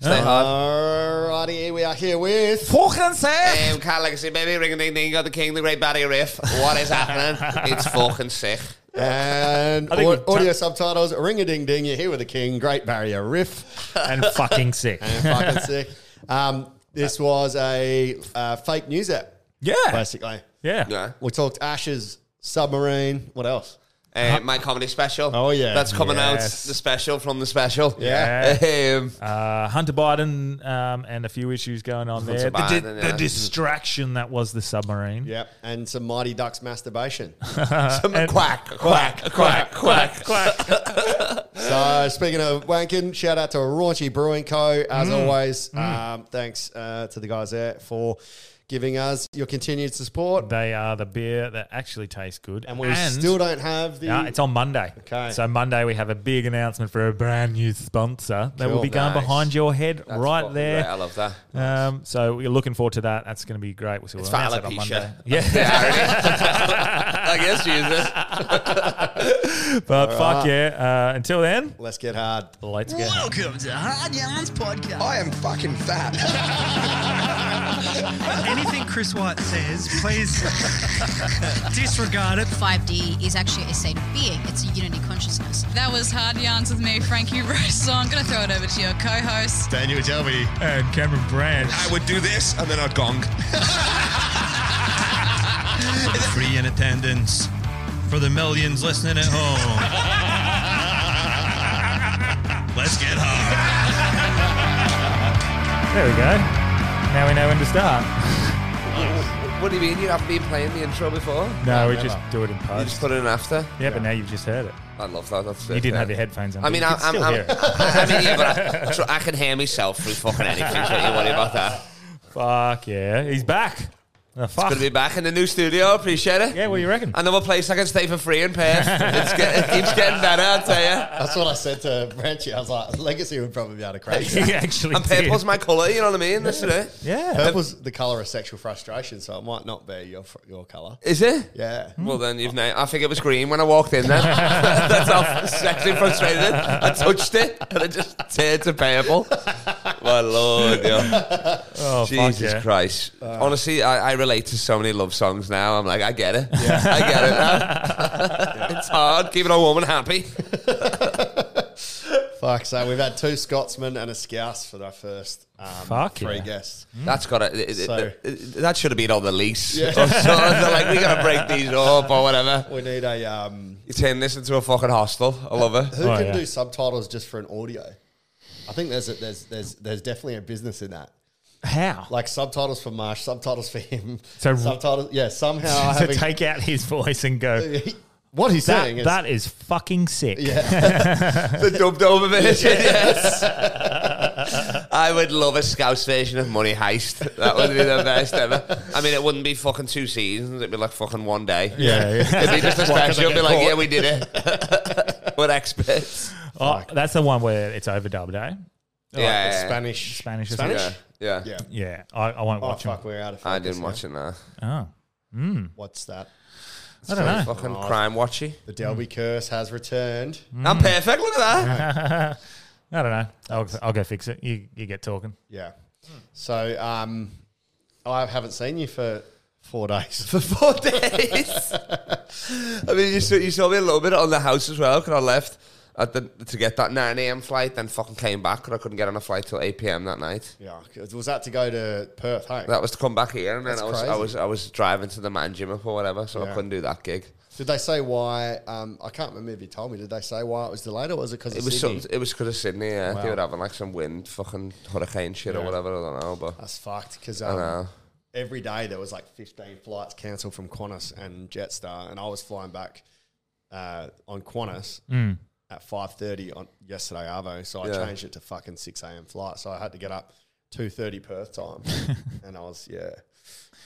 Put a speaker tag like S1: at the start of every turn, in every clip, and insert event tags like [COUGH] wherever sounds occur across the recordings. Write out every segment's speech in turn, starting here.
S1: Stay
S2: Uh-huh.
S1: hard.
S3: Alrighty, we are here with
S1: Fucking say.
S3: um, Cat Legacy, baby, ring ding ding, got the king, the great barrier reef. What is
S2: [LAUGHS]
S3: happening? it's fucking sick. and
S2: I think
S3: au-
S2: we've ta-
S3: audio subtitles. Ring a ding ding, you're here with the king. Great Barrier Riff.
S2: [LAUGHS] and fucking sick.
S3: And fucking sick. Um, this was a uh, fake news app,
S2: Yeah.
S3: basically.
S2: Yeah.
S3: Yeah. We talked Ashes, Submarine. What else?
S1: Huh?
S3: Uh,
S1: Um,
S3: my comedy special.
S1: Oh, yeah.
S3: that's coming
S2: Yes.
S3: out. The special from the special.
S2: Yeah.
S3: Um,
S2: Uh, Hunter Biden um, and a few issues going on there. The, di-
S3: Biden,
S2: the
S3: yeah.
S2: distraction that was the submarine.
S3: [LAUGHS] yeah. And some Mighty Ducks masturbation.
S2: Some
S3: quack, quack,
S2: quack, quack,
S3: [LAUGHS]
S2: quack.
S3: So speaking of wanking, shout out to Raunchy Brewing Co. As
S2: Mm.
S3: always, Um, thanks uh, to the guys there for giving us your continued support.
S2: they are the beer that actually tastes good.
S3: And
S2: [LAUGHS]
S3: we still don't have the.
S2: No, it's on Monday.
S3: Okay.
S2: So Monday we have a big announcement for a brand new sponsor that will
S3: Cool.
S2: be going
S3: Nice.
S2: behind your head
S3: That's
S2: right
S3: fucking
S2: there.
S3: great. I love that.
S2: Um, so we're looking forward to that. That's going to be great. We'll
S3: It's
S2: announce
S3: for
S2: that on
S3: alopecia.
S2: Monday. [LAUGHS] Yeah.
S3: [LAUGHS]
S2: [LAUGHS]
S3: I guess Jesus.
S2: But fuck yeah. Uh, until then,
S3: Let's get hard.
S2: let's go.
S4: Welcome to Hard Yarns Podcast.
S5: I am fucking fat.
S4: Anything Chris White says, please disregard it.
S6: 5D is actually a state of being. It's a unity consciousness. That was Hard Yarns with me, Frankie Rose. So I'm going to throw it over to your co-host.
S5: Daniel Delby.
S2: And Cameron Branch.
S5: I would do this and then I'd gong.
S7: free in attendance for the millions listening at
S4: [LAUGHS]
S7: home. Let's get hard.
S2: There we go. Now we know when to start.
S3: [LAUGHS] What do you mean you haven't been playing the intro before?
S2: No, we just do it in
S3: You just
S2: post.
S3: put it in after.
S2: yeah, but now you've just heard it.
S3: I love that. That's
S2: You didn't have your headphones on.
S3: I
S2: but
S3: mean,
S2: you
S3: I'm,
S2: could
S3: I'm,
S2: still
S3: I'm,
S2: hear it.
S3: I, mean, yeah, but I, so I can hear myself through fucking anything. So don't worry about that.
S2: Fuck yeah, he's back. Oh, fuck.
S3: Good to be back in the new studio. Appreciate it.
S2: yeah, what do you reckon?
S3: Another place I can stay for free in Perth. It's get, it keeps getting better, I'll tell you.
S8: That's what I said to Branchy. I was like, Legacy would probably be able to crack. it.
S2: [LAUGHS] He actually
S3: And
S2: did.
S3: purple's my colour, you know what I mean? That's it.
S2: yeah.
S8: Purple's the color of sexual frustration, so it might not be your fr- your color.
S3: Is it?
S8: Yeah.
S3: Well, then you've named. I think it was green when I walked in. Then [LAUGHS] that's how sexually frustrated. it. I touched it and it just turned to purple. my lord, yeah.
S2: Oh, fuck
S3: Jesus
S2: yeah. Uh.
S3: Christ! Honestly, I, I relate to so many love songs now. I'm like, I get it. I get
S2: [LAUGHS]
S3: it. Now. it's hard keeping a woman happy.
S8: Fuck. So we've had two Scotsmen and a Scouse for our first um,
S2: Fuck
S8: three
S2: yeah.
S8: guests.
S3: That's got to.
S8: So-
S3: that should have been on the lease. Or something. They're [LAUGHS] like, we gotta break these up or whatever.
S8: We need a um,
S3: You turn this into a fucking hostel. I love it.
S8: who
S2: Oh,
S8: can
S2: yeah.
S8: do subtitles just for an audio. I think there's a, there's there's there's definitely a business in that.
S2: How?
S8: Like subtitles for Marsh, subtitles for him.
S2: So-
S8: subtitles, yeah. Somehow
S2: [LAUGHS] to
S8: having
S2: take out his voice and go,
S8: [LAUGHS] what he's
S2: that,
S8: saying is [LAUGHS]
S2: that is fucking sick.
S3: [LAUGHS] the dubbed over version. [LAUGHS] Yes. I would love a Scouse version of Money Heist. That would be the best ever. I mean, it wouldn't be fucking two seasons. It'd be like fucking one day.
S2: [LAUGHS] Yeah, yeah.
S3: It'd be just a [LAUGHS] special. It'd be like, yeah, we did it. [LAUGHS] We're experts.
S2: Oh, that's the one where it's overdubbed, eh?
S3: yeah, yeah, yeah.
S8: Spanish,
S2: Spanish, isn't it?
S8: Spanish.
S3: Yeah, yeah.
S8: Yeah.
S2: Yeah, I, I won't
S8: Oh
S2: watch
S8: fuck,
S2: him.
S8: we're out of.
S3: I
S8: focus
S3: didn't
S8: now.
S3: watch it now.
S2: Oh,
S8: What's that?
S2: I don't know.
S3: Fucking Mm. crime watchy.
S8: The Delby
S3: Hmm.
S8: curse has returned.
S3: I'm perfect. Look at that.
S2: [LAUGHS] I don't know. I'll, I'll go fix it. You, you get talking.
S8: Yeah. So um, I haven't seen you for four days.
S3: [LAUGHS]
S8: [LAUGHS]
S3: for four days. [LAUGHS] I mean, you saw, you saw me a little bit on the house as well because I left at the, to get that 9 a.m. flight, then fucking came back because I couldn't get on a flight till 8 p.m. that night.
S8: yeah. 'cause Was that to go to Perth? Hey.
S3: That was to come back here, and then
S8: That's
S3: I was, I
S8: crazy.
S3: was I was driving to the man gym up or whatever, so I
S8: Yeah.
S3: couldn't do that gig.
S8: Did they say why? Um, I can't remember if you told me. Did they say why it was delayed, or was it because
S3: It was something, it was because of Sydney. Yeah, they were having like some wind, fucking hurricane shit or
S8: Yeah.
S3: whatever. I don't know, but
S8: That's fucked. Because
S3: I know.
S8: um, every day there was like fifteen flights cancelled from Qantas and Jetstar, and I was flying back uh, on Qantas. At five thirty on yesterday, Arvo, so I
S3: Yeah.
S8: changed it to fucking six a.m. flight. So I had to get up, two thirty Perth time, and I was yeah,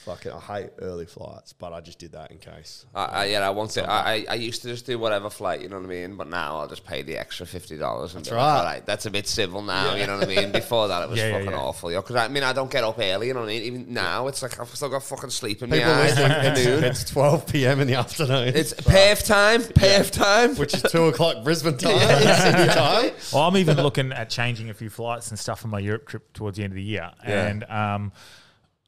S8: fucking. I hate early flights, but I just did that in case.
S3: I, I, yeah, I want to. I, I- I used to just do whatever flight, you know what I mean. But now I'll just pay the extra fifty dollars. That's
S8: right.
S3: that's a bit civil now, you know what I mean. Before
S2: [LAUGHS]
S3: that, it was
S2: Yeah, yeah,
S3: fucking
S2: yeah.
S3: awful. Because I mean, I don't get up early, you know what I mean. Even now, it's like I've still got fucking sleep in
S8: People
S3: my eyes.
S8: listening,
S3: Like,
S8: it's,
S2: [LAUGHS]
S3: noon.
S8: it's twelve p.m. in the afternoon.
S3: It's path time, path
S8: [LAUGHS]
S3: time.
S8: which is two o'clock
S3: [LAUGHS]
S8: Brisbane time, Sydney time. [LAUGHS]
S2: Well, I'm even looking at changing a few flights and stuff for my Europe trip towards the end of the year.
S3: Yeah.
S2: And um,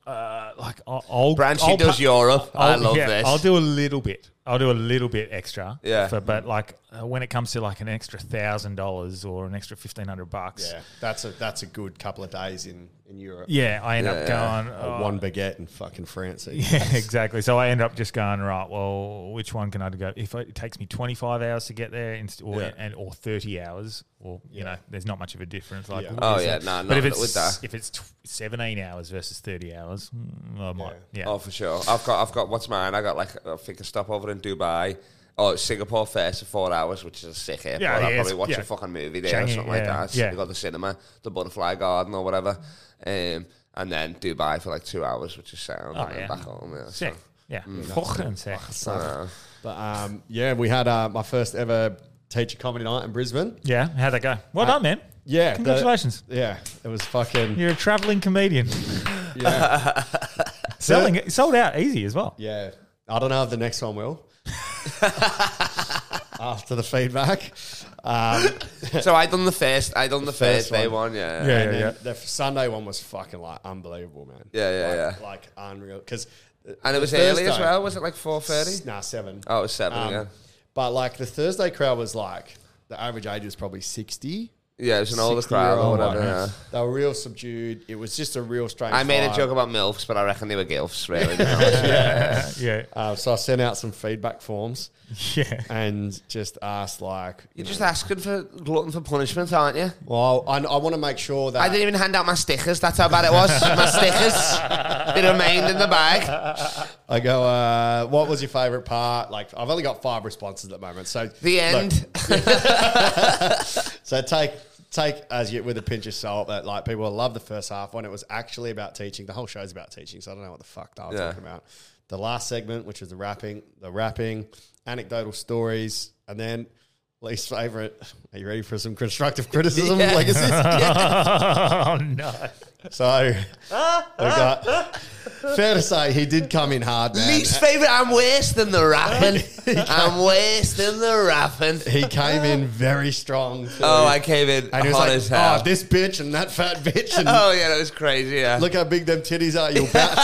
S2: uh, like I'll, I'll
S3: Branchy
S2: I'll
S3: does
S2: pa-
S3: Europe. i
S2: I'll-
S3: love
S2: yeah,
S3: this.
S2: I'll do a little bit. I'll do a little bit extra.
S3: Yeah.
S2: for- but like uh, when it comes to like an extra thousand dollars or an extra fifteen hundred bucks,
S8: Yeah, that's a that's a good couple of days in in Europe.
S2: yeah, I end
S3: Yeah.
S2: up going
S8: Uh,
S2: oh,
S8: one baguette in fucking France.
S2: [LAUGHS] Yeah, exactly. So I end up just going right. Well, which one can I go? If it takes me twenty five hours to get there, inst- or
S8: Yeah.
S2: and or thirty hours, or you know, there's not much of a difference. Like,
S8: Yeah.
S2: what
S3: Oh,
S2: is
S3: yeah,
S2: that?
S3: no, no,
S2: but if
S3: no,
S2: it's
S3: with that.
S2: if it's tw- seventeen hours versus thirty hours, mm, I might. Yeah,
S3: Oh, for sure. I've got, I've got. What's mine? I got like, I think a stopover in Dubai. Oh, Singapore first for four hours, which is a sick airport.
S2: Yeah,
S3: I'll
S2: yeah,
S3: probably
S2: it's-
S3: watch
S2: yeah.
S3: a fucking movie there or
S2: Changi,
S3: something like
S2: yeah,
S3: that.
S2: yeah.
S3: They got the cinema, the Butterfly Garden or whatever, um, and then Dubai for like two hours, which is sound.
S2: Oh,
S3: and then
S2: yeah.
S3: back home. Yeah, so-
S2: sick. Yeah, Mm.
S8: Mm.
S2: fucking sick.
S8: So, [LAUGHS] but um, yeah, we had uh, my first ever teacher comedy night in Brisbane.
S2: Yeah, how'd that go? Well done, man.
S8: Uh, Yeah, the-
S2: Congratulations.
S8: yeah, it was fucking
S2: You're a traveling
S8: [LAUGHS]
S2: comedian.
S8: yeah.
S2: Selling it sold out easy as well.
S8: yeah. I don't know if the next one will. [LAUGHS] After the feedback, um,
S3: So I done the first. I done the
S8: first
S3: Thursday
S8: one.
S3: one. Yeah.
S2: Yeah,
S8: and
S2: yeah,
S8: then
S2: yeah.
S8: the Sunday one was fucking like unbelievable, man.
S3: Yeah, yeah,
S8: like,
S3: yeah.
S8: like unreal. Because
S3: And it was early as well. Was it like four thirty?
S8: Nah, seven.
S3: Oh, it was seven.
S8: Um,
S3: yeah.
S8: But like the Thursday crowd was like the average age was probably sixty.
S3: Yeah, it was an older
S8: 60
S3: crowd
S8: year
S3: or
S8: old,
S3: whatever.
S8: like,
S3: yeah.
S8: They were real subdued. It was just a real strange.
S3: I made a
S8: vibe.
S3: joke about milfs, but I reckon they were gilfs.
S2: [LAUGHS]
S3: Really. you know?
S2: Yeah, yeah.
S8: [LAUGHS] Uh, so I sent out some feedback
S3: [LAUGHS]
S8: forms
S2: yeah. [LAUGHS]
S8: and just asked like, you
S3: You're
S8: know,
S3: just asking for glutton for punishment, aren't you?
S8: well, I, I want to make sure that
S3: I didn't even hand out my stickers. That's how bad it [LAUGHS] was. my stickers, they remained in the bag.
S8: I go, uh, what was your favorite part? Like, I've only got five responses at the moment. So
S3: The
S8: look,
S3: end.
S8: [LAUGHS] So take take as you with a pinch of salt that like people love the first half when it was actually about teaching. The whole show's about teaching, so I don't know what the fuck they were
S3: Yeah.
S8: talking about. The last segment, which was the rapping, the rapping, anecdotal stories, and then least favorite. Are you ready for some constructive criticism?
S3: [LAUGHS] Yeah.
S8: Like, is this-
S2: oh no.
S8: so we got fair to say he did come in hard, man.
S3: Least favorite. I'm worse than the [LAUGHS] rapping. I'm worse than the rapping.
S8: he came in very strong.
S3: Oh, I came in
S8: and he
S3: hot
S8: was
S3: as
S8: like,
S3: hell.
S8: "Oh, this bitch and that fat bitch, and
S3: Oh, yeah, that was crazy. Yeah.
S8: look how big them titties are." You'll
S3: [LAUGHS]
S8: bounce.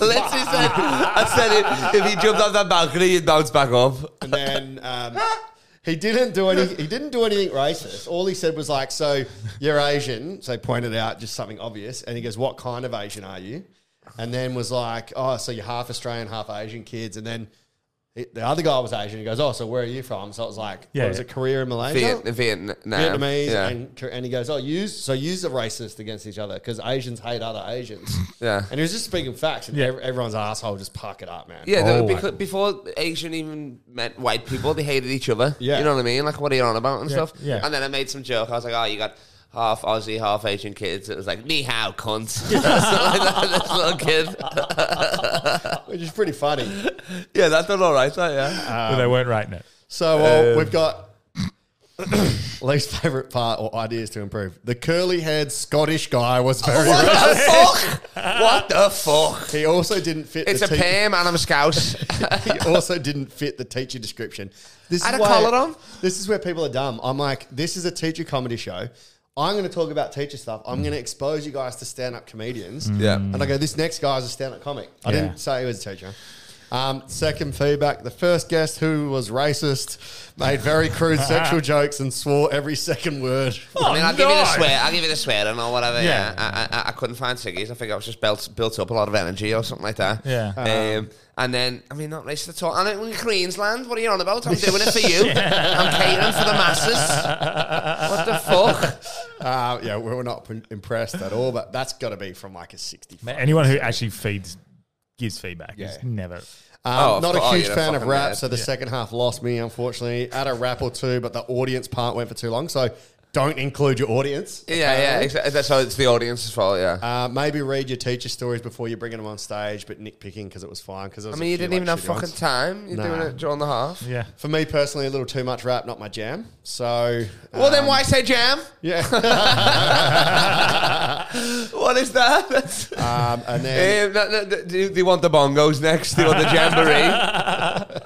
S3: Let's just say, I said it. If he jumped off that balcony, he'd bounce back up.
S8: and then um, he didn't do any. He didn't do anything racist. All he said was like, "So you're Asian." So he pointed out just something obvious, and he goes, "What kind of Asian are you?" And then was like, "Oh, so you're half Australian, half Asian kids." And then it, the other guy was Asian. He goes, "Oh, so where are you from?" So it was like, yeah,
S2: Yeah,
S8: it was
S2: yeah.
S8: a career in Malaysia.
S3: Viet- Vietnam.
S8: Vietnamese
S3: Yeah.
S8: and, and he goes, oh, use so use are racist against each other because Asians hate other Asians.
S3: [LAUGHS] Yeah.
S8: and he was just speaking facts, and
S2: Yeah.
S8: ev- everyone's an asshole. Just park it up, man.
S3: Yeah, they-
S2: Oh,
S3: becau-
S2: right.
S3: before Asian even met white people, they hated each other.
S8: Yeah.
S3: You know what I mean? Like, what are you on about and
S2: Yeah,
S3: stuff?
S2: yeah.
S3: And then I made some joke. I was like, oh, you got half Aussie, half Asian kids. It was like, me how, cunt. [LAUGHS] Something like that, this little kid. [LAUGHS]
S8: which is pretty funny.
S3: yeah, that done all right, that, yeah.
S2: But
S8: um,
S2: they weren't rating it.
S3: [LAUGHS]
S8: So
S3: Um,
S8: well, we've got [COUGHS] least favorite part or ideas to improve. The curly haired Scottish guy was very.
S3: [LAUGHS] What
S8: rude.
S3: the Oh,
S2: [LAUGHS]
S3: fuck? What the fuck?
S8: He also didn't fit.
S3: It's
S8: the
S3: a
S8: tea-
S3: perm and I'm
S2: [LAUGHS]
S3: a scouse.
S8: [LAUGHS] He also didn't fit the teacher description. This
S3: Had
S8: is
S3: a
S8: why-
S3: collar on?
S8: This is where people are dumb. I'm like, this is a teacher comedy show. I'm going to talk about teacher stuff. I'm going to expose you guys to stand up comedians.
S3: Yeah.
S8: And I go, this next guy is a stand up comic. I
S2: Yeah.
S8: didn't say he was a teacher. Um, second feedback the first guest who was racist made very crude sexual jokes and swore every second word. [LAUGHS]
S3: I mean, I'll give you the
S2: no.
S3: swear. I'll give you the swearing or whatever. Yeah.
S2: Oh, Yeah.
S3: I, I, I couldn't find ciggies. I think I was just built built up a lot of energy or something like that.
S2: Yeah.
S3: Um, and then, I mean, not racist at all. And it- in Queensland, what are you on
S2: [LAUGHS]
S3: about? I'm doing it for you. I'm catering for the masses. What the fuck?
S2: [LAUGHS]
S8: Uh, yeah, we were not p- impressed at all, but that's got to be from like a 60.
S2: Man, anyone who actually feeds gives feedback
S8: Yeah.
S2: is never.
S8: Um,
S3: Oh,
S8: not a
S3: oh,
S8: huge
S3: yeah,
S8: fan of
S3: fucking
S8: rap,
S3: mad.
S8: so the second half lost me, unfortunately. Had a rap or two, but the audience part went for too long. So don't include your audience.
S3: Yeah, yeah. Exactly. That's how it's the audience's fault. Yeah.
S8: Uh, maybe read your teacher stories before you're bringing them on stage, but nitpicking because it was fine. Because
S3: I mean, you didn't even have fucking time. You're
S8: Nah.
S3: doing it during the half.
S2: Yeah.
S8: For me personally, a little too much rap, not my jam. So, uh,
S3: [LAUGHS] Well, then why say jam?
S8: yeah.
S3: What is that? That's,
S8: um, and then
S3: Eh, no, no, do, do you want the bongos next? Do you want the jamboree?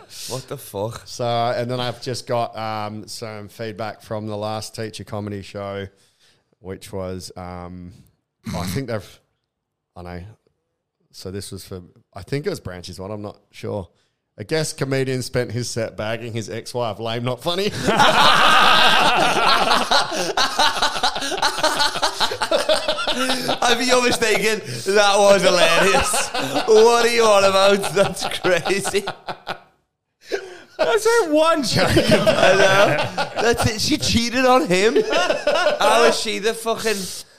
S2: [LAUGHS]
S3: what the fuck?
S8: so, and then I've just got um, some feedback from the last teacher comedy show, which was um, I think they've I know. So this was for I think it was Branch's one. I'm not sure. A guest comedian spent his set bagging his ex-wife. Lame, not funny. [LAUGHS]
S3: I mean, you're mistaken. That was hilarious. what are you on about? That's crazy.
S2: I said one joke.
S3: I know. That's it. She cheated on him. How is she the fucking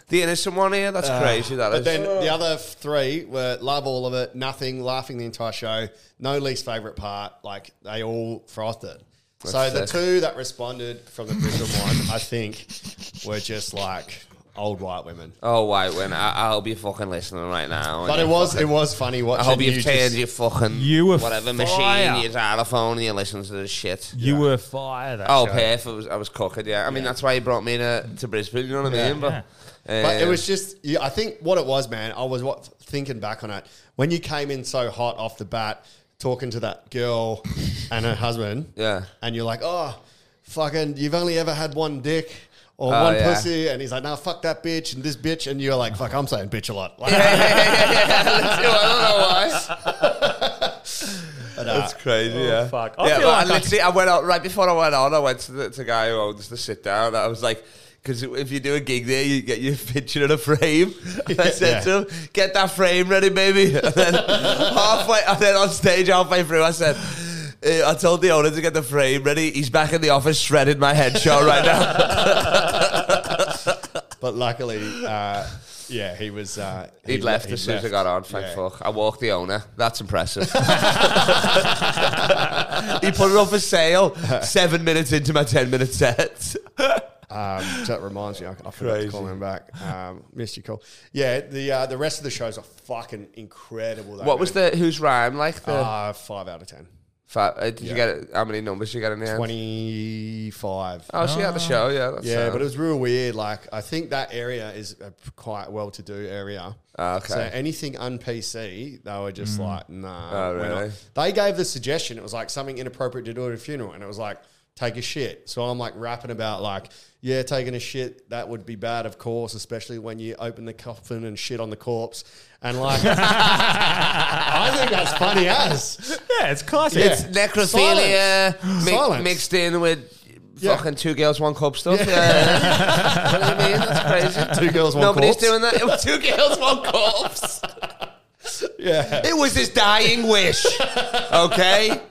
S3: the innocent one here? That's crazy. That
S8: But
S3: is.
S8: then the other three were love all of it, nothing, laughing the entire show, no least favorite part. Like they all frothed it. so the
S3: sick.
S8: two that responded from the Brisbane one, I think, were just like old white women.
S3: oh, white women. I, I hope you're fucking listening right now. and
S8: But it
S3: you're
S8: was it
S3: fucking-
S8: was funny
S3: I
S8: watching.
S3: hope
S8: you
S3: you've
S8: just-
S3: turned your fucking
S2: You were
S3: whatever
S2: fire.
S3: machine, your xylophone, and you listen to this shit.
S2: You were fire that
S3: Oh,
S2: show.
S3: Perth, I was, I was cooking, yeah. I mean, that's why he brought me to, to Brisbane, you know what I mean? But,
S8: But it
S3: uh,
S8: was just, yeah, I think what it was, man. I was what thinking back on it when you came in so hot off the bat, talking to that
S3: [LAUGHS]
S8: girl and her husband.
S3: Yeah.
S8: and you're like, oh, fucking, you've only ever had one dick. Or
S3: Oh,
S8: one
S3: yeah.
S8: pussy, and he's like, "Nah, fuck that bitch and this bitch," and you're like, "Fuck, I'm saying bitch a lot." Like, [LAUGHS]
S3: Yeah, Oh, yeah, yeah, yeah, let's do it. I don't know why.
S8: but, uh,
S3: crazy, yeah.
S2: fuck. I
S3: I yeah,
S2: feel like
S3: but I
S2: I-
S3: literally, I went out right before I went on. I went to the, to the guy who owns the sit down. And I was like, because if you do a gig there, you get your [LAUGHS] picture in a frame. And I said to him, "Get that frame ready, baby." [LAUGHS] And then halfway, and then on stage halfway through, I said. "Eh, I told the owner to get the frame ready. He's back in the office shredding my headshot right now.
S8: [LAUGHS] but luckily, uh, [LAUGHS] yeah, he was. Uh, he
S3: He'd
S8: le-
S3: left
S8: he'd
S3: as soon as I
S8: left.
S3: got on. Thank
S8: Yeah.
S3: fuck. I walked the owner. That's impressive. [LAUGHS] he put it up for sale seven minutes into my ten minute set.
S8: Um, that reminds me, I, I forgot to call him back. Um, missed your call. Yeah, the uh, the rest of the shows are fucking incredible. Though,
S3: What was
S8: man.
S3: the whose rhyme like the?
S8: Uh, five out of ten.
S3: fa- uh, did you
S8: yeah.
S3: get it, how many numbers you got in the end?
S8: Twenty-five.
S3: Oh, she had the show. Yeah, that's
S8: Yeah,
S3: sound.
S8: but it was real weird. Like, I think that area is a p- quite well-to-do area.
S3: Ah, okay.
S8: So anything unPC, they were just like, nah.
S3: Oh,
S8: we're not.
S3: really?
S8: They gave the suggestion. It was like something inappropriate to do at a funeral, and it was like take a shit. So I'm like rapping about like, yeah, taking a shit that would be bad, of course, especially when you open the coffin and shit on the corpse, and like, [LAUGHS] I think that's funny as.
S2: Yeah, it's classic.
S8: Yeah.
S2: It's-
S3: necrophilia mi-
S8: Silence.
S3: mixed in with.
S8: Yeah.
S3: Fucking two girls, one cup stuff. Yeah,
S8: [LAUGHS]
S3: yeah. You know what I mean? That's crazy.
S8: Two girls, one
S3: Nobody's
S8: corpse.
S3: doing that. It was two girls, one corpse.
S8: Yeah.
S3: It was his dying wish. Okay.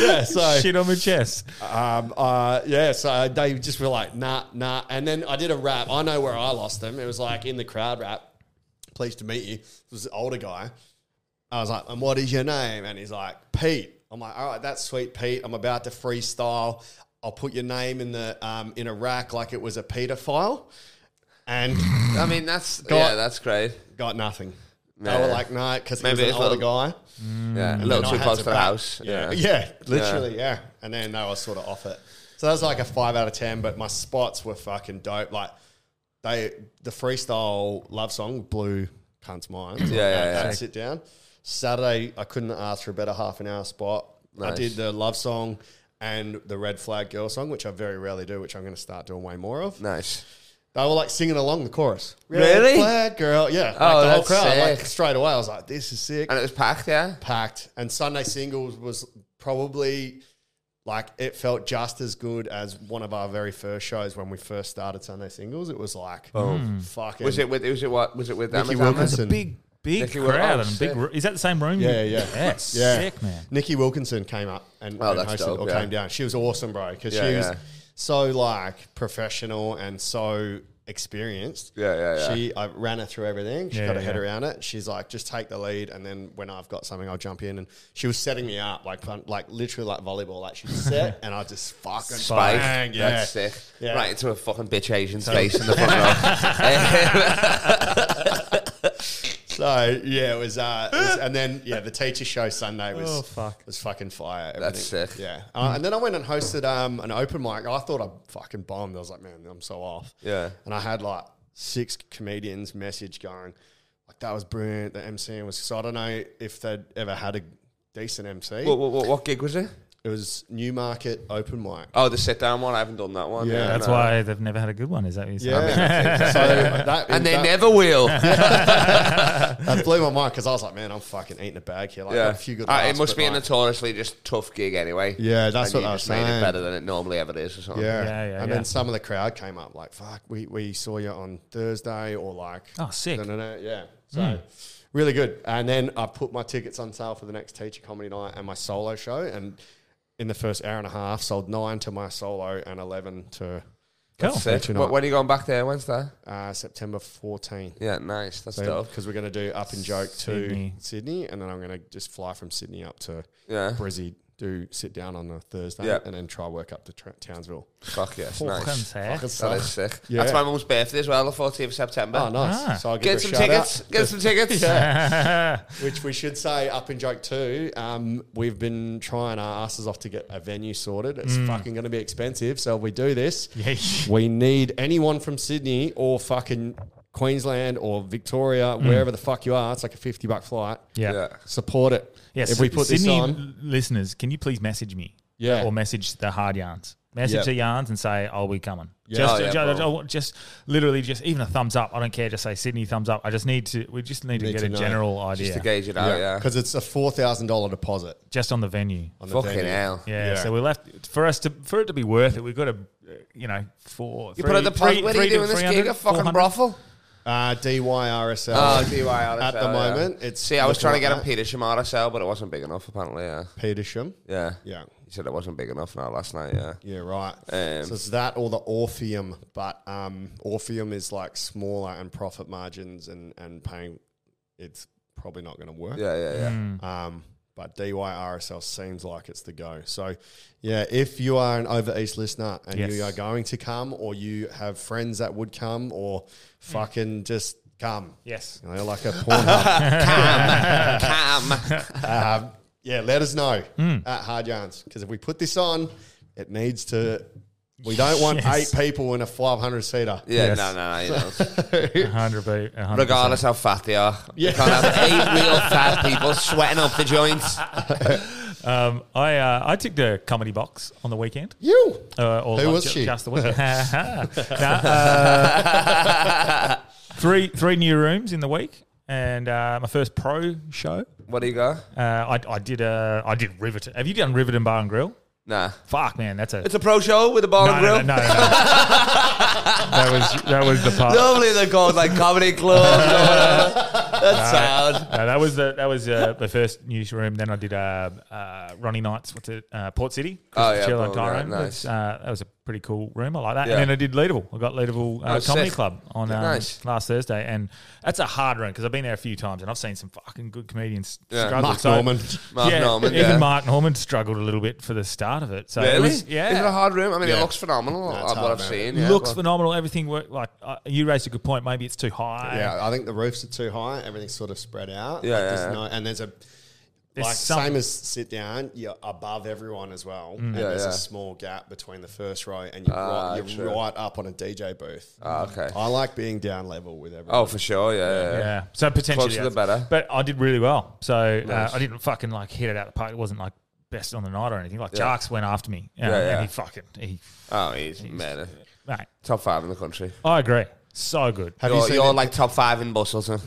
S8: Yeah. So
S2: Shit on my chest.
S8: Um, uh, yeah, so they just were like, nah, nah. And then I did a rap. I know where I lost them. It was like in the crowd rap. Pleased to meet you. It was an older guy. I was like, and what is your name? And he's like, Pete. I'm like, all right, that's sweet, Pete. I'm about to freestyle. I'll put your name in the um, in a rack like it was a pedophile, and [LAUGHS]
S3: I mean, that's
S8: Go
S3: yeah,
S8: on.
S3: that's great.
S8: got nothing.
S3: Yeah.
S8: They were like, no, because he was
S3: Maybe
S8: an
S3: it's
S8: older
S3: a-
S8: guy.
S3: Yeah, a
S8: Mm. And
S3: little
S8: I
S3: too
S8: had
S3: close to the
S8: back-
S3: house.
S8: Yeah, yeah, literally, yeah. And then they were sort of off it. So that was like a five out of ten. But my spots were fucking dope. Like they, the freestyle love song blew cunts mind. Yeah,
S3: yeah, yeah.
S8: Sit down. Saturday, I couldn't ask for a better half an hour spot. I
S3: Nice.
S8: did the love song and the red flag girl song, which I very rarely do, which I'm going to start doing way more of.
S3: Nice.
S8: They were like singing along the chorus.
S3: Really?
S8: Red flag girl, yeah. Like
S3: Oh,
S8: the whole
S3: that's
S8: crowd, like
S3: sick.
S8: straight away, I was like, this is sick
S3: And it was packed. Yeah.
S8: packed. And Sunday singles was probably like it felt just as good as one of our very first shows when we first started Sunday singles. It was like fucking
S3: Was it with? Was it what? Was it with
S8: Nicky
S3: Amazon?
S8: Wilkinson.
S2: It's a big, big
S3: Nicky Wilde.
S2: crowd
S3: Oh,
S2: and big.
S3: sick.
S2: ro- Is that the same room?
S8: Yeah, yeah, yeah.
S2: That's
S8: Yeah.
S2: sick, man.
S8: Nikki Wilkinson came up and,
S3: Oh,
S8: and
S3: that's
S8: hosted
S3: dope,
S8: or
S3: yeah.
S8: came down. She was awesome, bro, because
S3: Yeah,
S8: she was
S3: yeah.
S8: so like professional and so experienced.
S3: Yeah, yeah, yeah.
S8: She I ran her through everything. She
S2: Yeah,
S8: got her
S2: yeah,
S8: head
S2: yeah.
S8: around it. She's like, just take the lead, and then when I've got something, I'll jump in. And she was setting me up like fun- like literally like volleyball. Like she's [LAUGHS] set, and I just fucking
S3: Spike.
S8: bang, yeah.
S3: That's sick.
S8: Yeah.
S3: Right into a fucking bitch Asian's face in the front
S8: [LAUGHS]
S3: row. [LAUGHS]
S8: So yeah, it was, uh, it was- and then yeah, the teacher show Sunday was
S2: Oh, fuck.
S8: was fucking fire.
S3: That's
S8: everything.
S3: sick.
S8: Yeah, uh, and then I went and hosted um, an open mic. I thought I fucking bombed. I was like, man, I'm so off.
S3: Yeah.
S8: and I had like six comedians message going, like that was brilliant. The MC was so I don't know if they'd ever had a decent MC.
S3: what, what, what, what gig was it?
S8: it was Newmarket open mic.
S3: Oh, the sit down one. I haven't done that one.
S8: Yeah,
S2: That's
S3: no.
S2: why they've never had a good one. Is that what you're saying?
S8: Yeah, [LAUGHS] so that,
S3: And they
S8: that- [LAUGHS]
S3: never will. yeah.
S8: that blew my mind because I was like, man, I'm fucking eating a bag here. Like a few good.
S3: Uh, it
S8: laughs,
S3: must
S8: but,
S3: be a
S8: like-
S3: notoriously just tough gig anyway.
S8: Yeah, that's
S3: and
S8: what
S3: you
S8: I was
S3: just made it
S8: saying.
S3: better than it normally ever is or something.
S8: Yeah.
S2: Yeah, yeah,
S8: and
S2: yeah.
S8: then some of the crowd came up like, fuck, we, we saw you on Thursday or like.
S2: Oh, sick. Hmm.
S8: da-da-da. Yeah. So really good. And then I put my tickets on sale for the next teacher comedy night and my solo show. And in the first hour and a half, sold nine to my solo and 11 to
S2: Cool.
S3: Sick.
S8: Teacher
S3: Wh-
S8: night.
S3: When are you going back there? When's that?
S8: uh, September 14th.
S3: Yeah, nice. That's dope.
S8: Because we're going to do up and joke to
S2: Sydney.
S8: Sydney. and then I'm going to just fly from Sydney up to
S3: Yeah.
S8: Brizzy, do sit down on the Thursday,
S3: Yeah.
S8: and then try work up to Tra- Townsville.
S3: Fuck yes,
S2: Fucking
S3: nice.
S2: sick. [LAUGHS]
S3: That is sick.
S8: Yeah.
S3: That's my mum's birthday as well, the 14th of September.
S8: Oh, nice!
S2: Ah.
S8: So I'll give her
S3: Get
S8: a
S3: some
S8: shout out.
S3: tickets. Get some
S8: [LAUGHS]
S3: tickets.
S8: Which we should say up in joke too. Um, we've been trying our asses off to get a venue sorted. It's
S2: Mm.
S8: fucking going to be expensive. So if we do this,
S2: Yeesh.
S8: we need anyone from Sydney or fucking Queensland or Victoria, wherever the fuck you are. It's like a fifty buck flight.
S2: Mm. Yeah.
S3: Yeah.
S8: Support it.
S2: Yes.
S8: If we put
S2: Sydney
S8: this on,
S2: listeners, can you please message me?
S8: Yeah.
S2: Or message the hard yarns. Message
S8: Yeah.
S2: the yarns and say, "Oh, we coming." Just,
S3: Oh, yeah,
S2: ju- ju-
S3: bro.
S2: just, literally, just even a thumbs up. I don't care. Just say Sydney thumbs up. I just need to. We just need, to
S8: Need
S2: get
S8: to
S2: a
S8: know.
S2: general
S3: Just
S2: idea
S3: to gauge it out, Oh, yeah.
S8: because it's a four thousand dollar deposit.
S2: just on the venue.
S8: On the
S3: Fucking
S8: venue.
S3: hell.
S8: Yeah.
S2: Yeah, so we're left for us to for it to be worth it. We've got to, uh, you know, four.
S3: You put a deposit. What are you doing this gig? A fucking brothel?
S8: Uh, DYRSL.
S3: Oh, DYR.
S8: Uh, At the moment, it's
S3: See, I was
S8: looking
S3: trying to
S8: like
S3: get him
S8: that.
S3: Petersham RSL, but it wasn't big enough, apparently, yeah.
S8: Petersham.
S3: Yeah.
S8: Yeah.
S3: He said it wasn't big enough now last night, yeah.
S8: Yeah, right.
S3: Um,
S8: so it's that or the Orpheum, but um, Orpheum is like smaller and profit margins and, and paying, it's probably not going to work.
S3: Yeah, yeah, yeah.
S2: Mm,
S8: Um, but DYRSL seems like it's the go. So, yeah, if you are an Over East listener and
S2: Yes.
S8: you are going to come, or you have friends that would come, or fucking just come,
S3: [LAUGHS]
S2: Yes.
S8: you know, like a porn hub.
S3: Cam.
S8: um, yeah, let us know
S3: Hmm.
S8: at Hard Yarns because if we put this on, it needs to. We don't want
S2: Yes.
S8: eight people in a 500 seater.
S3: Yeah,
S2: Yes.
S3: no,
S2: [LAUGHS]
S3: no, no, you know.
S2: hundred per- a hundred
S3: Regardless how fat they are, you can't have
S2: [LAUGHS]
S3: eight real fat people sweating up the joints.
S2: percent. Um, I uh, I took the comedy box on the weekend.
S8: You.
S2: Uh, or
S8: Who
S2: like
S8: was
S2: ju-
S8: she?
S2: Just the
S3: [LAUGHS]
S2: weekend. [LAUGHS] Nah,
S3: [LAUGHS]
S2: uh, three three new rooms in the week, and uh, my first pro show.
S3: What do you got?
S2: Uh, I, I did uh, I did Riverton. Have you done Riverton Bar and Grill?
S3: Nah.
S2: Fuck man, that's a
S3: It's a pro show with a bar
S2: no,
S3: and
S2: no,
S3: grill.
S2: no, no, no.
S3: [LAUGHS]
S2: that was that was the part.
S3: Lovely they're called like comedy club.
S2: [LAUGHS]
S3: That's sound.
S2: No, that was the that was uh, the first newsroom. Then I did uh, uh, Ronnie Knights. What's it? Uh, Port City. Chris
S3: Oh, yeah,
S2: Chill and
S3: Port, yeah,
S2: Tyrone.
S3: nice.
S2: That's, uh, that was a pretty cool room. I like that.
S3: Yeah.
S2: And then I did Leadable. I got Leadable uh,
S3: Oh,
S2: Comedy
S3: sick.
S2: Club on
S3: Yeah,
S2: um,
S3: nice.
S2: last Thursday, and that's a hard room because I've been there a few times and I've seen some fucking good comedians.
S3: Yeah.
S2: struggle.
S8: Mark
S2: So-
S8: Norman.
S3: Mark
S2: yeah,
S3: Norman,
S2: Even
S3: yeah.
S2: Mark Norman struggled a little bit for the start of it. So it
S3: Really?
S2: was, yeah.
S3: Is it a hard room? I mean, it
S8: Yeah.
S3: looks phenomenal.
S8: No,
S3: on
S8: it's
S3: what
S8: hard,
S3: I've
S8: man.
S3: seen. Yeah,
S2: Looks
S3: but-
S2: phenomenal. Everything worked. Like uh, you raised a good point. Maybe it's too high.
S8: Yeah, I think the roofs are too high. Everything's sort of spread out.
S3: Yeah,
S8: Like,
S3: yeah,
S8: there's
S3: yeah.
S8: no- and there's a
S2: There's
S8: like
S2: some-
S8: same as sit down. You're above everyone as well, and
S3: Hmm. Yeah,
S8: there's
S3: yeah.
S8: a small gap between the first row, and you're,
S3: Ah,
S8: right, you're
S3: true.
S8: right up on a DJ booth.
S3: Ah, okay.
S8: I like being down level with everyone.
S3: Oh, for sure. Yeah, yeah. yeah.
S2: Yeah. So potentially
S3: Closer the
S2: that's-
S3: better.
S2: But I did really well. So
S3: Nice.
S2: uh, I didn't fucking like hit it out the park. It wasn't like best on the night or anything. Like
S3: Yeah.
S2: Jarks went after me. uh,
S3: Yeah, yeah.
S2: And he fucking he
S3: Oh, he's mad.
S2: mate.
S3: Top five in the country.
S2: I agree. So good.
S8: Have you
S3: You're,
S8: seen
S3: you're
S8: it?
S3: like top five in
S2: [LAUGHS]
S3: Bustleton.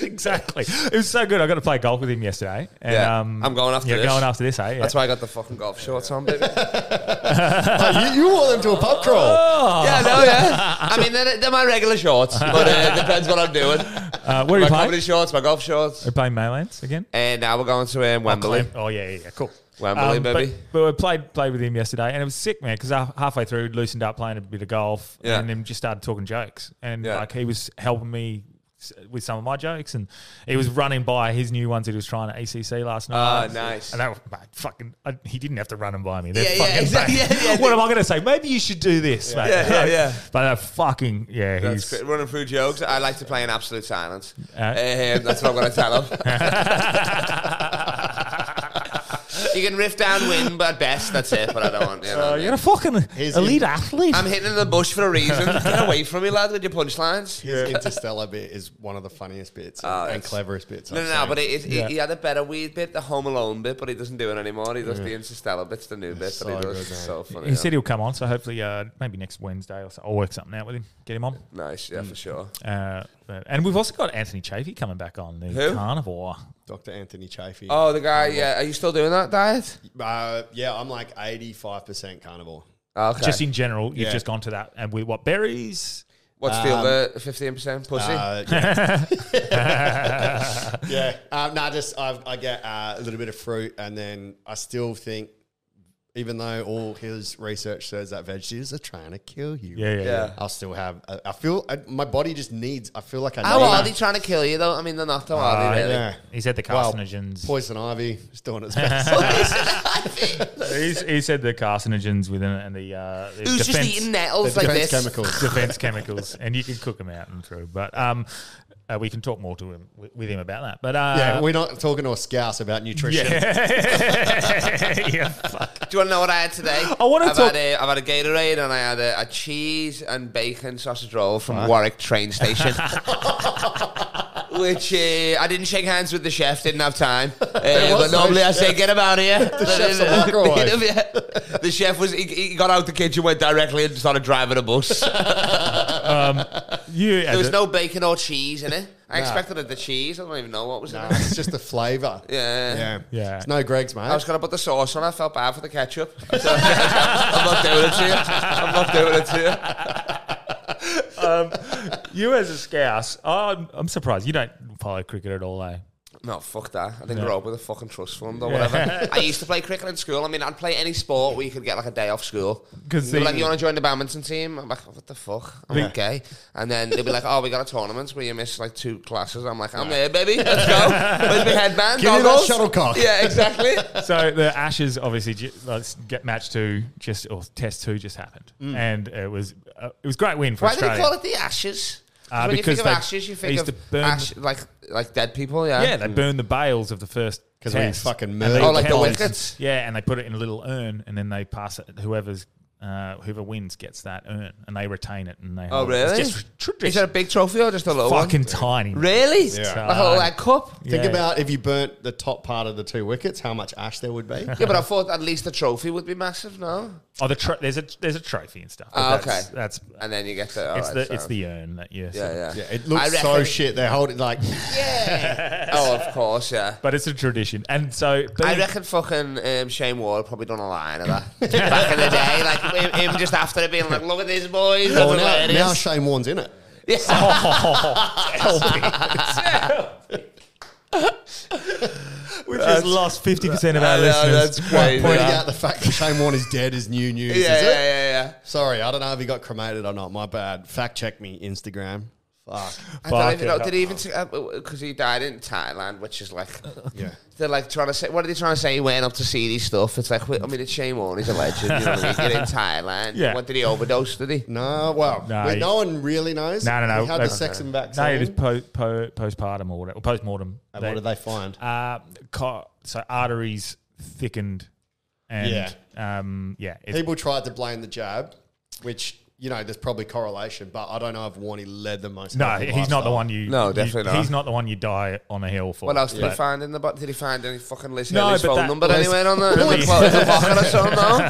S2: exactly. It was so good. I got to play golf with him yesterday. And,
S3: Yeah. I'm going after
S2: You're
S3: this.
S2: going after this, eh? Yeah.
S3: That's why I got the fucking golf shorts
S2: [LAUGHS]
S3: on, baby.
S8: Hey, you, you wore them to a pub crawl.
S2: Oh.
S3: Yeah, no,
S2: [LAUGHS]
S3: yeah. I mean, they're, they're my regular shorts, but uh, depends what I'm doing.
S2: Uh, where are
S3: My
S2: you playing?
S3: comedy
S2: Are
S3: shorts, my golf shorts.
S2: you playing Maylands again?
S3: And now we're going to um, Wembley.
S2: Oh, yeah, yeah, yeah. Cool.
S3: Wembley,
S2: but-
S3: baby.
S2: But, we played played with him yesterday, and it was sick, man. Because halfway through, we loosened up playing a bit of golf,
S3: Yeah.
S2: and then just started talking jokes, and
S3: Yeah.
S2: like he was helping me s- with some of my jokes, and he was running by his new ones that he was trying at ECC last night.
S3: Ah, nice.
S2: And that was mate, fucking. I, he didn't have to run them by me. They're
S3: Yeah, yeah,
S2: fucking
S3: exactly.
S2: bang.
S3: [LAUGHS] Yeah, yeah.
S2: What am I going to say? Maybe you should do this, mate.
S3: Yeah, yeah,
S2: Like,
S3: yeah.
S2: [LAUGHS] But uh, fucking yeah,
S3: That's
S2: he's [LAUGHS]
S3: great. running through jokes. I like to play in absolute silence.
S2: Uh.
S3: Um, that's what I'm going to tell him.
S2: [LAUGHS]
S3: you can riff down, win, but best. That's it. But I
S2: [LAUGHS]
S3: don't want. You know,
S2: Uh, you're a fucking
S8: He's
S2: elite
S8: in-
S2: athlete.
S3: I'm hitting in the bush for a reason. Get away from me, lad, with
S2: [LAUGHS]
S3: your punchlines.
S8: His Interstellar bit is one of the funniest bits and- and,
S3: that's-
S8: cleverest bits.
S3: Oh, No,
S8: I've
S3: no, no,
S8: seen.
S3: but it, it,
S2: Yeah.
S3: he had a better weird bit, the Home Alone bit, but he doesn't do it anymore. He does the Interstellar bits, the new bit, but he
S8: so
S3: does.
S8: good, man.
S3: so funny.
S2: He
S3: yeah.
S2: said he'll come on, so hopefully, uh, maybe next Wednesday or so. I'll work something out with him, get him on.
S3: nice, yeah,
S8: Mm.
S3: for sure.
S2: Uh, but- and we've also got Anthony Chafee coming back on the
S3: Who?
S2: carnivore.
S8: Dr. Anthony Chafee.
S3: Oh, the
S8: Mm.
S3: guy, yeah. Are you still doing that diet?
S8: Uh, yeah, I'm like 85% carnivore.
S3: Okay.
S2: Just in general, you've
S8: Yeah.
S2: just gone to that, and with what berries?
S3: What's the other 15% pussy?
S8: um, Uh, yeah.
S3: [LAUGHS]
S8: yeah. Um, no, just I've, I get uh, a little bit of fruit, and then I still think, even though all his research says that veggies are trying to kill you,
S2: Yeah, yeah, yeah.
S3: Yeah.
S8: I'll still have. I, I feel I, my body just needs. I feel like I.
S3: How
S8: need-
S3: are they trying to kill you, though? I mean, they're not, though, are they, really?
S8: Uh, yeah.
S2: He's had the
S8: Well,
S2: carcinogens.
S8: poison ivy is doing
S2: [LAUGHS]
S8: its best.
S2: He's, he said the carcinogens within it and the, uh, the
S3: Who's
S2: defense,
S3: just eating nettles
S8: the
S3: like
S8: defense
S3: this?
S8: chemicals.
S2: defense chemicals, and you can cook them out and through. But um, uh, we can talk more to him with, with him about that. But uh,
S8: yeah,
S2: [LAUGHS]
S8: we're not talking to a scouse about nutrition.
S2: yeah, [LAUGHS] yeah, fuck.
S3: Do you want to know what I had today?
S2: I wanna
S3: I've
S2: talk-
S3: Had a, I've had a Gatorade and I had a, a cheese and bacon sausage roll from Warwick train [LAUGHS] station. Which uh, I didn't shake hands with the chef, didn't have [LAUGHS] time. Uh, but
S8: was no
S3: normally I say,
S8: chef.
S3: get him out of here. the
S8: chef's a walker away.
S3: [LAUGHS] the chef was, he, he got out the kitchen, went directly and started driving a [LAUGHS] bus.
S2: You,
S3: there
S2: as
S3: was
S2: a-
S3: no bacon or cheese in it. I expected it the cheese. I don't even know what was
S8: No,
S3: in it.
S8: Uh, it's just the flavour.
S3: [LAUGHS] Yeah.
S8: Yeah.
S2: Yeah.
S8: It's no Greg's, mate.
S3: I was gonna put the sauce on. I felt bad for the ketchup. [LAUGHS] I'm not doing it to you. I'm not doing it to you.
S2: Um, you as a scouse, I'm, I'm surprised you don't follow cricket at all, eh?
S3: No, fuck that. I didn't grow up with a fucking trust fund or whatever.
S2: [LAUGHS]
S3: I used to play cricket in school. I mean, I'd play any sport where you could get like a day off school.
S2: 'Cause
S3: They were
S2: the-
S3: like, you want to join the badminton team? I'm like, what the fuck? I'm not gay. And then they'd be like, oh, we got a tournament where you miss like two classes. I'm like, I'm there, baby.
S2: [LAUGHS]
S3: Let's go. Where's my headband?
S8: Give me that
S3: Goggles?
S8: shuttlecock.
S3: Yeah, exactly.
S2: So the Ashes, obviously, ju- let's get match two, just or test two just happened, and it was uh, it was a great win for
S3: Why do
S2: Australia.
S3: they call it the ashes?
S2: Uh,
S3: when you
S2: because
S3: think of
S2: they-
S3: ashes, you
S2: they
S3: think
S2: used to
S3: of
S2: burn-
S3: ash, like like dead people. Yeah.
S2: Yeah, they burned the bales of the first
S8: 'Cause we
S2: test,
S8: fucking
S2: and
S8: murdered
S2: they
S3: Oh, like the
S2: kept-
S3: wickets?
S2: Yeah, and they put it in a little urn, and then they pass it. Whoever's uh, whoever wins gets that urn, and they retain it, and they.
S3: Oh,
S2: hold it. It's
S3: really?
S2: just tradition.
S3: Is that a big trophy or just a little
S2: fucking
S3: one?
S2: tiny.
S3: Really? Like a little like, cup?
S8: Think
S2: Yeah.
S8: about if you burnt the top part of the two wickets, how much ash there would
S2: [LAUGHS]
S8: be.
S3: Yeah, but I thought at least the trophy would be massive, no?
S2: Oh, the tro- there's a there's a trophy and stuff. but
S3: Ah,
S2: that's-
S3: okay.
S2: that's
S3: And then you get the.
S2: it's
S3: alright,
S2: the
S3: so-
S2: it's the urn that you.
S3: Yeah, yeah.
S8: Yeah, it
S3: I
S8: looks
S3: reckon-
S8: so shit. They're holding like
S3: [LAUGHS] Yeah. oh, of course, yeah.
S2: But it's a tradition, and so
S3: I
S2: being-
S3: reckon fucking um, Shane Ward probably done a line of that back in the day, like him, him just after it being like, "Look at these boys."
S8: well,
S2: Oh,
S3: look at
S8: now,
S3: where it
S8: now
S3: is."
S8: Shane Warne's in it.
S2: We've just lost fifty percent of our
S3: I know,
S2: listeners.
S3: that's crazy.
S8: Pointing
S3: Yeah.
S8: out the fact that Shane Warne is dead is new news.
S3: yeah,
S8: is it?
S3: yeah, yeah, yeah.
S8: Sorry, I don't know if he got cremated or not. My bad. Fact check me, Instagram.
S2: [LAUGHS]
S8: Fuck.
S3: I don't
S2: Fuck
S3: even
S2: it.
S3: know. Did he even uh, because he died in Thailand, which is like
S8: Yeah.
S3: they're like trying to say what are they trying to say? He went up to see these stuff. It's like I mean, it's Shane Warne. He's a legend. You know what I mean? You're in Thailand.
S2: Yeah.
S3: What did he overdose? Did he?
S8: No, well,
S2: No,
S8: we-
S2: he-
S8: no one really knows.
S2: No, no, no.
S8: He had the
S2: That's-
S8: sex and
S2: No,
S8: vaccine.
S2: it is po- po- postpartum or whatever, or postmortem.
S8: and what did they find?
S2: Uh, co- so arteries thickened, and yeah, um, yeah. It's,
S8: People tried to blame the jab, which you know, there's probably correlation, but I don't know if Warne led the most.
S2: no,
S8: healthy
S2: he's not the
S8: lifestyle.
S2: one you.
S3: No,
S2: you-
S3: definitely not.
S2: He's not the one you die on a hill for.
S3: What else did
S2: But-
S3: he find in the box? Did he find any fucking Liz
S2: No,
S3: Haley's
S2: but
S3: phone
S2: that
S3: number
S2: was-
S3: anywhere on the,
S2: Really?
S3: in the po- in the pocket or something? No?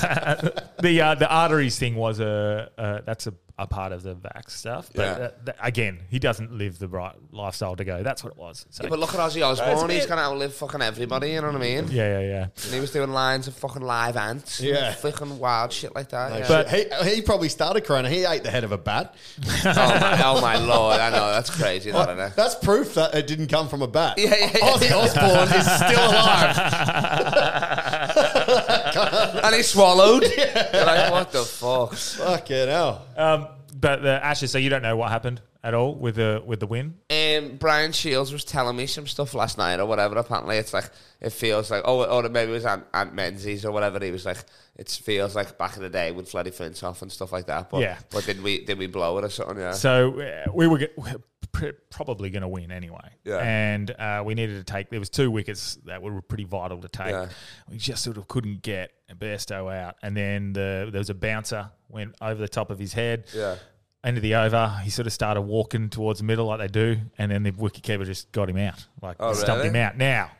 S2: the uh, the arteries thing was a uh, that's a, a part of the vax stuff. But
S3: Yeah.
S2: uh, th- again, he doesn't live the right lifestyle to go. That's what it was. So,
S3: Yeah, but look at Ozzy
S2: That's a
S3: Osbourne.
S2: bit-
S3: He's going to outlive fucking everybody, you know what I mean?
S2: yeah, yeah, yeah.
S3: And he was doing lines of fucking live ants. and
S8: Yeah.
S3: Fucking wild shit like that. yeah.
S8: But he, he probably started corona. He ate the head of a bat.
S3: oh, my, oh my lord, I know. That's crazy, that, isn't it?
S8: That's proof that it didn't come from a bat.
S3: Yeah, yeah, yeah.
S8: Ozzy Osbourne is still alive.
S3: and he swallowed. You're like, what the fuck?
S8: Fucking hell.
S2: Um, but the Ashes, so you don't know what happened at all with the with the win.
S3: Um, Brian Shields was telling me some stuff last night or whatever. Apparently, it's like it feels like oh, or maybe it was Aunt, Aunt Menzies or whatever. He was like, it feels like back in the day when Freddie Flintoff and stuff like that. But
S2: Yeah.
S3: but did we did we blow it or something? Yeah. [LAUGHS]
S2: So uh, we were g- we were pr- probably going to win anyway.
S3: Yeah.
S2: And uh, we needed to take, there was two wickets that were pretty vital to take.
S3: Yeah.
S2: We just sort of couldn't get Besto out. And then the, there was a bouncer went over the top of his head.
S3: Yeah.
S2: End of the over, he sort of started walking towards the middle like they do, and then the wicketkeeper just got him out, like
S3: Oh,
S2: stumped
S3: really?
S2: him out. Now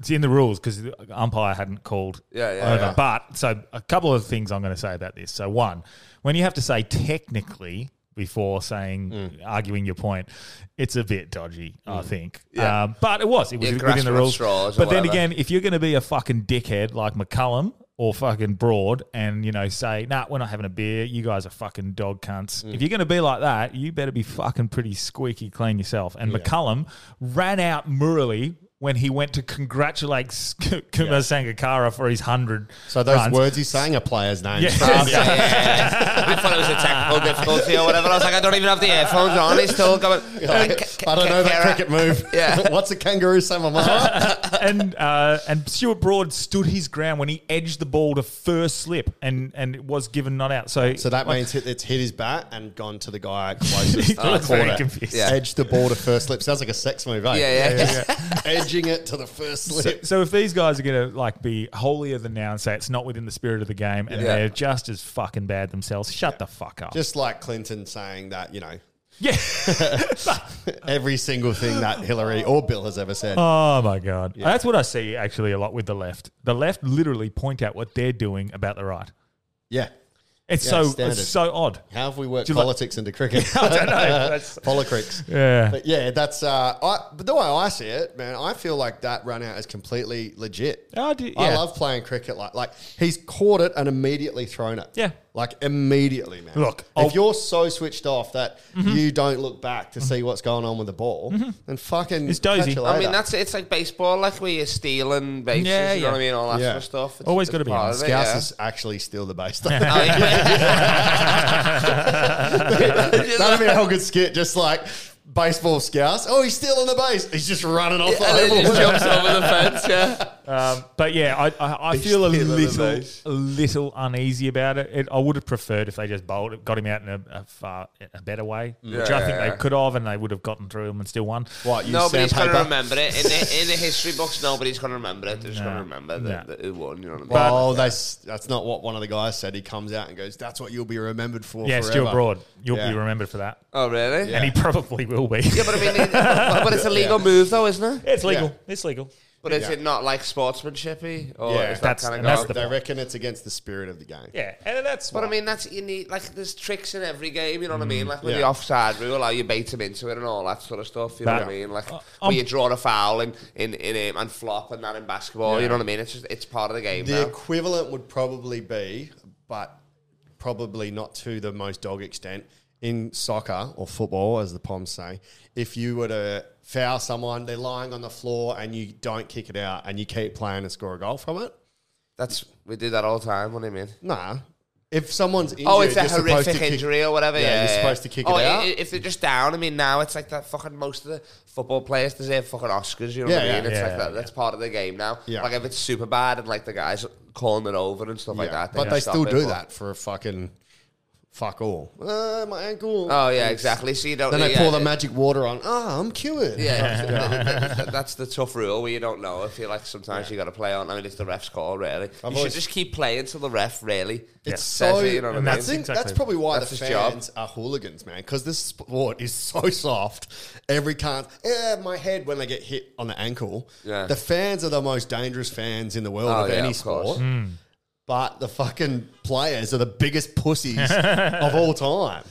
S2: it's in the rules because the umpire hadn't called
S3: Yeah, yeah,
S2: over.
S3: yeah.
S2: But so a couple of things I'm going to say about this. So one, when you have to say technically before saying
S3: Mm.
S2: arguing your point, it's a bit dodgy, I think.
S3: Yeah.
S2: Um, but it was it was
S3: You're
S2: within the
S3: grasping at
S2: rules.
S3: straws or
S2: But then
S3: whatever.
S2: again, if you're going to be a fucking dickhead like McCullum or fucking Broad, and you know say, "Nah, we're not having a beer. You guys are fucking dog cunts."
S8: Mm.
S2: If you're going to be like that, you better be fucking pretty squeaky clean yourself. And McCullum ran out Murray. When he went to congratulate S- [LAUGHS] K- Kumar Sangakkara for his hundred,
S8: So those
S2: runs.
S8: words he's saying are players' names.
S2: Yeah.
S3: Okay, yeah. I thought it was a technical difficulty or whatever. I was like, I don't even have the earphones on. He's still
S8: [LAUGHS]
S3: going.
S8: I don't know that cricket move.
S3: Yeah.
S8: What's a kangaroo samamara?
S2: [LAUGHS] and uh, and Stuart Broad stood his ground when he edged the ball to first slip and and it was given not out. So [LAUGHS]
S8: so that
S2: like,
S8: means it- it's hit his bat and gone to the guy closest.
S2: I was very
S8: Corner.
S2: confused.
S3: Yeah.
S8: Edge the ball to first slip. Sounds like a sex move, eh?
S3: Yeah, yeah.
S8: Edging it to the first
S2: So,
S8: slip.
S2: so if these guys are going to like be holier than now and say it's not within the spirit of the game and
S3: Yeah.
S2: they're just as fucking bad themselves, shut the fuck up.
S8: Just like Clinton saying that, you know,
S2: yeah. [LAUGHS]
S8: every single thing that Hillary or Bill has ever said.
S2: oh my god. That's what I see actually a lot with the left. The left literally point out what they're doing about the right.
S8: yeah.
S2: It's
S8: Yeah,
S2: so
S8: standard.
S2: it's so odd.
S8: How have we worked
S2: Do you like-
S8: politics into
S2: [LAUGHS]
S8: cricket?
S2: don't
S8: [LAUGHS]
S2: know. That's-
S8: Politics.
S2: Yeah.
S8: But yeah, that's uh, I, but the way I see it, man, I feel like that run out is completely legit.
S2: I do-
S8: I
S2: yeah.
S8: love playing cricket like like he's caught it and immediately thrown it.
S2: Yeah.
S8: like immediately, man.
S2: Look,
S8: if
S2: I'll- Mm-hmm.
S8: you're so switched off that you don't look back to see what's going on with the ball, then fucking
S2: It's dozy.
S8: catch you
S3: I
S8: later.
S3: mean, that's it's like baseball, like where you're stealing bases.
S2: Yeah,
S3: you know
S2: yeah.
S3: what I mean? All that
S8: Yeah.
S3: sort of stuff. It's-
S2: Always
S3: it's
S2: gotta be
S3: part
S2: honest.
S3: of it,
S8: Scouse
S3: yeah.
S8: is actually still the base.
S3: [LAUGHS]
S8: [LAUGHS]
S3: Oh, [LAUGHS]
S8: That'd be a whole good skit, just like baseball Scouse. Oh, he's still on the base. He's just running off the level.
S3: jumps over the fence. Yeah.
S2: Um, but yeah, I, I, I feel a
S3: stealing the
S2: little
S3: base.
S2: a little uneasy about it. it. I would have preferred if they just bowled it, got him out in a, a far a better way, which I think
S3: Yeah.
S2: they could have, and they would have gotten through him and still won.
S8: [LAUGHS] What, you
S3: Nobody's going to
S8: sandpaper?
S3: remember it in the, in the history books. Nobody's going to remember it. They're just going to remember
S2: No.
S3: that that who won. You know what I mean?
S8: Well, that's that's not what one of the guys said. He comes out and goes, "That's what you'll be remembered for."
S2: Yeah,
S8: forever.
S2: Stuart Broad, you'll
S8: Yeah.
S2: be remembered for that,
S3: oh, really?
S2: and he [LAUGHS] probably will be.
S3: Yeah, but I mean, it, but, but it's a legal move, though, isn't it?
S2: It's legal. It's legal.
S3: But is
S8: Yeah.
S3: it not like sportsmanshipy? Or
S8: Yeah,
S3: is that
S2: that's-
S3: kind of
S2: and that's
S3: gone?
S2: the
S8: They reckon it's against the spirit of the game.
S2: Yeah, and that's
S3: But
S2: what
S3: I mean, that's you need like there's tricks in every game. You know what I mean? Like with
S8: Mm, yeah.
S3: the offside rule, how you bait him into it and all that sort of stuff. You know
S2: That-
S3: what I mean? Like
S2: Uh,
S3: where
S2: um,
S3: you draw a foul in in in um, and flop and that in basketball. You know what I mean? It's just it's part of the game.
S8: The
S3: now.
S8: equivalent would probably be, but probably not to the most dog extent in soccer or football, as the Poms say. If you were to foul someone, they're lying on the floor, and you don't kick it out, and you keep playing and score a goal from it.
S3: That's we do that all the time. What do you mean?
S8: Nah. If someone's injured,
S3: Oh, it's a
S8: you're supposed
S3: horrific
S8: to kick-
S3: injury or whatever.
S8: Yeah,
S3: Yeah,
S8: you're
S3: yeah.
S8: supposed to kick it
S3: Oh, i-
S8: out.
S3: i- If they're just down, I mean, now it's like that. Fucking most of the football players deserve fucking Oscars. You know what
S8: Yeah,
S3: I
S8: yeah.
S3: mean? It's
S2: Yeah,
S3: like that.
S2: yeah.
S3: That's part of the game now.
S8: Yeah.
S3: Like if it's super bad and like the guys calling it over and stuff like
S8: Yeah,
S3: that.
S8: But
S3: can
S8: they
S3: stop
S8: still
S3: it,
S8: do
S3: but-
S8: that for a fucking fuck all. Uh, my ankle.
S3: Oh yeah, exactly. So you don't.
S8: Then they
S3: yeah,
S8: pour the
S3: it-
S8: magic water on. Ah, I'm cured.
S3: Yeah, th- th- that's the tough rule where you don't know. I feel like sometimes you got to play on. I mean, it's the ref's call, really. you should
S8: always-
S3: just keep playing till the ref really
S8: It's
S3: says
S8: so.
S3: it. You know what I
S2: and
S3: mean?
S8: I
S2: That's
S8: think that's
S2: exactly-
S8: probably why
S3: that's
S8: the
S3: his job.
S8: fans are hooligans, man, because this sport is so soft. Every can't. Yeah, my head when they get hit on the ankle.
S3: Yeah.
S8: The fans are the most dangerous fans in the world
S3: Oh,
S8: of
S3: yeah,
S8: any
S3: of course.
S8: sport.
S2: Hmm.
S8: But the fucking players are the biggest pussies of
S2: [LAUGHS]
S8: all time.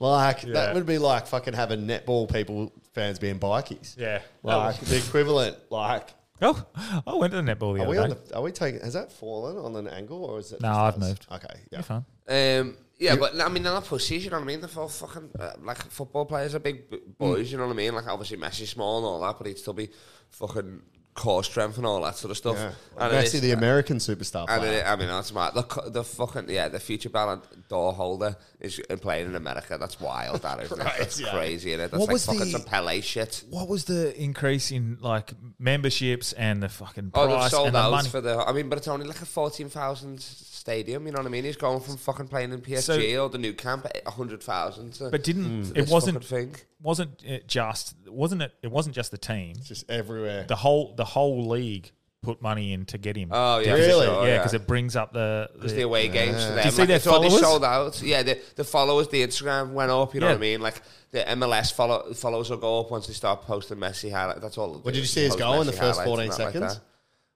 S8: Like that would be like fucking having netball people fans being bikies.
S2: Yeah.
S8: like the equivalent. Like,
S2: Oh, I went to the netball
S8: are
S2: the other
S8: we
S2: day.
S8: on the? Are we taking? Has that fallen on an angle or is it?
S2: No,
S8: just
S2: I've
S8: us?
S2: moved.
S8: Okay, yeah.
S2: You're fine.
S3: Um, yeah, but I mean, they're not pussies, you know what I mean? They're all fucking, uh, like,
S8: Mm.
S3: football players are big b- boys, you know what I mean? Like, obviously, Messi's small and all that, but he'd still be fucking core strength and all that sort of stuff.
S8: Yeah.
S3: And it
S8: Messi,
S3: is-
S8: the American superstar.
S3: and
S8: player.
S3: it, I mean, that's mad. The, co- the fucking yeah, the future ballot door holder is playing in America. That's wild.
S2: [LAUGHS]
S3: That isn't it? That's crazy. Isn't it? That's
S2: What
S3: like
S2: was
S3: fucking
S2: the-
S3: some Pele shit.
S2: What was the increase in like memberships and the fucking
S3: Oh, they've
S2: price
S3: sold
S2: and the
S3: out
S2: money?
S3: for the. I mean, but it's only like a fourteen thousand stadium. You know what I mean? He's going from fucking playing in PSG or the new camp at hundred thousand.
S2: but didn't it
S3: this
S2: wasn't
S3: fucking thing.
S2: wasn't it just wasn't it it wasn't just the team
S8: just everywhere.
S2: the whole the whole league put money in to get him
S3: Oh yeah,
S8: Really?
S3: for sure,
S2: yeah because it brings up the,
S3: It's the away games for them.
S2: you see
S3: like,
S2: their
S3: it's already
S2: followers?
S3: sold out. Yeah, the, the followers, the Instagram went up. You know
S2: Yeah.
S3: what I mean? Like the MLS follow, followers will go up once they start posting Messi highlights. That's all.
S8: Well, did you see his goal in the first 14 seconds?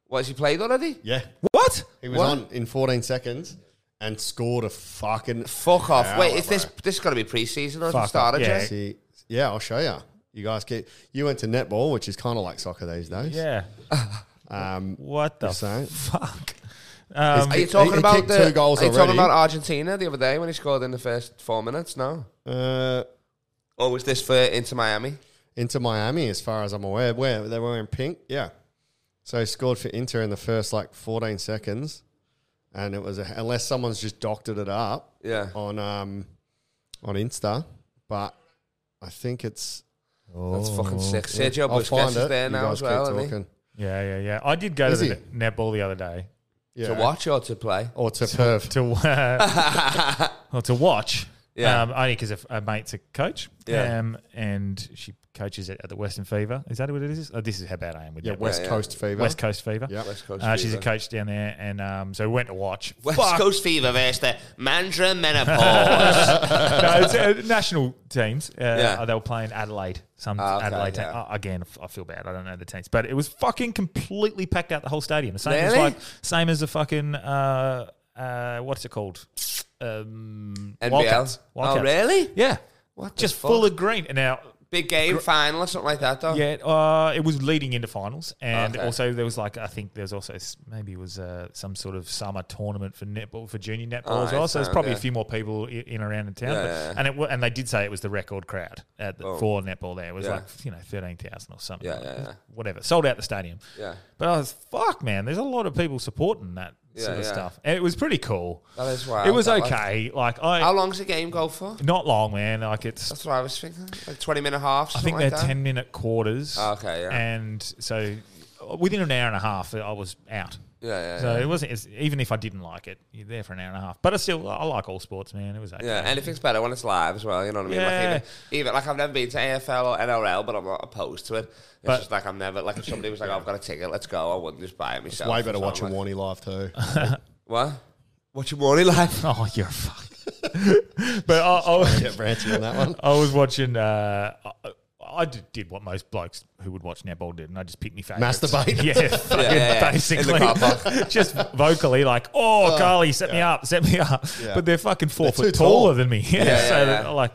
S3: what has he played already?
S8: yeah,
S3: What?
S8: he was
S3: What?
S8: on in 14 seconds and scored a fucking.
S3: Fuck off!
S8: Yeah,
S3: Wait,
S8: well,
S3: is this
S8: mate.
S3: this got to be preseason or
S2: Fuck
S3: it started
S2: off, yeah.
S3: yet?
S8: See, yeah, I'll show you. You guys keep. You went to netball, which is kind of like soccer these days.
S2: yeah
S8: Um,
S2: what the
S8: So-
S2: fuck Um,
S3: Are you
S8: he-
S3: talking
S8: he
S3: about
S8: kicked
S3: the?
S8: two goals
S3: are you
S8: already.
S3: talking about Argentina the other day when he scored in the first four minutes? No,
S8: uh,
S3: or was this for into Miami?
S8: into Miami, as far as I'm aware, where they were in pink. Yeah, so he scored for Inter in the first like 14 seconds, and it was a, unless someone's just doctored it up
S3: Yeah.
S8: on um on Insta, but I think it's
S3: That's fucking
S8: Oh,
S3: sick. Sergio Busquets is there
S8: You
S3: now
S8: guys
S3: as well.
S8: keep
S3: Isn't he?
S8: talking.
S2: yeah yeah yeah I did go
S8: Is
S2: to the
S8: he?
S2: netball the other day
S8: Yeah.
S3: To watch or to play?
S8: or to Perth.
S2: to uh,
S3: [LAUGHS]
S2: well, to watch.
S3: Yeah.
S2: Um, only because a mate's a coach.
S3: Yeah.
S2: Um, and she coaches at, at the Western Fever. Is that what it is? Oh, this is how bad I am with
S8: Yeah,
S2: netball.
S8: West
S3: yeah.
S8: Coast Fever.
S2: West Coast Fever.
S8: Yeah.
S3: West Coast
S2: Uh, she's a
S3: Fever.
S2: coach down there, and um, so we went to watch.
S3: [LAUGHS] West
S2: Fuck.
S3: Coast Fever versus the Mandra Menopause.
S2: no, it's, uh, national teams. Uh,
S3: Yeah.
S2: They were playing Adelaide. Some
S3: Ah, okay,
S2: Adelaide team.
S3: yeah.
S2: Uh, again, f- I feel bad. I don't know the teams, but it was fucking completely packed out the whole stadium. The same as
S3: Really?
S2: like same as the fucking uh, uh, what's it called? Um, [LAUGHS]
S3: NBL.
S2: Wildcats.
S3: Oh,
S2: Wildcats.
S3: really?
S2: Yeah.
S3: What the
S2: Just
S3: fuck?
S2: full of green. And Now,
S3: Big game, final, or something like that, though.
S2: yeah, uh, it was leading into finals, and
S3: Okay.
S2: also there was like I think there was also s- maybe it was uh, some sort of summer tournament for netball for junior netball as
S3: Alright,
S2: well. So there's
S3: Oh, sound,
S2: probably a
S3: yeah.
S2: few more people i- in and around the town,
S3: Yeah,
S2: but-
S3: yeah, yeah.
S2: and it wa- and they did say it was the record crowd at the, for netball. There it was
S3: Yeah.
S2: like you know thirteen thousand or something,
S3: Yeah,
S2: like
S3: yeah,
S2: that.
S3: yeah.
S2: whatever, sold out the stadium.
S3: Yeah.
S2: but I was fuck, man. There's a lot of people supporting that
S3: Yeah,
S2: sort of
S3: yeah.
S2: stuff, and it was pretty cool.
S3: That is wild.
S2: It was
S3: That, like-
S2: okay. Like, I
S3: How long's the game go for?
S2: not long, man. Like it's
S3: That's what I was thinking. Like 20 minute half.
S2: I think
S3: like
S2: they're
S3: that.
S2: ten minute quarters.
S3: Oh, okay, yeah.
S2: And so uh, within an hour and a half, I was out.
S3: Yeah, yeah,
S2: So
S3: yeah.
S2: it wasn't it's, even if I didn't like it, you're there for an hour and a half. But I still I like all sports, man. It was okay.
S3: Yeah, anything's better when it's live as well. You know what I mean?
S2: Yeah.
S3: Like even, even like I've never been to AFL or NRL, but I'm not opposed to it. It's
S2: But-
S3: just like I'm never like if somebody was like, "I've got a ticket, let's go," I wouldn't just buy it myself.
S8: Way
S3: or
S8: better
S3: something
S8: watching
S3: like-
S8: Warney live too.
S3: [LAUGHS] What? Watching Warney
S2: [LAUGHS]
S3: live.
S2: Oh, you're a fuck. [LAUGHS] but I,
S3: [LAUGHS]
S8: [LAUGHS]
S2: I,
S8: Get
S2: was,
S8: ranty on that one.
S2: I was watching. Uh, I, I did did what most blokes who would watch netball did, and I just picked my favourites.
S8: Masturbate.
S2: [LAUGHS] Yeah, fucking
S3: yeah, yeah.
S2: basically. [LAUGHS]
S3: In the car park.
S2: just vocally, like, oh, Carly, set me up, set me up.
S8: Yeah.
S2: But they're fucking 4
S8: They're too
S2: foot taller
S8: tall.
S2: than me. [LAUGHS] Yeah,
S3: yeah,
S2: so
S3: yeah.
S2: they're like,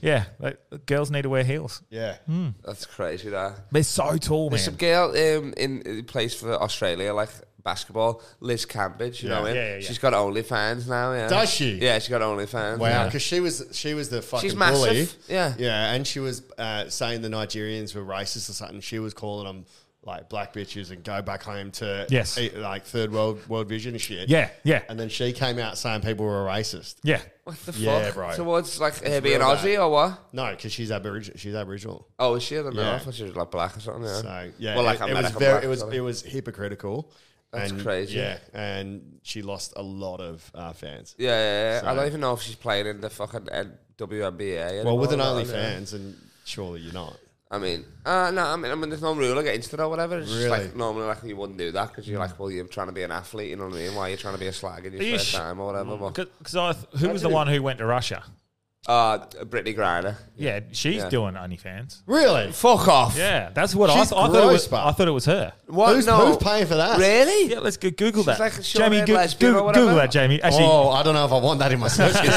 S2: yeah, like, girls need to wear heels.
S8: Yeah.
S3: That's crazy, that.
S2: They're so tall, man.
S3: There's some girl um, in who plays for Australia, like basketball, Liz Cambridge. You know him.
S2: Yeah, yeah, yeah.
S3: She's got OnlyFans now. Yeah.
S8: Does she?
S3: Yeah, she's got OnlyFans.
S8: Wow, because she was she was the fucking
S3: Mm. She's massive,
S8: bully.
S3: yeah.
S8: yeah, and she was uh, saying the Nigerians were racist or something. She was calling them like black bitches and go back home to
S2: Yes.
S8: eh, like third world world vision and shit.
S2: Yeah, yeah.
S8: And then she came out saying people were racist.
S2: yeah.
S3: What the
S8: Yeah,
S3: fuck?
S8: bro.
S3: Towards like her being
S8: real bad.
S3: Aussie or what?
S8: No, because she's Aboriginal. She's Aboriginal.
S3: Oh, is she? I don't know. I
S8: Yeah.
S3: thought she was like black or something. Yeah.
S8: So yeah,
S3: Oh. Well, like
S8: it, it was
S3: American
S8: very
S3: black
S8: it
S3: or
S8: was
S3: something.
S8: it was hypocritical.
S3: That's
S8: and,
S3: crazy.
S8: Yeah, and she lost a lot of uh, fans.
S3: yeah, yeah, yeah. I
S8: So-
S3: don't even know if she's playing in the fucking N- WNBA.
S8: Well,
S3: anymore,
S8: with an
S3: I don't know.
S8: OnlyFans, and surely you're not.
S3: I mean, uh, no, I mean, I mean, there's no rule against it or whatever. It's just
S8: Really? Mm.
S3: like normally, like you wouldn't do that because you're like, well, you're trying to be an athlete. You know what I mean? Why are you trying to be a slag in your
S2: You
S3: first
S2: sh-
S3: time or whatever? but-
S2: Because I, th- who was the one who went to Russia?
S3: Uh, Brittany Griner.
S2: Yeah, she's
S3: Yeah.
S2: doing OnlyFans.
S8: Really?
S3: Fuck off.
S2: Yeah, that's what I,
S8: She's
S2: th- I thought. It was,
S8: gross, but-
S2: I thought it was her.
S3: What?
S8: Who's-
S3: no.
S8: who's paying for that?
S3: Really?
S2: Yeah, let's go Google that.
S3: like a
S2: Jamie,
S3: short-haired
S2: go-
S3: lesbian or
S2: Google-
S3: whatever.
S2: Google that, Jamie. Actually,
S8: oh, I don't know if I want that in my
S3: [LAUGHS]
S8: search history.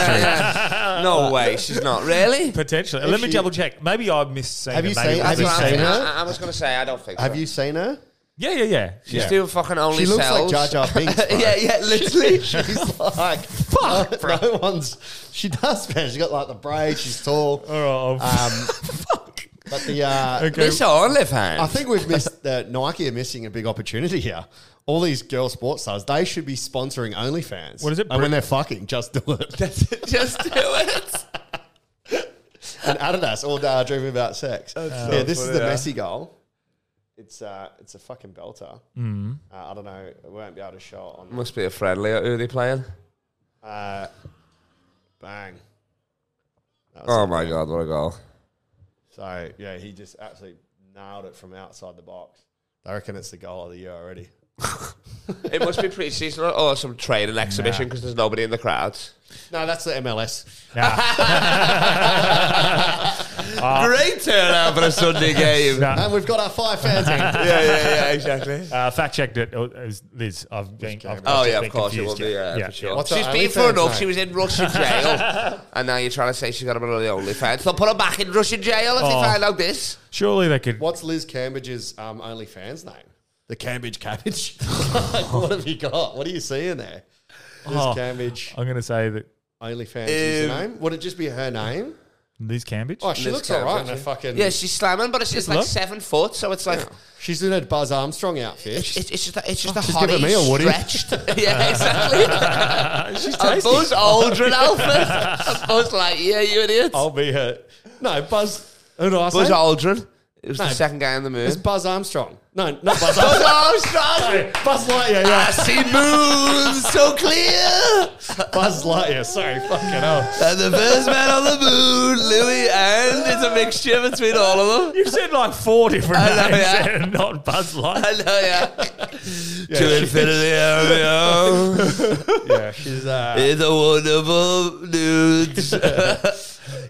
S3: No way. She's not. Really?
S2: potentially. Let me
S8: she-
S2: double check. Maybe I missed seeing
S8: Have
S2: it.
S8: you
S2: Maybe
S8: seen-
S2: it
S8: have
S3: That's
S8: you
S2: was
S3: what
S2: her.
S3: I'm
S8: seen
S3: saying.
S8: her?
S3: I, I, I was going to say, I don't think
S8: Have
S3: so.
S8: you seen her?
S2: Yeah, yeah, yeah. [LAUGHS]
S3: She's
S8: Yeah.
S3: doing fucking only
S8: She looks like
S3: cells.
S8: Jar Jar
S3: [LAUGHS]
S8: Binks. bro.
S3: yeah, yeah,
S8: [LAUGHS]
S3: literally.
S8: She's like, fuck, no, no
S2: Uh,
S8: one's. She does, man. She's got like the braids. She's tall.
S3: [LAUGHS]
S2: All right, I'll-
S8: Um, But the uh,
S2: Okay.
S3: It's on left Oh, hand.
S8: I think we've missed that Nike are missing a big opportunity here. All these girl sports stars, they should be sponsoring OnlyFans.
S2: What is it,
S8: And
S2: Brit-
S8: when they're fucking, just do it.
S3: just do it.
S8: [LAUGHS] and Adidas all day are dreaming about sex. yeah, this is the
S3: funny,
S8: Messi goal. It's uh, it's a fucking belter. Mm. Uh, I don't know. We won't be able to show it on.
S3: Must be a friendly. Who are they playing?
S8: Uh, bang.
S3: Oh my god, what a goal!
S8: So yeah, he just absolutely nailed it from outside the box. I reckon it's the goal of the year already.
S3: It must be pre-season or, or oh, some training exhibition because there's nobody in the crowd.
S8: No, that's the
S3: [LAUGHS]
S8: MLS.
S2: [LAUGHS]
S3: Great turnout for a Sunday game.
S2: Ah. [LAUGHS] Nah.
S8: And we've got our five fans in.
S3: Yeah, yeah, yeah, exactly.
S2: Uh, fact checked it. uh, It was Liz. I've been. I've, I've
S3: Oh
S2: just
S3: yeah,
S2: been
S3: of course it will
S2: confused,
S3: be. Yeah, for sure.
S8: What's
S3: she's
S8: her
S3: been
S8: OnlyFans
S3: through enough.
S8: name?
S3: She was in Russian jail, and now you're trying to say she's got to be on the OnlyFans. They'll put her back in Russian jail if
S2: Oh.
S3: they find out this.
S2: Surely they could.
S8: What's Liz Cambridge's um, OnlyFans name? The Cambridge Cabbage. [LAUGHS] Like, what have you got? What are you seeing there? Liz
S2: Oh.
S8: Cambridge
S2: I'm going to say that
S8: OnlyFans is the name. Would it just be her name?
S2: Liz Cambridge.
S8: Oh, she
S3: Um, Liz
S8: looks all right in her
S3: Cambridge,
S8: fucking.
S3: Yeah, she's slamming, but it's just like
S2: look.
S3: seven foot, so it's like
S8: she's in her Buzz Armstrong outfit.
S3: it's, it's just a- it's just a
S8: give it
S3: hottie
S8: me a Woody.
S3: stretched. [LAUGHS] yeah, [LAUGHS] exactly.
S2: she's
S3: a
S2: tasty.
S3: Buzz Aldrin [LAUGHS] outfit. A Buzz like, yeah, you idiots.
S8: I'll be her. No, Buzz. Who do I say?
S3: Buzz Aldrin. It was
S8: No.
S3: the second guy on the moon.
S8: It's Buzz Armstrong. No, not Buzz
S3: Buzz [LAUGHS]
S8: Armstrong.
S3: Armstrong.
S8: Buzz Lightyear,
S3: I
S8: yeah.
S3: see moons so clear.
S8: Buzz Lightyear, [LAUGHS] sorry, fucking hell.
S3: And the first man on the moon, Louis, and it's a mixture between all of them.
S2: You've said like four different
S3: I know,
S2: names
S3: yeah.
S2: and not Buzz Lightyear.
S3: I know, [LAUGHS] yeah. to infinity and beyond.
S8: Yeah, she's, uh,
S3: It's a wonderful [LAUGHS] dudes.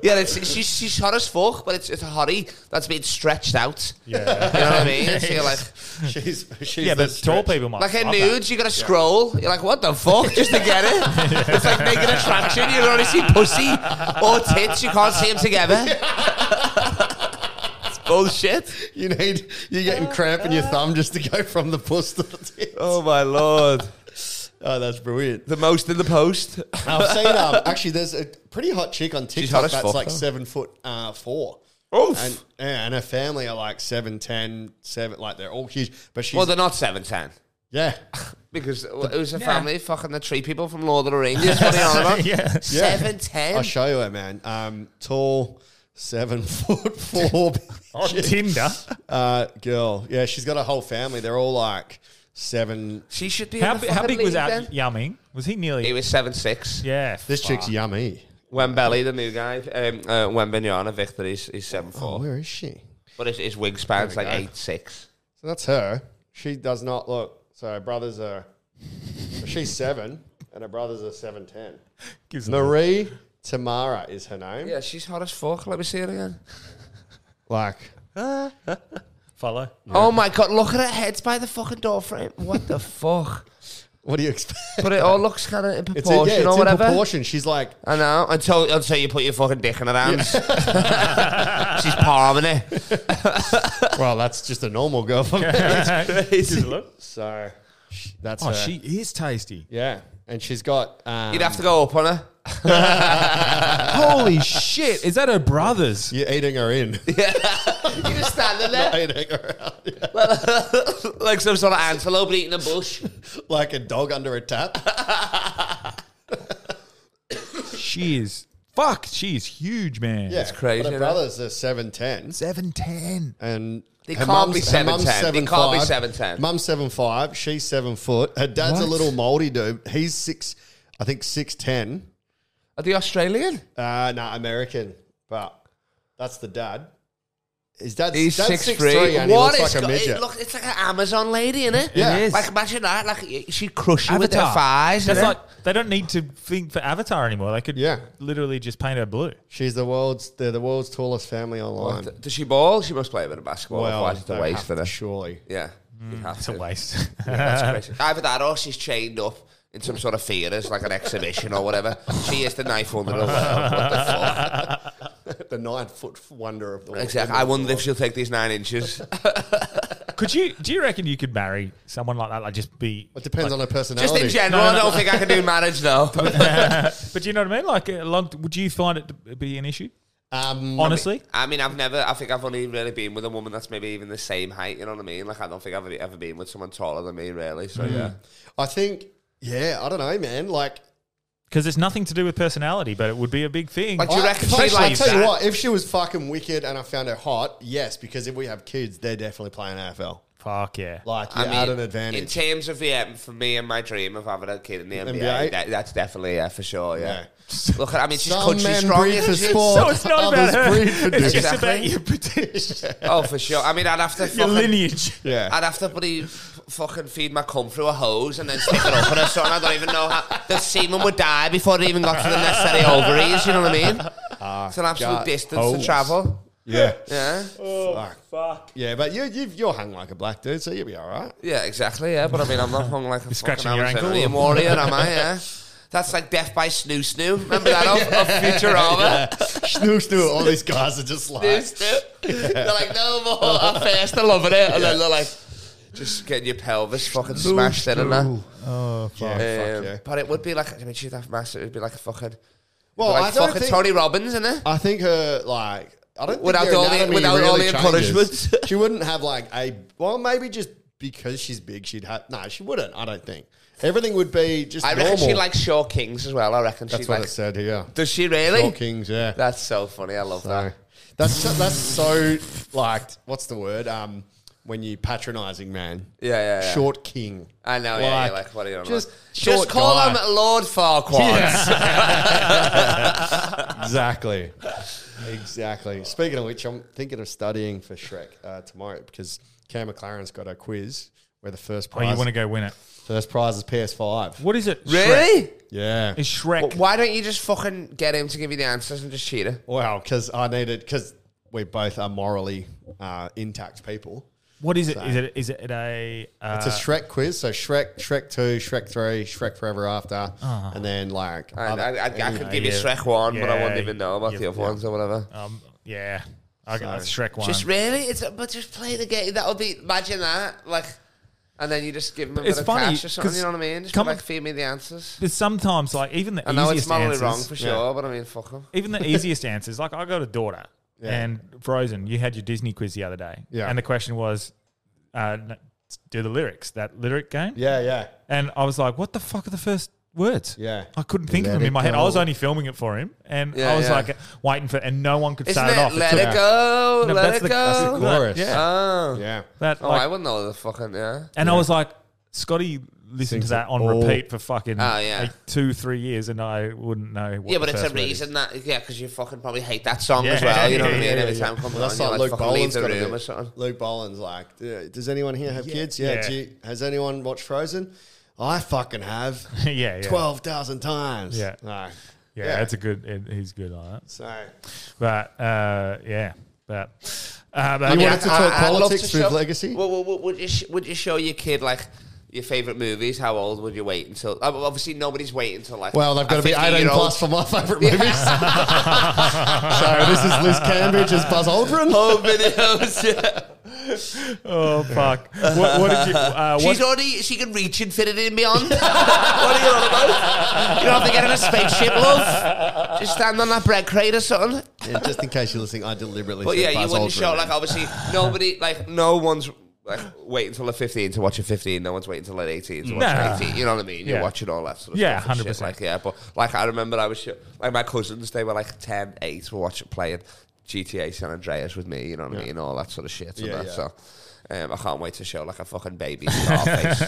S3: yeah, it's, she's, she's hot as fuck, but it's, it's a hottie that's been stretched out.
S2: Yeah.
S3: You know what I mean? So you're like,
S8: she's, she's
S2: [LAUGHS] Yeah,
S8: the
S2: but tall
S8: stretch.
S2: people might
S3: like in
S2: love that.
S3: nudes, you gotta scroll. You're like, what the fuck? Just to get [LAUGHS] it. It's like making attraction. You can only see pussy or tits. You can't see them [LAUGHS] together. it's bullshit.
S8: You need, you're getting cramp in your thumb just to go from the puss to the tits.
S3: Oh my lord.
S8: Oh, that's brilliant.
S3: The most in the post.
S8: [LAUGHS] I've seen um, actually there's a pretty hot chick on
S3: hot
S8: TikTok
S3: as
S8: that's
S3: fuck,
S8: like
S3: huh?
S8: seven foot uh, four.
S3: Oof.
S8: And, yeah, and her family are like seven, ten, seven, like they're all huge. But she's
S3: well, they're not 710. [LAUGHS]
S8: yeah,
S3: Because it was a family, fucking the three people from Lord of the Rings. What are you on
S2: [LAUGHS]
S3: about?
S2: Yeah.
S3: Seven ten.
S8: I'll show you her, man. Um, tall, seven [LAUGHS] foot
S3: [LAUGHS]
S8: four
S2: On Tinder.
S8: uh, girl. Yeah, she's got a whole family. They're all like seven.
S3: She should be.
S2: How,
S3: in
S2: bi-
S3: the
S2: how
S3: fucking
S2: big was
S3: league then.
S2: that Yumming? Was he nearly?
S3: He was seven six.
S2: yeah.
S8: This
S2: fuck.
S8: chick's yummy.
S3: Wembelly, the new guy, um, uh, Wembenyana, Victor, he's, he's seven
S8: Oh,
S3: four,
S8: where is she?
S3: but his, his wingspan's like
S8: go.
S3: eight six.
S8: So that's her. She does not look. So her brothers are. She's seven, and her brothers are seven ten.
S2: Gives them-
S8: Marie Tamara is her name.
S3: Yeah, she's hot as fuck. Let me see her again.
S8: Like,
S2: follow.
S3: Oh my god, look at her heads by the fucking door frame. What the fuck?
S8: what do you expect?
S3: But it all looks kind of in
S8: It's in,
S3: proportion
S8: yeah, it's
S3: or
S8: in
S3: whatever.
S8: proportion. She's like,
S3: I know. Until until you put your fucking dick in her hands, she's palming it.
S8: well, that's just a normal girl.
S2: [LAUGHS]
S8: For me.
S2: Gives it a look.
S8: So sh- that's
S2: Oh,
S8: her.
S2: she is tasty.
S8: yeah, and she's got. Um,
S3: You'd have to go up on her. [LAUGHS]
S2: Holy shit! Is that her brother's?
S8: You're eating her
S3: [LAUGHS]
S8: in.
S3: you just standing there
S8: eating her out. [LAUGHS] yeah.
S3: like some sort of antelope eating a bush.
S8: Like a dog under a tap.
S2: She is. Fuck. She is huge, man.
S8: Yeah,
S3: crazy,
S8: But
S3: isn't it?
S8: her brothers are seven ten,
S2: Seven ten.
S8: and
S3: They
S8: her
S3: can't be
S8: mum's- her
S3: 7'10".
S8: mum's
S3: They can't be
S8: 7'5".
S3: 7'10".
S8: Mum's seven five. She's seven foot. Her dad's a
S2: What?
S8: little moldy dude. He's six. I think six ten.
S3: Are they Australian?
S8: Uh, no, American, but that's the dad. His dad's,
S3: He's
S8: dad's
S3: six
S8: 6'3",
S3: three.
S8: and he looks
S3: it's
S8: like a
S3: got-
S8: midget.
S3: It look, it's like an Amazon lady, innit?
S8: Yeah. It
S2: is.
S3: Like imagine that. Like she crush you with her thighs.
S2: That's
S3: innit?
S2: like they don't need to think for Avatar anymore. They could
S8: Yeah.
S2: literally just paint her blue.
S8: She's the world's they're the world's tallest family online.
S3: Does she ball? She must play a bit of basketball. Otherwise, it's a
S8: they'd
S3: waste
S8: have
S3: for
S8: to,
S3: her.
S8: surely.
S3: Yeah,
S8: Mm.
S3: you have
S2: It's a
S3: to.
S2: waste. [LAUGHS]
S8: [LAUGHS]
S3: That's crazy. Either that or she's chained up in some sort of theatres, like an exhibition or whatever. She is the knife under the world. What the
S8: [LAUGHS]
S3: fuck?
S8: The nine foot wonder of the world.
S3: Exactly. I wonder if she'll take these nine inches.
S2: could you? Do you reckon you could marry someone like that? Like just be.
S8: It depends on her
S3: Just
S8: personality.
S3: in general, I don't think I
S8: [LAUGHS]
S3: can do marriage though.
S2: But do you know what I mean? Like, uh, long, would you find it to be an issue?
S8: Um,
S2: Honestly,
S3: I mean, I've never. I think I've only really been with a woman that's maybe even the same height. You know what I mean? Like, I don't think I've ever been with someone taller than me, really. So yeah,
S8: I think, yeah, I don't know, man. Like,
S2: because it's nothing to do with personality, but it would be a big thing.
S3: Like, Do you
S8: I-
S3: reckon she
S8: I'll
S3: likes
S8: tell you
S3: that?
S8: what, if she was fucking wicked and I found her hot, yes, because if we have kids, they're definitely playing AFL.
S2: Fuck yeah.
S8: Like,
S3: I
S8: you're
S3: mean,
S8: at an
S3: in
S8: advantage.
S3: terms of the um, for me and my dream of having a kid in the NBA.
S8: NBA?
S3: That, that's definitely yeah, for sure. Yeah,
S8: Yeah.
S3: look, I mean, she's
S8: Some
S3: country
S8: men
S3: strong.
S8: breed for
S3: isn't she?
S8: sport.
S2: so it's not about
S8: Others
S2: her.
S8: breed for
S2: It's just
S3: dick.
S8: [LAUGHS]
S2: about
S3: Exactly.
S2: your potential,
S3: Oh, for sure. [LAUGHS] I mean, I'd have to
S2: your
S3: fucking,
S2: lineage.
S8: Yeah.
S3: I'd have to bloody f- fucking feed my cum through a hose and then stick it up in her son. I don't even know how the semen would die before it even got to the necessary ovaries. You know what I mean? it's an absolute
S8: God.
S3: distance
S8: Hose.
S3: to travel.
S8: yeah.
S3: Yeah,
S8: Yeah, but you, you've, you're hung like a black dude, so you'll be all right. [LAUGHS]
S3: yeah, exactly. Yeah, but I mean, I'm not hung like a
S2: scratching
S3: fucking
S2: your
S3: Alexander
S2: ankle?
S3: Liam warrior, am I? Yeah. That's like death by snoo snoo. Remember that of, of Futurama?
S8: Snooks do it. All these guys are just like,
S3: Snoo [LAUGHS] snoo. They're like, no [LAUGHS] more. At first, they're loving it, eh? and then they're like, just getting your pelvis fucking smashed in and that.
S2: Oh, fuck.
S8: yeah,
S3: Um,
S8: fuck yeah.
S3: But it would be like, I mean, she'd have massive, it'd be like a fucking,
S8: Well,
S3: like
S8: I don't
S3: fucking
S8: think-
S3: Tony Robbins, innit?
S8: I think her like I don't
S3: Without
S8: think
S3: all
S8: all
S3: the-
S8: the,
S3: without
S8: really
S3: all the
S8: changes.
S3: encouragements.
S8: [LAUGHS] she wouldn't have like a well, maybe just because she's big, she'd have no, she wouldn't. I don't think everything would be just
S3: I reckon
S8: normal.
S3: she likes Shaw Kings as well. I reckon
S8: That's
S3: she's
S8: what
S3: like,
S8: it said here.
S3: does she really?
S8: All kings, yeah.
S3: That's so funny. I love
S8: so,
S3: that.
S8: that's so, that's so like what's the word? Um, when you patronising man,
S3: Yeah, yeah, yeah.
S8: short king.
S3: I know, yeah, yeah, like, what are you on
S8: just
S3: about?
S8: short
S3: Just call
S8: guy.
S3: him Lord Farquaad.
S2: [LAUGHS]
S8: exactly. Exactly. Speaking of which, I'm thinking of studying for Shrek uh, tomorrow because Cam McLaren's got a quiz where the first
S2: Oh,
S8: prize
S2: you want to go win it?
S8: first prize is PS5.
S2: What is it?
S3: Really?
S8: Yeah.
S2: Shrek. Is Shrek?
S3: Well, why don't you just fucking get him to give you the answers and just cheat it?
S8: Wow, because I needed because we both are morally uh, intact people.
S2: what is it? Is it? Is it a? Uh,
S8: It's a Shrek quiz, so Shrek, Shrek Two, Shrek Three, Shrek Forever After,
S2: Ah.
S8: and then like
S3: I,
S8: other-
S3: I, I, I could give you
S2: yeah.
S3: Shrek one, but I
S2: Yeah,
S3: wouldn't even know about
S2: yeah,
S3: the other
S2: yeah.
S3: ones or whatever.
S2: um, yeah. Okay, that's Shrek one.
S3: Just really, it's but just play the game. That would be imagine that, like, and then you just give them a
S2: It's
S3: bit of
S2: funny,
S3: cash or something.
S2: 'cause
S3: You know what I mean? Just
S2: come-
S3: like feed me the answers.
S2: But sometimes, like even the
S3: I know it's
S2: easiest
S3: morally
S2: answers,
S3: wrong for sure, but I mean, fuck 'em.
S2: even the easiest answers. Like I got a daughter, and Frozen. You had your Disney quiz the other day,
S8: Yeah.
S2: and the question was, uh, n- do the lyrics that lyric game?
S8: yeah, yeah,
S2: And I was like, what the fuck are the first words?
S8: Yeah.
S2: I couldn't think
S8: Let
S2: of them
S8: it
S2: in my head. I was
S8: go.
S2: only filming it for him, and
S3: Yeah,
S2: I was
S3: yeah.
S2: like waiting for, and no one could
S3: Isn't
S2: start
S3: it?
S2: it off.
S3: let
S2: took-
S3: it go,
S2: No,
S3: let
S2: that's
S3: it
S2: the- that's the
S3: go.
S8: chorus.
S2: Yeah,
S3: oh,
S8: yeah.
S2: that.
S3: oh,
S2: like,
S3: I wouldn't know the fucking yeah.
S2: And I was like, Scotty listened
S8: Sings
S2: to that
S8: it
S2: on
S8: all.
S2: repeat for fucking
S3: Oh, yeah.
S2: like two, three years, and I wouldn't know. What the
S3: Yeah, but it's a
S2: first word is.
S3: reason that yeah, because you fucking probably hate that song as
S2: Yeah,
S3: well. You know what I
S2: yeah,
S3: mean?
S2: yeah,
S3: Every
S2: yeah.
S3: time it comes
S8: Well, that's
S3: on,
S8: like
S3: you're like
S8: Luke
S3: fucking leave
S8: Boland's
S3: the
S8: got to
S3: room or
S8: do.
S3: something.
S8: Luke Boland's like, "Yeah, does anyone here have kids? Yeah.
S2: Yeah.
S8: Do you, has anyone watched Frozen? I fucking have.
S2: [LAUGHS] yeah, yeah.
S8: Twelve thousand times.
S2: Yeah.
S8: No.
S2: Yeah,
S8: Yeah.
S2: that's a good. and He's good on that.
S8: So
S2: But uh, yeah, but, uh, but
S8: You
S2: yeah,
S8: wanted to
S3: I-
S8: talk
S3: I'd love
S8: politics
S3: to
S8: through
S3: show-
S8: legacy?
S3: Well, well, well, would you sh- would you show your kid like your favorite movies? How old would you wait until? uh, well, Obviously, nobody's waiting until like.
S8: Well, they've got
S3: a
S8: to be 18
S3: 15-year-old.
S8: plus for my favourite movies.
S3: [LAUGHS]
S8: [LAUGHS] so this is Liz Cambridge as Buzz Aldrin.
S3: Home videos. [LAUGHS] yeah.
S2: oh fuck!
S3: [LAUGHS]
S2: what, what did you? Uh,
S3: She's
S2: what,
S3: already. She can reach infinity and beyond. [LAUGHS] what are you on about? You don't have to get in a spaceship, love. Just stand on that bread crate or something.
S8: Yeah, just in case you're listening, I deliberately.
S3: But
S8: said
S3: yeah, you
S8: Buzz
S3: wouldn't
S8: Aldrin
S3: show
S8: then.
S3: like obviously
S2: [SIGHS]
S3: nobody like no one's like waiting until they're fifteen to watch a fifteen. No one's waiting until they're eighteen to watch
S2: Nah.
S3: an eighteen. You know what I mean?
S2: Yeah.
S3: You're watching all that sort of
S2: Yeah,
S3: stuff. and shit
S2: 100%.
S3: Like yeah, but like I remember I was sho- like my cousins. They were like 10, 8 were watching playing GTA San Andreas with me. You know what I mean? All that sort of shit. and
S8: Yeah,
S3: that,
S8: yeah.
S3: So. Um, I can't wait to show like a fucking
S2: [LAUGHS]
S3: baby [LAUGHS] Scarface.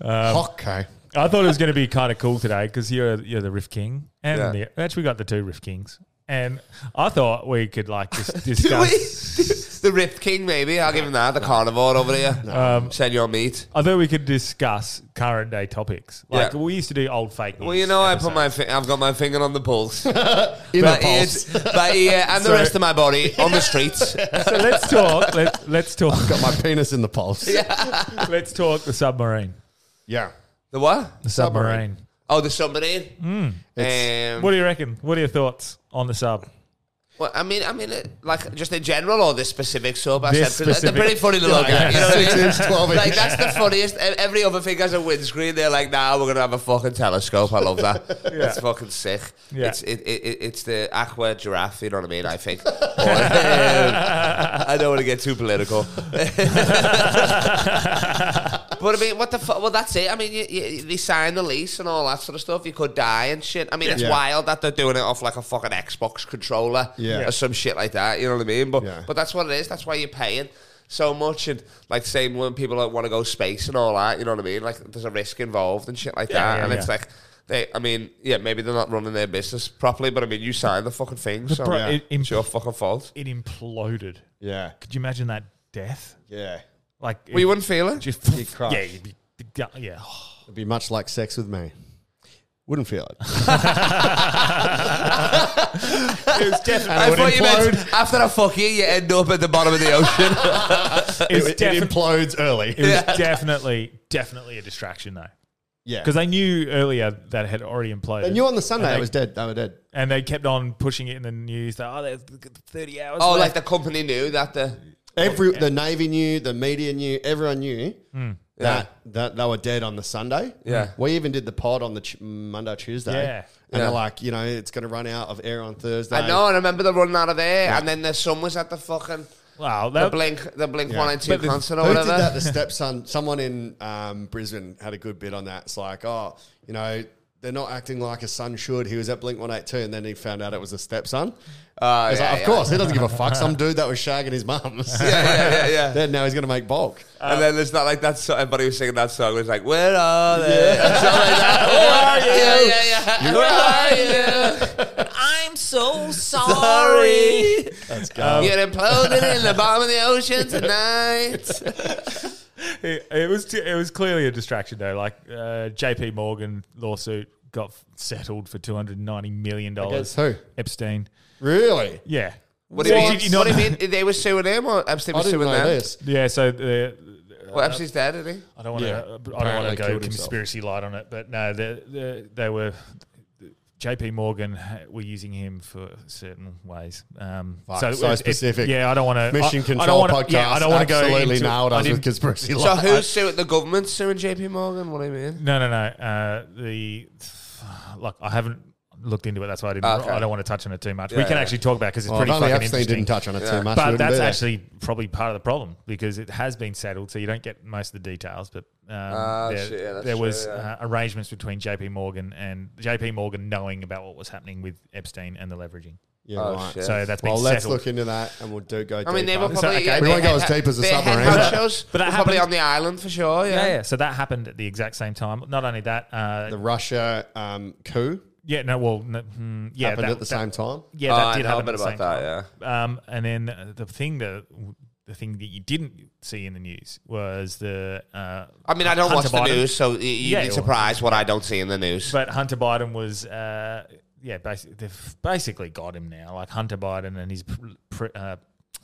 S2: Um,
S8: okay.
S2: I thought it was going to be kind of cool today because you're you're the Riff King, and
S3: Yeah.
S2: the, actually we got the two Riff Kings, and I thought we could like
S3: [LAUGHS]
S2: just discuss.
S3: the Rip King, maybe. I'll give him that. The carnivore over here.
S2: Um,
S3: Send your meat.
S2: I thought we could discuss current day topics. Like
S3: Yeah.
S2: we used to do old fake.
S3: Well,
S2: news
S3: you know, I put
S2: episodes.
S3: my fi- I've got my finger on
S8: [LAUGHS]
S3: the pulse.
S8: In
S3: But
S8: the pulse.
S3: but yeah, and the
S2: So-
S3: rest of my body on
S8: [LAUGHS]
S3: the streets.
S2: So let's talk. Let, let's talk.
S8: Got my penis in the pulse. Yeah.
S2: Let's talk the submarine.
S3: the what?
S2: The submarine.
S3: Oh, the submarine.
S8: Hmm. It's-
S3: Um,
S2: What do you reckon? What are your thoughts on the sub?
S3: Well, I mean, I mean, uh, like just in general or this specific sub. I
S2: This
S3: said, they're-
S2: specific-
S3: they're pretty funny little
S8: Yeah,
S3: guys.
S8: yeah.
S3: You know what I
S8: Six
S3: mean?
S8: inch, 12
S3: Like
S8: inch.
S3: that's the funniest. E- Every other thing has a windscreen. They're like, nah, we're gonna have a fucking telescope. I love
S8: [LAUGHS]
S3: that. It's fucking sick.
S2: Yeah.
S3: It's it, it, it- it's the aqua giraffe. You know what I mean?
S8: [LAUGHS]
S3: I think. Or, um, I don't want to get
S8: [LAUGHS]
S3: too political. But I mean, what the fuck? Well, that's it. I mean, you, you, they signed the lease and all that sort of stuff. You could die and shit. I mean, it's
S8: Yeah.
S3: wild that they're doing it off like a fucking Xbox controller
S8: Yeah.
S3: or some shit like that. You know what I mean? But
S8: Yeah.
S3: but that's what it is. That's why you're paying so much. And like same when people like, want to go space and all that. You know what I mean? Like there's a risk involved and shit like that.
S2: yeah,
S3: and it's
S2: yeah.
S3: like they. I mean, yeah, maybe they're not running their business properly. But I mean, you signed the fucking thing, so
S2: Bro,
S8: Yeah.
S2: it,
S3: it's your
S2: impl-
S3: fucking fault.
S2: it imploded.
S8: Yeah.
S2: Could you imagine that death?
S8: Yeah.
S2: Like
S3: Well, you wouldn't feel it.
S2: just
S8: You'd crush.
S2: [LAUGHS] yeah, you'd be, yeah.
S8: It'd be much like sex with me. Wouldn't feel it.
S2: It was definitely.
S3: [LAUGHS] I
S8: would
S3: thought you
S8: implode.
S3: meant after I fuck you, you end up at the bottom of the ocean.
S2: It was
S8: it, it
S2: definitely.
S8: implodes early.
S2: It was definitely, definitely a distraction though,
S8: yeah.
S2: because they knew earlier that it had already imploded.
S8: they knew on the Sunday
S2: And
S8: it
S2: they-
S8: was dead. They were dead.
S2: and they kept on pushing it in the news. That oh, there's thirty hours.
S3: Oh, like
S2: left.
S3: the company knew that the
S8: Every the navy knew, the media knew, everyone knew that that they were dead on the Sunday.
S3: Yeah.
S8: we even did the pod on the ch- Monday Tuesday.
S2: Yeah.
S8: and
S3: Yeah.
S8: they're like, you know, it's going to run out of air on Thursday.
S3: I know. I remember the running out of air, and then the sun was at the fucking
S2: wow,
S3: the
S2: that,
S3: blink, the blink
S8: Yeah.
S3: one and two
S2: But the-
S3: concert
S8: Who
S3: or
S8: did that?
S3: whatever.
S8: The stepson, someone in um, Brisbane had a good bit on that. It's like, oh, you know, they're not acting like a son should. He was at Blink One Eight Two, and then he found out it was a stepson.
S3: Oh,
S8: I was
S3: yeah,
S8: like, of
S3: yeah.
S8: course, he doesn't give a fuck. Some dude that was shagging his mum.
S3: [LAUGHS] Yeah, yeah, yeah, yeah.
S8: [LAUGHS] then now he's going to make bulk.
S3: and then there's not like that. So everybody was singing that song. It was like, "Where are they? And stuff like that.
S2: [LAUGHS]
S3: Where are you? Yeah, yeah, yeah. Where are you? I'm so sorry.
S8: Let's go.
S2: Um,
S3: You're imploding in the bottom of the ocean tonight.
S2: [LAUGHS] it, it was t- it was clearly a distraction though. Like uh, J.P. Morgan lawsuit got f- settled for two hundred ninety million dollars.
S8: Against who?
S2: Epstein.
S8: Really?
S2: Yeah.
S3: What do you
S2: Did
S3: mean?
S2: you not-
S3: What do you mean? They were suing him, or Epstein
S8: I
S3: was
S8: didn't
S3: suing
S8: know
S3: them?
S8: this.
S2: Yeah. So the.
S3: Well, Epstein's dead, isn't he?
S2: I don't want to.
S8: Yeah.
S2: I don't want
S8: Apparently
S2: to go
S8: killed himself.
S2: conspiracy light on it, but no, the, the, they were. J.P. Morgan were using him for certain ways. Um,
S8: Fuck, so
S2: it- it-
S8: specific.
S2: yeah, I don't want to.
S8: Mission
S2: I,
S8: Control
S2: I don't wanna,
S8: podcast.
S2: Yeah, I don't want to go
S8: absolutely
S2: into-
S8: nailed
S2: I
S8: us with
S2: didn't-
S8: conspiracy.
S3: So
S8: lies.
S3: who's suing the government suing JP Morgan? What do you mean?
S2: No, no, no. Uh, the look, I haven't looked into it. That's why I didn't.
S3: Okay.
S2: I don't want to touch on it too much.
S3: Yeah,
S2: we can
S3: yeah.
S2: actually talk about because it's
S8: Well, if
S2: pretty
S8: only
S2: fucking
S8: Epstein
S2: interesting.
S8: didn't touch on it
S3: Yeah.
S8: too much.
S2: but
S8: we wouldn't be
S2: that's
S8: there.
S2: actually probably part of the problem because it has been settled, so you don't get most of the details. But um,
S3: Ah,
S2: there,
S3: shit, yeah, that's
S2: there
S3: true,
S2: was
S3: yeah.
S2: uh, arrangements between J.P. Morgan and J.P. Morgan knowing about what was happening with Epstein and the leveraging.
S8: Yeah,
S3: Oh,
S8: right.
S3: shit.
S2: So that's been
S8: Well, let's
S2: settled.
S8: look into that, and we'll do go.
S3: I mean, they
S8: deeper.
S3: were probably.
S2: okay.
S3: yeah,
S8: We won't
S3: they-
S8: go as
S3: they-
S8: deep as the
S3: they had
S8: submarine.
S3: house shows.
S2: But that
S3: were probably
S2: happened-
S3: on the island for sure. Yeah,
S2: yeah, yeah. So that happened at the exact same time. Not only that, uh,
S8: the Russia um, coup
S2: yeah, no, well, no, hmm, yeah,
S8: happened
S2: that-
S8: at the
S2: that-
S8: same time.
S2: Yeah,
S3: Oh,
S2: that
S3: I
S2: did
S3: know a
S2: happen
S3: bit
S2: at the
S3: about
S2: same
S3: that,
S2: time. Um, and then uh, the thing that the thing that you didn't see in the news was the. Uh,
S3: I mean, I don't
S2: Hunter
S3: watch the
S2: Biden.
S3: news, so y- you'd
S2: Yeah,
S3: be
S2: well-
S3: surprised what I don't see in the news.
S2: But Hunter Biden was, uh, yeah, basically, they've basically got him now. Like Hunter Biden and his pr- pr- uh,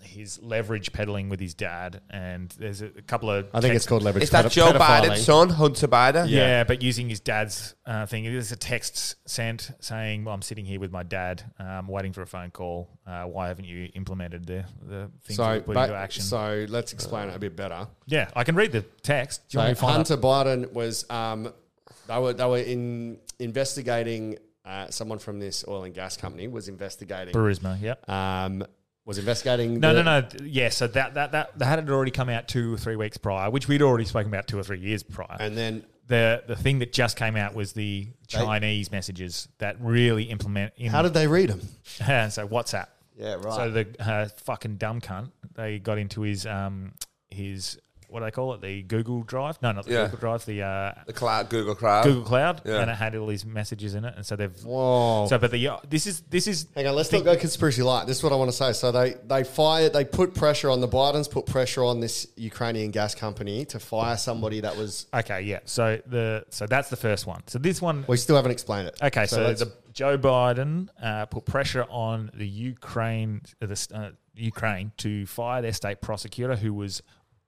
S2: his leverage peddling with his dad, and there's a, a couple of.
S8: I think
S2: text-
S8: it's called leverage.
S3: Is that
S8: pedo-
S3: Joe
S8: pedophiling.
S3: Biden's son, Hunter Biden?
S2: Yeah. but using his dad's uh, thing. There's a text sent saying, well, "I'm sitting here with my dad, um, waiting for a phone call. Uh, why haven't you implemented the the things that
S8: So,
S2: we put
S8: but-
S2: into action?"
S8: so let's explain it a bit better.
S2: Yeah, I can read the text. Do you
S8: So
S2: want me to find
S8: Hunter
S2: out?
S8: Biden was um, they were they were in investigating uh, someone from this oil and gas company was investigating
S2: Burisma? Yep.
S8: um, was investigating
S2: No,
S8: the-
S2: no, no. th- Yeah, so that that that that had already come out two or three weeks prior, which we'd already spoken about two or three years prior.
S8: and then
S2: the the thing that just came out was the Chinese messages that really implement. In, [LAUGHS]
S8: how did they read them?
S2: so WhatsApp?
S8: Yeah, right.
S2: So the uh, fucking dumb cunt they got into his um his what do they call it the Google Drive? No, not the
S3: Yeah.
S2: Google Drive. The uh,
S3: The cloud, Google Cloud.
S2: Google Cloud,
S3: Yeah.
S2: and it had all these messages in it, and so they've.
S8: Whoa.
S2: So, but the uh, this is this is
S8: Hang on, let's not go conspiracy light. This is what I want to say. So they they fired, they put pressure on the Bidens, put pressure on this Ukrainian gas company to fire somebody that was.
S2: Okay, yeah. So the so that's the first one. So this one.
S8: We still haven't explained it.
S2: Okay, so,
S8: let's-
S2: the Joe Biden uh, put pressure on the Ukraine uh, the, uh, Ukraine to fire their state prosecutor who was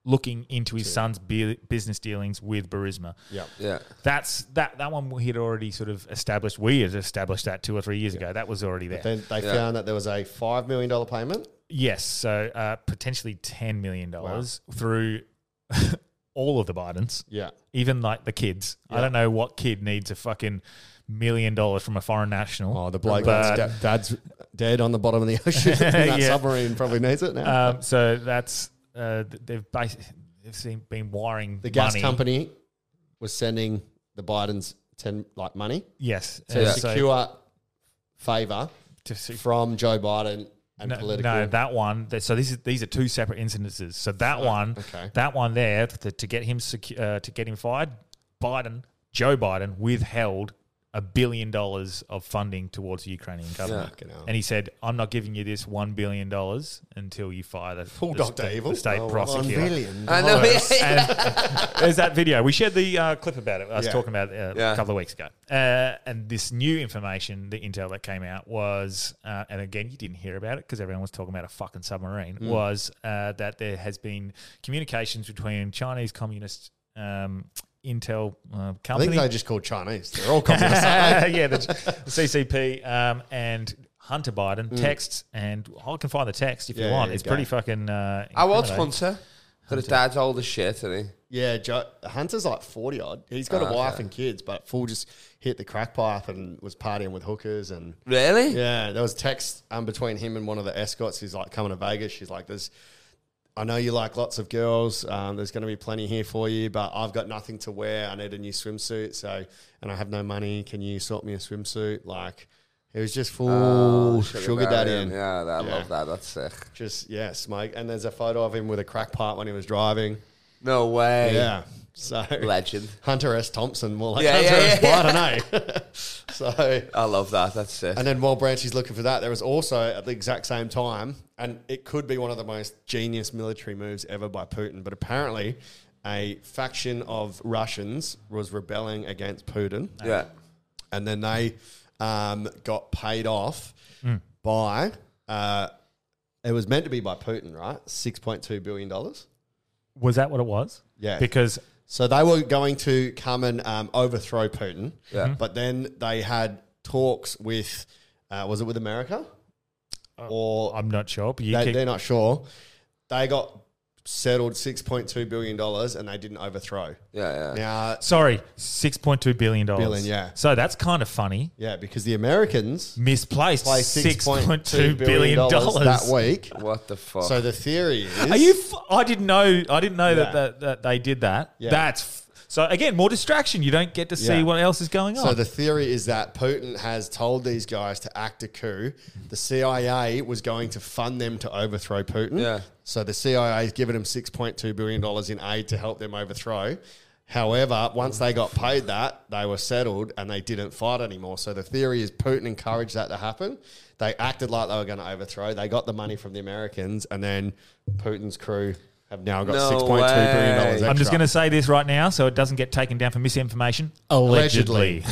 S2: looking into his son's bu- business dealings with Burisma.
S8: Yeah.
S3: Yeah.
S2: That's that that one he'd already sort of established. We had established that two or three years ago. That was already there.
S8: Then they found that there was a $5 million payment.
S2: yes, so uh, potentially ten million dollars through [LAUGHS] all of the Bidens.
S8: Yeah.
S2: even like the kids. I don't know what kid needs a fucking million dollars from a foreign national.
S8: Oh, the bloke
S2: But,
S8: that's da- dad's dead on the bottom of the [LAUGHS]
S2: [LAUGHS]
S8: ocean. that
S2: Yeah.
S8: submarine probably needs it now.
S2: um, so that's uh, th- they've basically they've seen, been wiring
S8: the gas
S2: money.
S8: company was sending the Bidens ten like money
S2: Yes,
S8: to
S2: and so-
S8: secure favor
S2: to se-
S8: from Joe Biden and
S2: no,
S8: political.
S2: no, that one. that- So this is these are two separate incidences. So that one,
S8: okay.
S2: that one there to, to get him secu- uh, to get him fired. Biden, Joe Biden, withheld a billion dollars of funding towards the Ukrainian government,
S8: Fucking hell.
S2: and he said, "I'm not giving you this one billion dollars until you fire the,
S8: Full
S2: the,
S8: Dr.
S2: the- the
S8: Evil. Oh,
S2: state prosecutor."
S3: I know. yeah.
S2: and there's that video. We shared the uh, clip about it. I was
S8: Yeah.
S2: talking about it uh,
S3: Yeah.
S2: a couple of weeks ago. Uh, and this new information, the intel that came out was, uh, and again, you didn't hear about it because everyone was talking about a fucking submarine,
S8: Mm.
S2: was uh, that there has been communications between Chinese communist um, intel uh, company.
S8: I think they just called Chinese. They're
S2: [LAUGHS]
S8: all communists.
S2: yeah, the, the CCP um, and Hunter Biden texts, and I can find the text if
S8: Mm. Yeah,
S2: you want.
S8: yeah,
S2: it's
S8: go.
S2: pretty fucking. Uh,
S3: How old's
S2: incriminating.
S3: Hunter? But his dad's old as shit, isn't he?
S8: yeah, Joe, Hunter's like forty odd. He's
S3: Ah,
S8: got a wife and kids, but Fool just hit the crack pipe and was partying with hookers and.
S3: Really?
S8: Yeah, there was text um, between him and one of the escorts. He's like coming to Vegas. She's like, "There's, I know you like lots of girls. Um, there's going to be plenty here for you, but I've got nothing to wear. I need a new swimsuit. So, and I have no money. Can you sort me a swimsuit?" Like, it was just full
S3: Oh,
S8: sugar, daddy.
S3: in.
S8: and
S3: Yeah, I
S8: Yeah.
S3: love that. That's sick.
S8: Just yeah, smoke. And there's a photo of him with a crack pipe when he was driving.
S3: No way.
S8: Yeah. So
S3: Legend.
S8: Hunter S. Thompson, more like
S3: Yeah,
S8: Hunter
S3: yeah,
S8: S.
S3: yeah.
S8: Biden, eh? [LAUGHS] so
S3: I love that. That's sick.
S8: And then while Branchy's looking for that, there was also at the exact same time, and it could be one of the most genius military moves ever by Putin, but apparently a faction of Russians was rebelling against Putin,
S3: yeah.
S8: and then they um, got paid off by, uh, it was meant to be by Putin, right? $6.2 billion.
S2: Was that what it was?
S8: Yeah.
S2: Because
S8: So they were going to come and um, overthrow Putin,
S3: Yeah.
S8: but then they had talks with, uh, was it with America? or
S2: I'm not sure, but you
S8: they,
S2: keep,
S8: they're not sure. They got settled six point two billion dollars, and they didn't overthrow.
S3: Yeah, yeah.
S8: Now,
S2: Sorry, six point two billion dollars.
S8: Billion, yeah.
S2: So that's kind of funny.
S8: yeah, because the Americans
S2: Misplaced
S8: play six
S2: six
S8: point
S2: two billion dollars
S8: that week.
S3: What the fuck?
S8: So the theory is,
S2: Are you? F- I didn't know. I didn't know
S8: Yeah.
S2: that, that that they did that.
S8: Yeah.
S2: That's f- so again more distraction. You don't get to see
S8: Yeah.
S2: what else is going on.
S8: So the theory is that Putin has told these guys to act a coup. The CIA was going to fund them to overthrow Putin.
S3: Yeah.
S8: So the CIA has given them six point two billion dollars in aid to help them overthrow. However, once they got paid that, they were settled and they didn't fight anymore. So the theory is Putin encouraged that to happen. They acted like they were going to overthrow. They got the money from the Americans, and then Putin's crew have now got
S3: No
S8: six point two billion
S3: way.
S8: dollars.
S3: I'm
S2: I'm just going
S8: extra.
S2: to say this right now, so it doesn't get taken down for misinformation.
S8: Allegedly.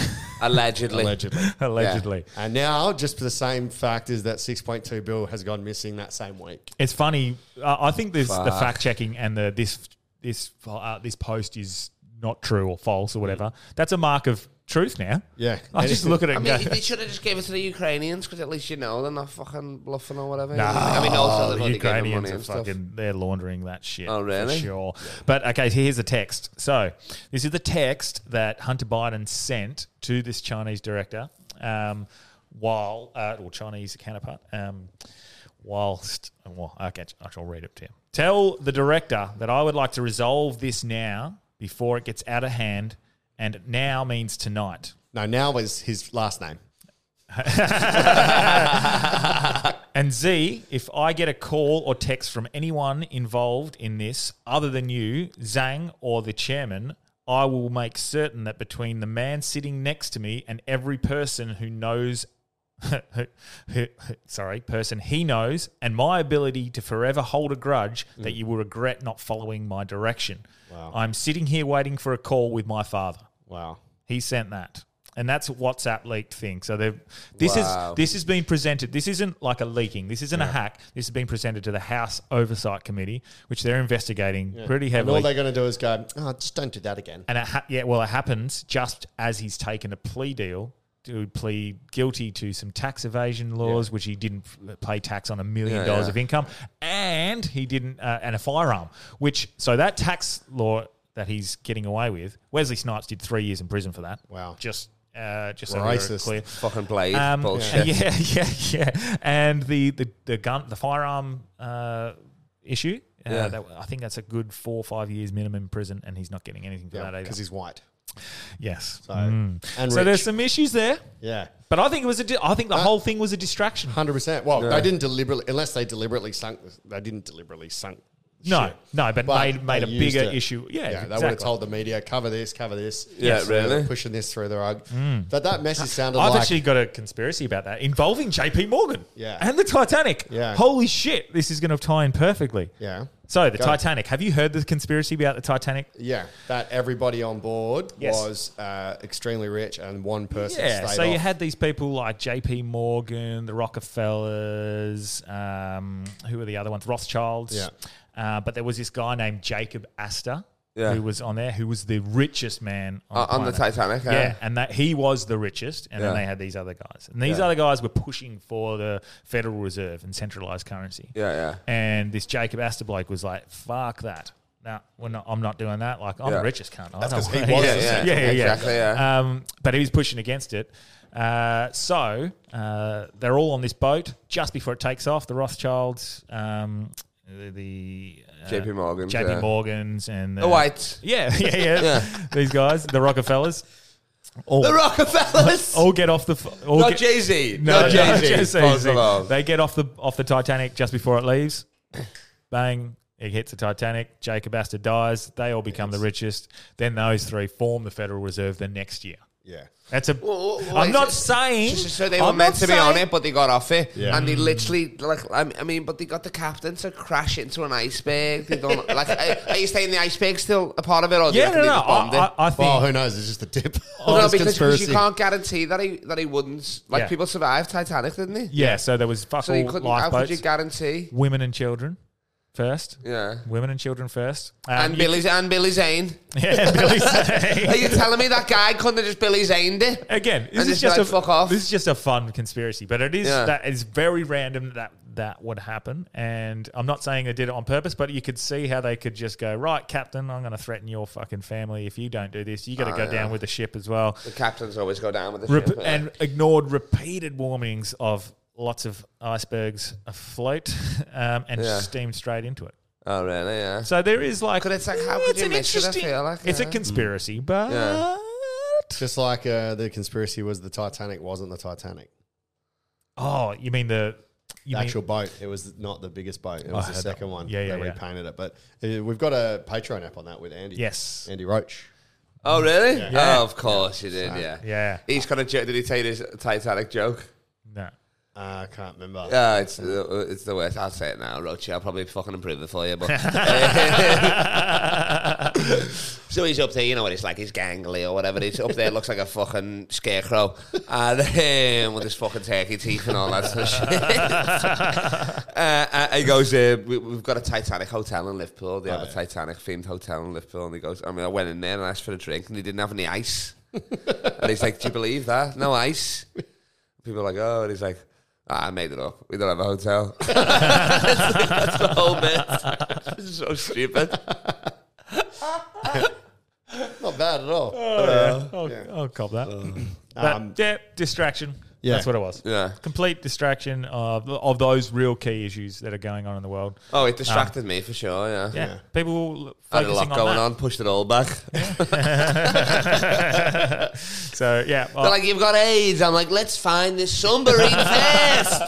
S3: Allegedly.
S8: allegedly.
S2: [LAUGHS] Allegedly.
S8: And now, just for the same fact, is that 6.2 bill has gone missing that same week.
S2: It's funny. Uh, I think this the
S3: Fuck.
S2: fact checking and the this this uh, this post is not true or false or whatever. That's a mark of truth now.
S8: Mm. Yeah.
S2: I just look at it
S3: I
S2: and
S3: mean,
S2: go,
S3: they should have just gave it to the Ukrainians because at least you know they're not fucking bluffing or whatever. I mean, also they've
S2: the
S3: already given
S2: Ukrainians
S3: money
S2: are
S3: and stuff.
S2: fucking they're laundering that shit.
S3: Oh, really?
S2: For sure. But okay, so here's the text. So this is the text that Hunter Biden sent to this Chinese director, um, while uh, or Chinese counterpart, um, whilst. Well, okay, I shall read it to you. Tell the director that I would like to resolve this now before it gets out of hand, and now means tonight.
S8: No, now is his last name.
S2: And Z, if I get a call or text from anyone involved in this other than you, Zhang, or the chairman, I will make certain that between the man sitting next to me and every person who knows, [LAUGHS] sorry, person he knows, and my ability to forever hold a grudge, that you will regret not following my direction. I'm sitting here waiting for a call with my father.
S8: Wow.
S2: He sent that. and that's a WhatsApp leaked thing. So they've this
S3: Wow.
S2: is this has been presented. This isn't like a leaking. This isn't a hack. This has been presented to the House Oversight Committee, which they're investigating pretty
S8: And
S2: heavily.
S8: all they're going to do is go, oh, just don't do that again.
S2: And it ha- yeah, well, it happens just as he's taken a plea deal to plead guilty to some tax evasion laws, which he didn't f- pay tax on a million
S3: Yeah,
S2: dollars
S3: yeah.
S2: of income, and he didn't uh, and a firearm, which so that tax law that he's getting away with, Wesley Snipes did three years in prison for that.
S8: Wow.
S2: just uh, just so we're
S8: Racist.
S2: clear.
S3: Fucking blade
S2: Um, [LAUGHS]
S3: bullshit.
S2: Yeah, yeah, yeah. And the the, the gun, the firearm uh, issue. Uh,
S3: Yeah.
S2: that, I think that's a good four or five years minimum in prison, and he's not getting anything for that either.
S8: Because he's white.
S2: Yes.
S8: So,
S2: So
S8: and
S2: there's
S8: rich.
S2: some issues there,
S8: Yeah.
S2: but I think it was a di- I think the whole thing was a distraction.
S8: Hundred percent. Well, they didn't deliberately, unless they deliberately sunk. this- They didn't deliberately sunk.
S2: No,
S8: shit.
S2: no, but,
S8: But
S2: made made
S8: they
S2: a
S8: used
S2: bigger
S8: it.
S2: issue. Yeah,
S8: Yeah, they
S2: exactly.
S8: would have told the media, cover this, cover this.
S3: Yeah,
S8: So they're
S3: really.
S8: pushing this through the rug. But that message sounded
S2: Mm. I've
S8: like
S2: actually got a conspiracy about that involving J.P. Morgan.
S8: Yeah.
S2: and the Titanic.
S8: Yeah.
S2: holy shit, this is going to tie in perfectly.
S8: yeah,
S2: So the
S8: Go.
S2: Titanic. Have you heard the conspiracy about the Titanic?
S8: yeah, that everybody on board
S2: Yes.
S8: was uh, extremely rich and one person.
S2: Yeah,
S8: stayed
S2: so you
S8: off.
S2: had these people like J.P. Morgan, the Rockefellers, um, who were the other ones, Rothschilds.
S8: Yeah.
S2: Uh, but there was this guy named Jacob Astor
S3: Yeah.
S2: who was on there, who was the richest man on,
S3: Uh, on the
S2: planet.
S3: Titanic, yeah.
S2: Yeah, and that he was the richest, and then
S3: Yeah.
S2: they had these other guys, and these other guys were pushing for the Federal Reserve and centralized currency.
S3: Yeah, yeah.
S2: And this Jacob Astor bloke was like, "Fuck that." No, we're not, I'm not doing that. Like, I'm
S3: Yeah.
S2: the richest cunt. I don't
S8: 'cause he
S2: want-
S8: was
S2: yeah,
S8: the
S2: yeah,
S8: central
S2: yeah, yeah, yeah.
S3: Exactly, yeah.
S2: Um, but he was pushing against it. Uh, so uh, they're all on this boat just before it takes off. The Rothschilds, um, the, the uh,
S3: JP Morgan.
S2: JP
S3: yeah. Oh,
S2: Morgans, and the,
S3: The Whites.
S2: Yeah, [LAUGHS] yeah, yeah.
S3: Yeah.
S2: These guys, the Rockefellers, all,
S3: The Rockefellers.
S2: [LAUGHS] all get off the. f- All
S3: not
S2: get,
S3: Jay Z.
S2: no,
S3: Not
S2: no,
S3: Jay
S2: Jay-Z.
S3: Z.
S2: They get off the off the Titanic just before it leaves. Bang! It hits the Titanic. Jacob Astor dies. They all become the richest. Then those three form the Federal Reserve the next year.
S8: yeah,
S2: That's a.
S3: Well, well,
S2: am
S3: is
S2: not
S3: it-
S2: saying.
S3: So they
S2: I'm
S3: were meant
S2: not
S3: to be on
S2: saying-
S3: it, but they got off it,
S8: Yeah.
S3: and they literally like I I mean, but they got the captain to crash into an iceberg.
S2: [LAUGHS]
S3: They don't like. Are, are you saying the iceberg still a part of it, or do you
S2: Yeah, no,
S3: reckon they
S2: no.
S3: just bombed it?
S2: I, I, I think.
S8: well, who knows? It's just the tip.
S2: Oh,
S3: Well, no,
S8: It's
S3: because, because you
S8: conspiracy.
S3: can't guarantee that he that he wouldn't. Like
S2: Yeah.
S3: people survived Titanic, didn't they?
S2: yeah. So there was fuck
S3: So you
S2: all
S3: couldn't. How could you
S2: lifeboats,
S3: guarantee?
S2: women and children first.
S3: Yeah.
S2: Women and children first. Um,
S3: And
S2: you-
S3: Billy and Billy Zane.
S2: [LAUGHS] Yeah,
S3: [LAUGHS]
S2: Billy Zane. [LAUGHS]
S3: Are you telling me that guy couldn't have just Billy Zaned it?
S2: again, this
S3: And
S2: is just
S3: just be like,
S2: a
S3: "Fuck off."
S2: This is just a fun conspiracy, but it is
S3: Yeah.
S2: that it's very random that that would happen. And I'm not saying they did it on purpose, but you could see how they could just go, right, Captain, I'm going to threaten your fucking family if you don't do this. You got to go down with the ship as well.
S3: The captains always go down with the
S2: Rep-
S3: ship. Oh, yeah.
S2: and ignored repeated warnings of lots of icebergs afloat [LAUGHS] um, and
S3: Yeah.
S2: steamed straight into it.
S3: oh really? Yeah.
S2: So there is like, Mm,
S3: Could it's like, how could
S2: it's
S3: you
S2: an
S3: miss it, I
S2: interesting,
S3: feel like,
S2: it's a
S3: yeah. Mm.
S2: conspiracy, but.
S3: Yeah.
S8: Just like uh, the conspiracy was the Titanic wasn't the Titanic.
S2: Oh, you mean the you
S8: the
S2: mean-
S8: actual boat. It was not the biggest boat. It was the
S2: heard that
S8: second
S2: one.
S8: one.
S2: Yeah, yeah,
S8: They
S2: yeah.
S8: repainted it, but uh, we've got a Patreon app on that with Andy.
S2: Yes.
S8: Andy Roach.
S3: Oh really?
S2: Yeah.
S3: Oh, of course you did. Yeah.
S2: Yeah.
S3: He's got a joke. Did he tell you this Titanic joke?
S2: No.
S8: Uh, I can't remember.
S3: Uh, it's the, it's the worst. I'll say it now, Roche. I'll probably fucking improve it for you. But so he's up there. You know what it's like. He's gangly or whatever. He's up there. Looks like a fucking scarecrow, and um, with his fucking turkey teeth and all that sort of shit. uh, uh, he goes, uh, we, "We've got a Titanic hotel in Liverpool. They have a Titanic themed hotel in Liverpool." And he goes, "I mean, I went in there and asked for a drink, and they didn't have any ice." and he's like, "Do you believe that? No ice." People are like, "Oh," and he's like. "Ah, I made it up. We don't have a hotel. [LAUGHS] That's the whole bit. It's so stupid.
S8: Not bad at all.
S3: Oh,
S2: Oh, I'll, I'll cop that. but
S8: [LAUGHS] Um,
S2: yeah, distraction.
S8: Yeah.
S2: That's what it was.
S3: Yeah.
S2: Complete distraction of of those real key issues that are going on in the world.
S3: Oh, it distracted me for sure. Yeah.
S2: Yeah. People
S3: I had a lot
S2: focusing
S3: going
S2: on
S3: on. Pushed it
S2: [LAUGHS]
S3: all back.
S2: that. [LAUGHS] so yeah. Oh,
S3: They're
S2: well,
S3: like, "You've got AIDS." I'm like, "Let's find this submarine
S2: [LAUGHS]
S3: first.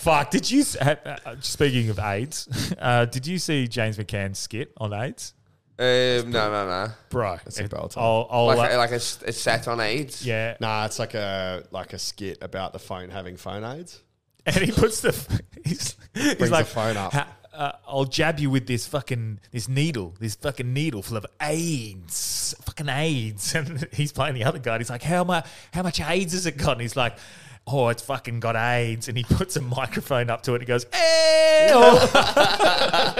S2: fuck. Did you? s- ha- uh, Speaking of AIDS, [LAUGHS] uh, did you see James McCann's skit on AIDS,
S3: Um, no, no, no.
S2: bro?
S8: a
S2: it-
S8: bell time.
S2: I'll, I'll,
S3: Like,
S2: uh,
S3: like it's, it's set on AIDS.
S2: yeah.
S8: Nah, it's like a like a skit about the phone having phone aids.
S2: and he puts the he's, he's
S8: the
S2: like
S8: phone up.
S2: "Ha- uh, I'll jab you with this fucking this needle, this fucking needle full of AIDS, fucking AIDS." [LAUGHS] And he's playing the other guy. And he's like, "How much? How much AIDS has it got?" And he's like. Oh, it's fucking got AIDS, and he puts a microphone up to it. and He goes, [LAUGHS] "Ew!"
S8: [LAUGHS]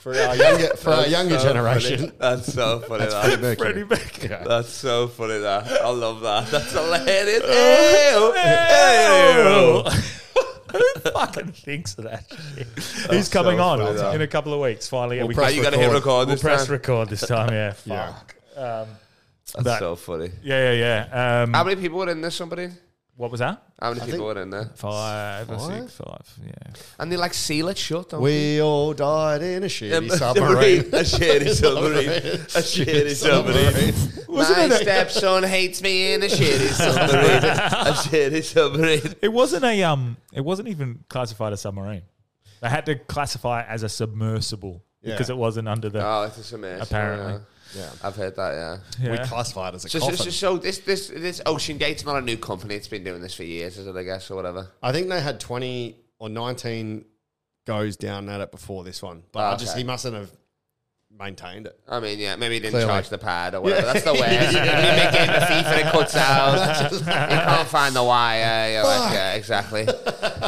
S8: for our younger for our younger
S3: so
S8: generation. [LAUGHS]
S3: funny. That's so funny. that.
S2: Freddie Mercury. [LAUGHS]
S3: That's so funny. That I love that. [LAUGHS] That's hilarious.
S2: Oh.
S3: Ew. Ew.
S2: Who fucking thinks of that shit? He's coming
S3: so
S2: on
S3: funny, that.
S2: in a couple of weeks. Finally, we
S3: press
S2: can-
S3: You gotta hit record
S2: We'll
S3: this
S2: press
S3: time.
S2: record this time.
S3: [LAUGHS]
S2: Yeah, fuck. Um,
S8: Yeah.
S3: That's
S2: That-
S3: so funny.
S2: yeah, yeah, yeah. Um,
S3: How many people were in there? Somebody?
S2: what was that?
S3: How many people
S8: think-
S3: were in there?
S2: Five, or six, five. Yeah.
S3: And they like seal it shut. Don't they?
S8: We all died in a
S3: Um, [LAUGHS]
S8: shitty submarine. [LAUGHS]
S3: A
S2: [LAUGHS]
S3: shitty submarine. A shitty submarine. [LAUGHS]
S2: Wasn't
S3: My
S2: it a-
S3: stepson hates me in [LAUGHS] a shitty submarine. a shitty submarine.
S2: It wasn't a um. It wasn't even classified a submarine. They had to classify it as a submersible because
S8: Yeah.
S2: it wasn't under the.
S3: [LAUGHS] Oh, it's a submersible.
S2: Apparently.
S3: Yeah. I've heard that, yeah.
S8: We
S2: Yeah.
S8: classified as a
S3: So, so,
S8: coffin.
S3: so, so this, this, this Ocean Gate's not a new company. It's been doing this for years, is it, I guess, or whatever.
S8: I think they had twenty or nineteen goes down at it before this one, but I just
S3: Okay.
S8: he mustn't have maintained it.
S3: I mean, yeah, maybe he didn't
S8: Clearly.
S3: charge the pad or whatever. That's the worst. Maybe they gave the fee for the cuts out. you can't find the wire. You're like, yeah, exactly.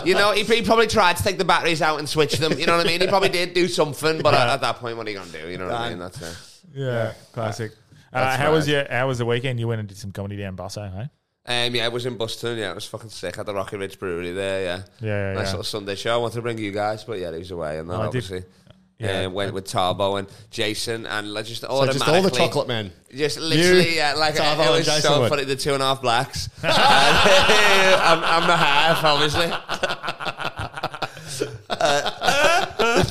S3: You know, he, he probably tried to take the batteries out and switch them. You know what I mean? He probably did do something, but at, at that point, what are you going to do? You know what I mean? That's it.
S2: yeah, classic. Uh,
S3: That's
S2: how was
S3: mad.
S2: your? How was the weekend? You went and did some comedy down Basso, hey?
S3: Um, yeah, I was in Boston. Yeah, it was fucking sick. At the Rocky Ridge Brewery there. Yeah,
S2: Yeah, yeah,
S3: Nice
S2: yeah.
S3: little Sunday show. I wanted to bring you guys, but yeah, he was away, and then
S2: I did-
S3: obviously,
S2: Yeah.
S3: yeah, went with Tarbo and Jason, and like, just
S8: So
S3: automatically,
S8: just all the chocolate men. [LAUGHS]
S3: just literally, yeah, like it,
S8: Tarbo
S3: it
S8: and
S3: was
S8: Jason
S3: so
S8: would.
S3: funny. The two and a half blacks. And, [LAUGHS] I'm, I'm the half, obviously. [LAUGHS] Uh,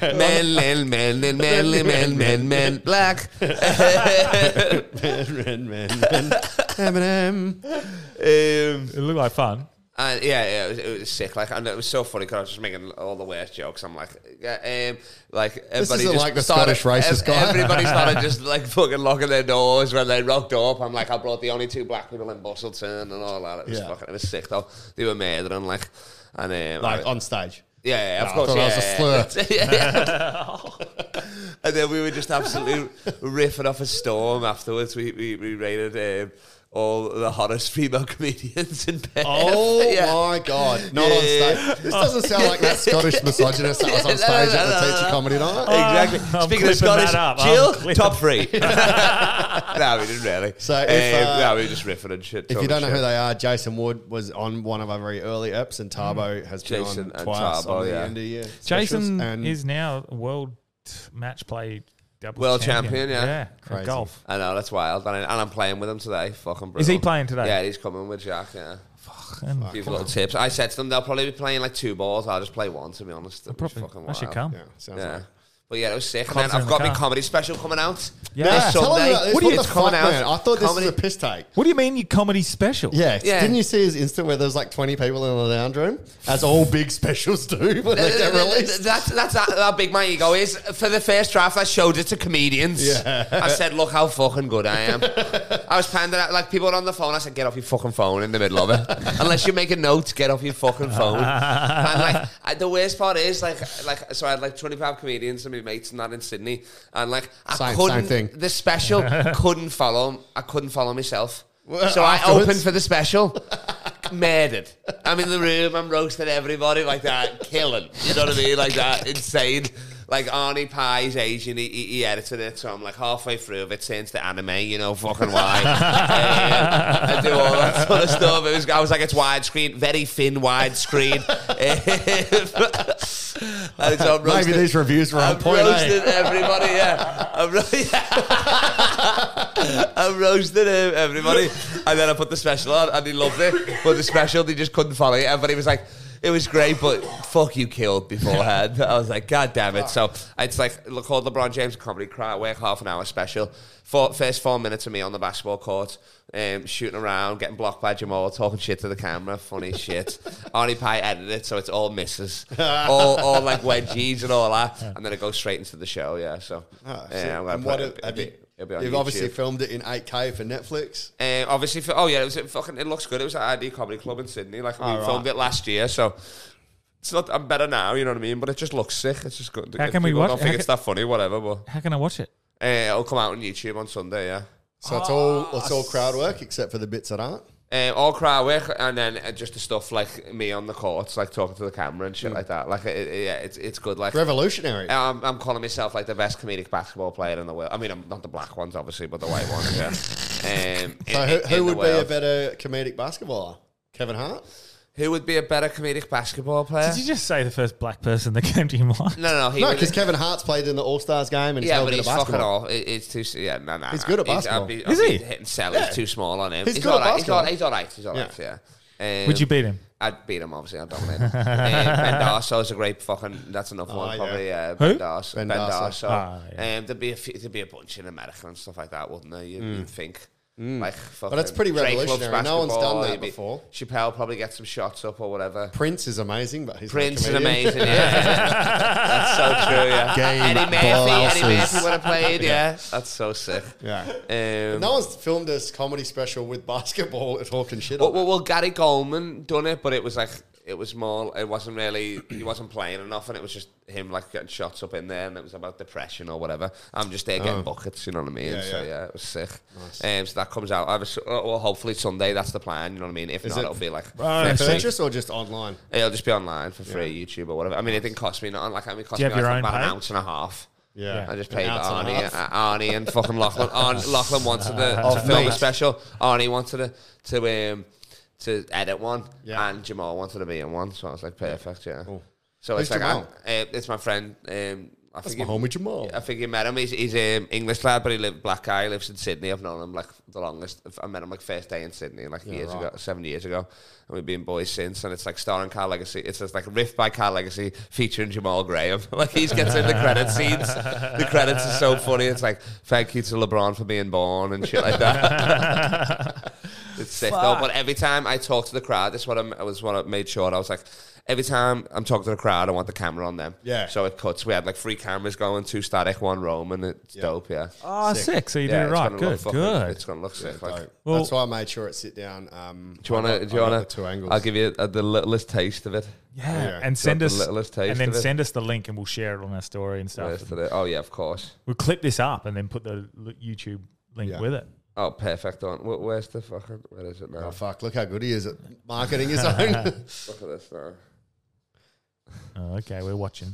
S3: men, men, men, men, men, men, men, men, black.
S8: men, men, men, men. [LAUGHS] Eminem.
S3: [LAUGHS] um,
S2: It looked like fun.
S3: And yeah, yeah, it was, it was sick. Like, and it was so funny because I was just making all the worst jokes. I'm like, yeah, um, like everybody
S8: isn't
S3: just
S8: like the
S3: started-
S8: Scottish racist
S3: ev-
S8: guy. [LAUGHS]
S3: Everybody started just like fucking locking their doors when they rocked up. I'm like, I brought the only two black people in Bustleton and all that. It was
S8: Yeah.
S3: fucking, it was sick though. They were murdering like, and um,
S8: Like
S3: I-
S8: on stage.
S3: yeah, yeah, of
S8: I
S3: course.
S8: thought
S3: yeah,
S8: that was
S3: yeah, yeah. Yeah. [LAUGHS] and then we were just absolutely riffing off a storm afterwards. We we, we rated um, all the hottest female [LAUGHS] comedians in Perth.
S8: Oh
S3: Yeah.
S8: my god! Not on
S3: Yeah.
S8: stage. This doesn't sound like that Scottish misogynist that was on
S3: [LAUGHS] No, no,
S8: stage at
S3: no,
S8: the
S3: no,
S8: teacher
S3: no.
S8: comedy night.
S3: Exactly.
S2: Oh, I'm
S3: Speaking
S2: clipping
S3: of Scottish,
S2: that up. I'm
S3: Jill,
S2: clipping-
S3: top three.
S2: [LAUGHS]
S3: no, we didn't really.
S8: So if,
S3: Um,
S8: uh,
S3: no, we were just riffing and shit.
S8: If you
S3: talking
S8: don't know
S3: shit. Mm.
S8: who they are, Jason Wood was on one of our very early eps, and Tarbo has been
S3: Jason
S8: on
S3: and
S8: twice
S3: Tarbo,
S8: on the
S3: yeah.
S8: end of year. specials,
S2: Jason
S8: and
S2: is now world match play double
S3: World champion, yeah.
S2: yeah,
S8: Crazy.
S2: of golf.
S3: I know that's wild, and, I, and I'm playing with him today. Fucking. Brutal.
S2: Is he playing today?
S3: Yeah, he's coming with Jack. Yeah,
S2: And
S3: a few little tips. I said to them they'll probably be playing like two balls. I'll just play one. To be honest, it was
S2: probably,
S3: fucking
S2: I
S3: wild.
S2: should come.
S8: Yeah, sounds
S3: Yeah.
S8: like.
S3: But yeah, it was sick. And
S2: Clubs in
S3: then I've
S2: the
S3: got my
S2: car.
S3: comedy special coming out.
S2: Yeah.
S3: this
S2: Yeah,
S8: tell them
S3: Sunday.
S8: about this.
S3: What
S8: What,
S3: do you
S8: the fuck, man? I thought this
S3: comedy-
S8: was a piss take.
S2: What do you mean your comedy special?
S8: Yeah,
S3: Yeah.
S8: didn't you see his Insta where there's like 20 people in the lounge room, as all big specials do [LAUGHS] when they
S3: [LAUGHS]
S8: get released?
S3: That's, that's how, how big my ego is. For the first draft, I showed it to comedians.
S8: Yeah.
S3: I said, look how fucking good I am. I was pandering out, like, people were on the phone. I said, get off your fucking phone in the
S8: [LAUGHS]
S3: middle of it. Unless you're making notes, get off your fucking phone. and, like, I, the worst part is, like, like, so I had, like, 25 comedians and my mates and that in Sydney. And, like, I
S8: Same- same
S3: couldn't,
S8: thing. [LAUGHS]
S3: the special couldn't follow, I couldn't follow myself.
S8: Well,
S3: So I
S8: afterwards?
S3: opened for the special [LAUGHS] murdered. I'm in the room, I'm roasting everybody like that, killing. You know what I mean? Like that, insane. Like Arnie Pie's Asian, he, he, he edited it, so I'm like halfway through of it turns to anime, you know, fucking [LAUGHS] why. Uh, I do all that sort of stuff. It was, I was like, it's widescreen, very thin widescreen. [LAUGHS] and so I'm
S8: Maybe
S3: roasting-
S8: these reviews were on
S3: I'm
S8: point. eh?
S3: roasting everybody, yeah. I'm, ro- [LAUGHS] I'm roasting um, everybody. And then I put the special on and he loved it. But the special, they just couldn't follow it. Everybody was like, it was great, but fuck you killed beforehand. [LAUGHS] I was like, God damn
S8: Ah.
S3: it. So it's like, look, called LeBron James Comedy Cry, work half an hour special. Four, first four minutes of me on the basketball court, um, shooting around, getting blocked by Jamal, talking shit to the camera,
S8: [LAUGHS]
S3: funny shit. Arnie Pie edited it, so it's all misses.
S8: Ah.
S3: all, all like wedgies and all that. And then it goes straight into the show, yeah. So,
S8: Ah, so-
S3: yeah, I'm gonna
S8: and what
S3: put
S8: have- have
S3: it-
S8: you-
S3: It'll be on
S8: You've
S3: YouTube.
S8: obviously filmed it in 8K for Netflix.
S3: Um, obviously, for, oh yeah, it was it fucking. It looks good. It was at ID Comedy Club in Sydney. Like we
S8: right.
S3: filmed it last year, so it's not. I'm better now. You know what I mean? But it just looks sick. It's just good.
S2: How can we
S3: People
S2: watch-
S3: don't
S2: how
S3: think it's
S2: can-
S3: that funny, whatever. But
S2: How can I watch it?
S3: uh, it'll come out on YouTube on Sunday. Yeah.
S8: So it's all it's all crowd work except for the bits that aren't.
S3: Um, all crowd work, and then uh, just the stuff like me on the courts, like talking to the camera and
S8: Hmm.
S3: shit like that. Like, it, it- yeah, it's it's good. Like, eh,
S8: Revolutionary.
S3: I'm, I'm calling myself like the best comedic basketball player in the world. I mean, I'm not the black ones, obviously, but the white ones. Yeah.
S8: [LAUGHS]
S3: Um,
S8: So
S3: in-
S8: who,
S3: in the
S8: who would be a
S3: world.
S8: better comedic basketballer? Kevin Hart?
S3: Who would be a better comedic basketball player?
S2: Did you just say the first black person that [LAUGHS] came to your mind?
S3: no, no, he
S8: No,
S3: would-
S8: because Kevin Hart's played in the All Stars game and he's
S3: Yeah,
S8: held
S3: but
S8: a bit
S3: he's
S8: of
S3: fucking
S8: basketball.
S3: all. it- It's too. s- Yeah, no, no.
S8: He's
S3: no.
S8: good at
S3: I'd
S8: basketball.
S3: be,
S2: Is
S3: I'd
S2: he?
S3: Be hitting cell is too small on him.
S8: He's
S3: He's,
S8: good
S3: all
S8: at
S3: right. He's all,
S8: basketball.
S3: he's all right. He's all right.
S8: Yeah.
S3: Yeah. Um,
S2: Would you beat him?
S3: I'd beat him, obviously. I'd dominate him. um, ben
S8: [LAUGHS]
S3: Darso's a great fucking. That's another one,
S8: Oh, yeah.
S3: probably. Yeah,
S2: Who?
S3: Ben Darso.
S8: Ben
S3: Ben,
S8: Darso.
S3: Darso.
S2: Ah, yeah.
S3: um, there'd, be a few, there'd be a bunch in America and stuff like that, wouldn't there? You'd,
S8: Mm.
S3: you'd think. Like, fucking
S8: it's pretty
S3: Drake loves
S8: revolutionary. No one's done
S3: basketball,
S8: that
S3: you'd be-
S8: before.
S3: Chappelle probably gets some shots up or whatever.
S8: Prince is amazing, but he's not a
S3: Prince is
S8: comedian.
S3: amazing, yeah. That's so true, yeah.
S8: Game
S3: Eddie Murphy, Eddie
S8: blouses.
S3: Murphy would have played, yeah. That's so sick.
S8: [LAUGHS] Yeah.
S3: Um,
S8: No one's filmed a comedy special with basketball [LAUGHS] at talking shit.
S3: well,
S8: on it.
S3: well, well, Gary Goldman done it, but it was like it was more. It wasn't really. He wasn't playing enough, and it was just him like getting shots up in there, and it was about depression or whatever. I'm just there getting buckets. You know what I mean?
S8: Oh. Yeah,
S3: so
S8: yeah.
S3: yeah. it was sick. Um, so that comes out. I was, well, hopefully Sunday. That's the plan. You know what I mean? If
S8: Is
S3: not,
S8: it-
S3: it, will be like.
S2: Oh,
S8: For
S2: sick.
S8: purchase or just online?
S3: It'll just be online for free, YouTube or whatever. I mean, it didn't cost me nothing. Like, I mean, it cost
S2: Do you
S3: me
S2: have
S3: like
S2: your own
S3: about an
S2: page?
S3: ounce and a half.
S8: Yeah.
S3: I just
S8: An
S3: paid
S8: ounce and a
S3: Arnie,
S8: half.
S3: uh, Arnie and fucking
S8: [LAUGHS]
S3: Lachlan. Arnie, Lachlan wanted to, to
S8: Of
S3: film
S8: meat.
S3: a special. Arnie wanted to to um, to edit one,
S8: Yeah.
S3: and Jamal wanted to be in one. So I was like, perfect, yeah. So
S8: Who's
S3: it's like,
S8: Jamal?
S3: I- uh, it's my friend. Um, I
S8: That's
S3: think
S8: my
S3: he-
S8: homie Jamal.
S3: I think you met him. He's, he's um, English lad, but he lives black guy. He lives in Sydney. I've known him like the longest. I met him like first day in Sydney, like years
S8: right.
S3: ago, seven years ago, and we've been boys since. And it's like starring Carl Legacy. It's just like riff by Carl Legacy featuring Jamal Graham. [LAUGHS] like he gets in the credit scenes. The credits are so funny. It's like thank you to LeBron for being born and shit like that.
S8: [LAUGHS]
S3: it's sick though. But every time I talk to the crowd, that's what I'm, I was what I made sure I was like. Every time I'm talking to the crowd, I want the camera on them.
S8: Yeah.
S3: So it cuts. We had like three cameras going, two static, one Roman. It's dope, yeah.
S2: Oh, sick. So you
S3: yeah,
S2: did it
S3: it's
S2: right.
S3: gonna look
S2: Good,
S3: fucking-
S2: good.
S3: It's gonna look sick. like,
S8: Dope.
S3: do
S2: Well-
S8: That's why I made sure it's sit down. Um,
S3: you wanna?
S8: I got-
S3: do you
S8: I got
S3: wanna?
S8: the two angles?
S3: I'll give you uh, the littlest taste of it.
S2: yeah.
S8: Yeah.
S2: and send
S3: the
S2: us
S3: littlest taste
S2: and then
S3: of it.
S2: send us the link, and we'll share it on our story and stuff.
S3: Taste of it. Oh yeah, of course.
S2: We'll clip this up and then put the l- YouTube link
S8: Yeah.
S2: with it.
S3: Oh, perfect. On Wh- where's the fucking? Where is it now?
S8: Oh, fuck, look how good he is at marketing his own.
S3: Look at this
S8: [LAUGHS]
S3: now.
S2: Oh, okay, we're
S3: [LAUGHS]
S2: watching.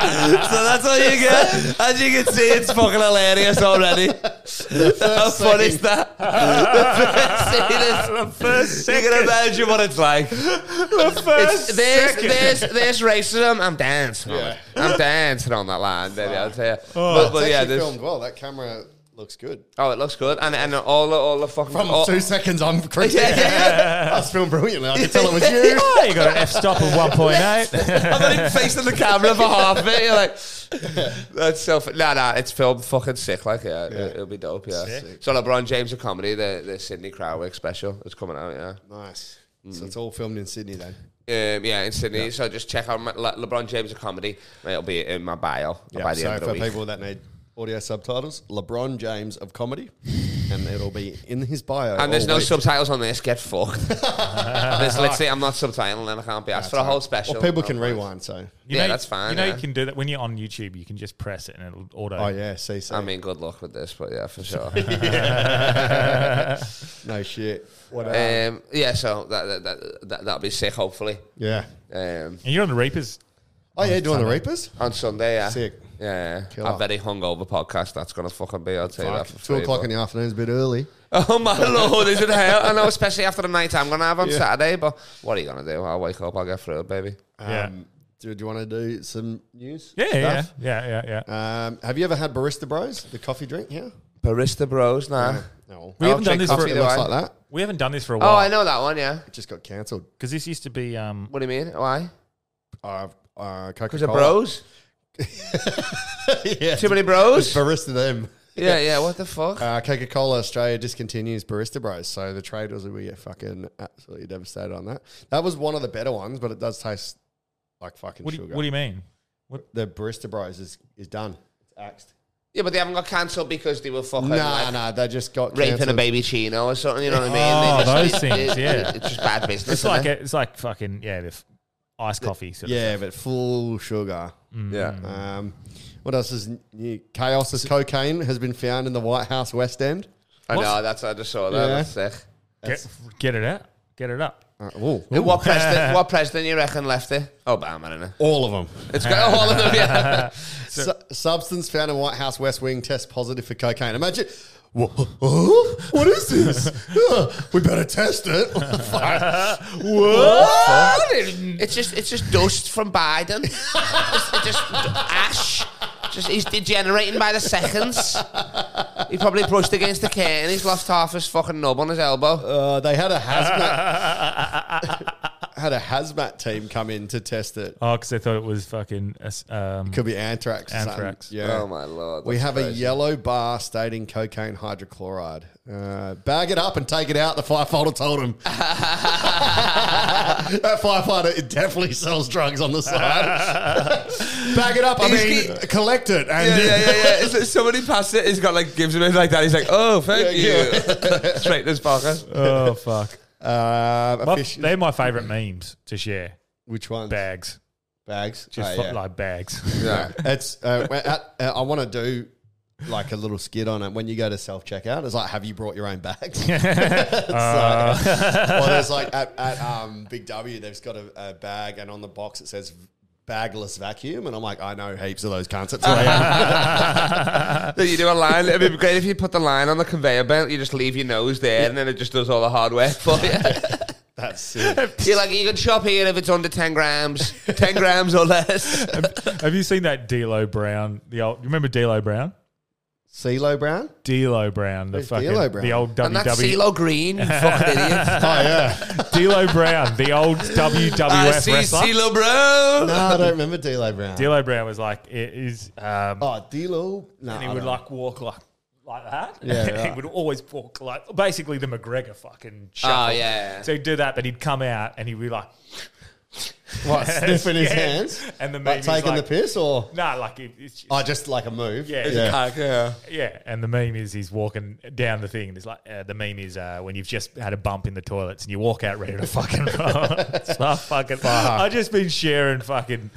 S3: [LAUGHS] so that's all you [LAUGHS] get. As you can see, it's fucking hilarious [LAUGHS] already. How fun is
S8: [LAUGHS]
S3: that? the first second. You can imagine what it's like. [LAUGHS] The first there's, there's, there's racism. I'm dancing. on it. I'm dancing on that line, baby. I'll tell you. but,
S8: it's
S3: but yeah,
S8: actually
S3: this,
S8: filmed well. That camera looks good. Oh.
S3: oh, it looks good, and and all the all the fucking
S8: From [LAUGHS]
S3: all,
S8: two seconds, I'm crazy.
S3: Yeah, yeah.
S8: That's filmed brilliantly. I could tell
S2: [LAUGHS]
S8: it was you.
S2: Oh, you got an F stop of one point
S3: [LAUGHS]
S2: eight.
S3: I'm not even facing the camera for half of it. You're
S8: [LAUGHS]
S3: like, that's so. Fu- nah, nah, it's filmed fucking sick. Like, yeah, It, will be dope. Yeah. So LeBron James of comedy, the the Sydney Crowwick special is coming out. Yeah.
S8: Nice. So it's all filmed in Sydney then.
S3: Um, yeah, in Sydney. So just check out my, Le- LeBron James of comedy. It'll be in my bio by the
S8: so
S3: end of
S8: for
S3: the week.
S8: people that need audio subtitles, LeBron James of comedy, and it'll be in his bio.
S3: and there's
S8: all
S3: no
S8: week.
S3: subtitles on this. Get
S8: [LAUGHS]
S3: fucked. there's literally, I'm not subtitling, and I can't be asked for a whole special.
S8: Well, people
S3: I'm
S8: can
S3: fine.
S8: rewind. So
S2: [LAUGHS] You
S3: Yeah,
S2: know-
S3: that's fine,
S2: You know
S3: yeah.
S2: you can do that when you're on YouTube. You can just press it and it'll auto.
S8: oh yeah, see, see.
S3: I mean, good luck with this, but
S8: [LAUGHS]
S3: yeah, for sure.
S8: no shit. What else?
S3: um, yeah, so that, that, that, that, that'll be sick, hopefully.
S8: yeah.
S3: Um,
S2: And you're on the Reapers.
S8: Oh yeah, doing the Reapers.
S3: On Sunday, yeah.
S8: Sick.
S3: Yeah.
S8: Killer.
S3: A very hungover podcast. That's going to fucking be, I'll tell you that for
S8: Two
S3: free,
S8: o'clock
S3: but-
S8: in the afternoon is a bit early.
S3: [LAUGHS] Oh, my lord, is it hell? I know, especially after the night I'm going to have on Saturday, but what are you going to do? I'll wake up, I'll get through it, baby.
S2: Yeah.
S8: Um, do, do you want to do some news?
S2: Yeah, yeah,
S8: stuff?
S2: yeah, yeah, yeah.
S8: Um, have you ever had Barista Bros, the coffee drink Oh, here?
S3: Barista Bros, nah.
S8: No.
S2: We
S3: I
S2: haven't done
S3: don't drink
S2: this for
S3: coffee,
S8: It
S3: do
S8: looks
S3: I?
S8: like that.
S2: We haven't done this for a
S3: Oh, I
S2: while
S3: know that one, yeah.
S8: It just got cancelled.
S2: because this used to be. Um,
S3: What do you mean? Why?
S8: Uh, uh, Coca
S3: Because
S8: [LAUGHS]
S3: of bros? Too many bros?
S8: Barista them.
S3: Yeah, yeah, what the fuck?
S8: Uh, Coca Cola Australia discontinues Barista Bros, so the traders will be fucking absolutely devastated on that. That was one of the better ones, but it does taste like fucking
S2: what do you,
S8: sugar.
S2: what do you mean?
S8: the Barista Bros is, is done. It's axed.
S3: Yeah, but they haven't got cancelled because they were fucking
S8: Nah,
S3: like,
S8: nah, they just got
S3: raping
S8: cancelled.
S3: a baby chino or something. You know what I mean?
S2: Oh,
S3: They
S2: those
S3: just-
S2: things,
S3: it-
S2: yeah.
S3: it's just bad business.
S2: It's
S3: isn't
S2: like
S3: it?
S2: a, it's like fucking yeah, the f- iced coffee. Sort
S8: Yeah, but full sugar.
S2: Mm.
S3: yeah.
S8: Um, what else is new? Chaos is cocaine has been found in the White House West End.
S3: I know. That's I just saw that.
S8: Yeah.
S3: That's sick.
S2: of. Get, get it out, get it up.
S8: Uh, ooh.
S3: Who- What president? what president you reckon left it? Obama, innit?
S8: All of them.
S3: It's got all of
S8: [LAUGHS]
S3: them. Yeah.
S8: Su- substance found in White House West Wing test positive for cocaine. Imagine. Wha- huh? What is this? [LAUGHS] Huh, we better test it. [LAUGHS] Fuck.
S3: What? Oh, It's just it's just dust from Biden. it's it's just ash. Just he's degenerating by the seconds. He probably brushed against the curtain. He's lost half his fucking nub on his elbow.
S8: Uh, they had a hazmat [LAUGHS] had a hazmat team come in to test it.
S2: Oh, because they thought it was fucking uh, s-
S8: [LAUGHS]
S2: um,
S8: Could be anthrax. or something.
S2: Anthrax.
S8: Yeah.
S3: Oh my lord.
S8: we
S3: that's
S8: have a
S3: crazy.
S8: yellow bar stating cocaine hydrochloride. Uh, bag it up and take it out. The firefighter told
S3: [LAUGHS]
S8: him. that firefighter it definitely sells drugs on the
S3: [LAUGHS]
S8: side. bag it up. I
S3: He's
S8: mean,
S3: ge-
S8: collect it and
S3: Yeah, yeah, yeah, yeah. [LAUGHS] It's like somebody passed it. He's got like gives him it like that. He's like, oh, thank you. [LAUGHS] Straight in his pocket.
S2: oh fuck.
S8: [LAUGHS] Uh,
S2: My-
S8: official-
S2: they're my favorite memes to share.
S8: which one?
S2: Bags,
S8: Bags.
S2: just
S8: Oh,
S2: fu-
S8: yeah. [LAUGHS]
S2: like bags.
S3: Yeah.
S8: it's. Uh, [LAUGHS] we're at, uh, I want to do like a little skit on it when you go to self checkout. It's like, have you brought your own bags? [LAUGHS]
S2: [LAUGHS]
S8: It's
S2: Uh.
S8: like, or there's like at, at um, Big W, they've got a, a bag, and on the box it says bagless vacuum, and I'm like, I know heaps of those concepts.
S2: [LAUGHS]
S3: So you do a line. It'd be great if you put the line on the conveyor belt. You just leave your nose there, and then it just does all the hard work for you.
S8: That's it.
S2: [LAUGHS]
S3: You're like, you can shop here if it's under 10 grams, 10 grams or
S8: [LAUGHS]
S3: less.
S2: Have you seen that D'Lo Brown? The old, you remember D'Lo Brown?
S8: CeeLo Brown.
S2: D'Lo Brown, the
S8: Who's
S2: fucking
S8: D'Lo Brown?
S2: the old
S3: And that's
S8: E.
S2: WW
S3: CeeLo Green, you fucking idiot.
S8: Oh yeah.
S2: D'Lo Brown,
S8: [LAUGHS]
S2: the old
S8: E
S3: I
S2: WWF
S3: see
S2: wrestler.
S3: CeeLo Brown.
S8: no, I don't remember D'Lo Brown.
S2: D'Lo Brown was like it is, um,
S8: oh, D'Lo. No,
S2: and
S8: I
S2: he would
S8: don't- [LAUGHS]
S2: like walk like like that.
S8: Yeah, right.
S2: [LAUGHS]
S8: Ah,
S2: he would always walk like basically the McGregor fucking. Shuffle.
S3: Oh, yeah.
S2: So he'd do that, but he'd come out and he'd be like, [LAUGHS]
S3: [LAUGHS]
S8: what sniffing his
S2: Yeah.
S8: hands
S2: And the
S8: like
S2: meme
S8: taking
S2: is
S8: the
S2: like-
S8: piss or.
S2: nah, like it, it's
S8: Oh, just like a move.
S2: Yeah. It's a Yeah, and the meme is he's walking down the thing. And it's like uh, the meme is uh, when you've just had a bump in the toilets and you walk out ready to fucking [LAUGHS] roll. it's like fucking. I just been sharing fucking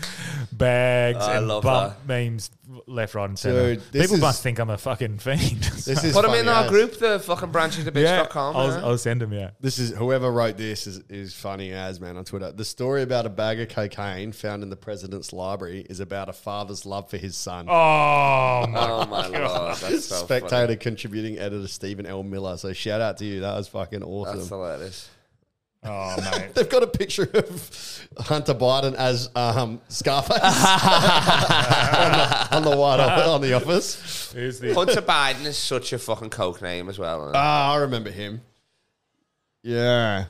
S2: bags
S3: I
S2: and
S3: love
S2: bump memes left, right, and center.
S8: Dude, this
S2: People
S8: is-
S2: must think I'm a fucking fiend. [LAUGHS]
S8: This is
S3: Put them in
S8: funny
S3: our
S8: as-
S3: group, the fucking branches of
S2: yeah,
S3: bitch.com.
S2: I'll,
S3: huh?
S2: I'll send them. Yeah,
S8: This is whoever wrote this is, is funny as man on Twitter. The story about a bag of cocaine found in the president's library is about a father's love for his son. [LAUGHS]
S2: Oh my
S3: Oh my lord, that's so
S8: Spectator
S3: funny.
S8: contributing editor Stephen L. Miller. So shout out to you. That was fucking awesome.
S3: That's hilarious.
S8: [LAUGHS]
S2: oh, mate.
S8: They've got a picture of Hunter Biden as um,
S2: [LAUGHS]
S8: Scarface on, the, on the white on the office.
S2: Here's the
S3: Hunter Biden is such a fucking coke name as well. isn't it?
S8: Ah, I remember him. Yeah.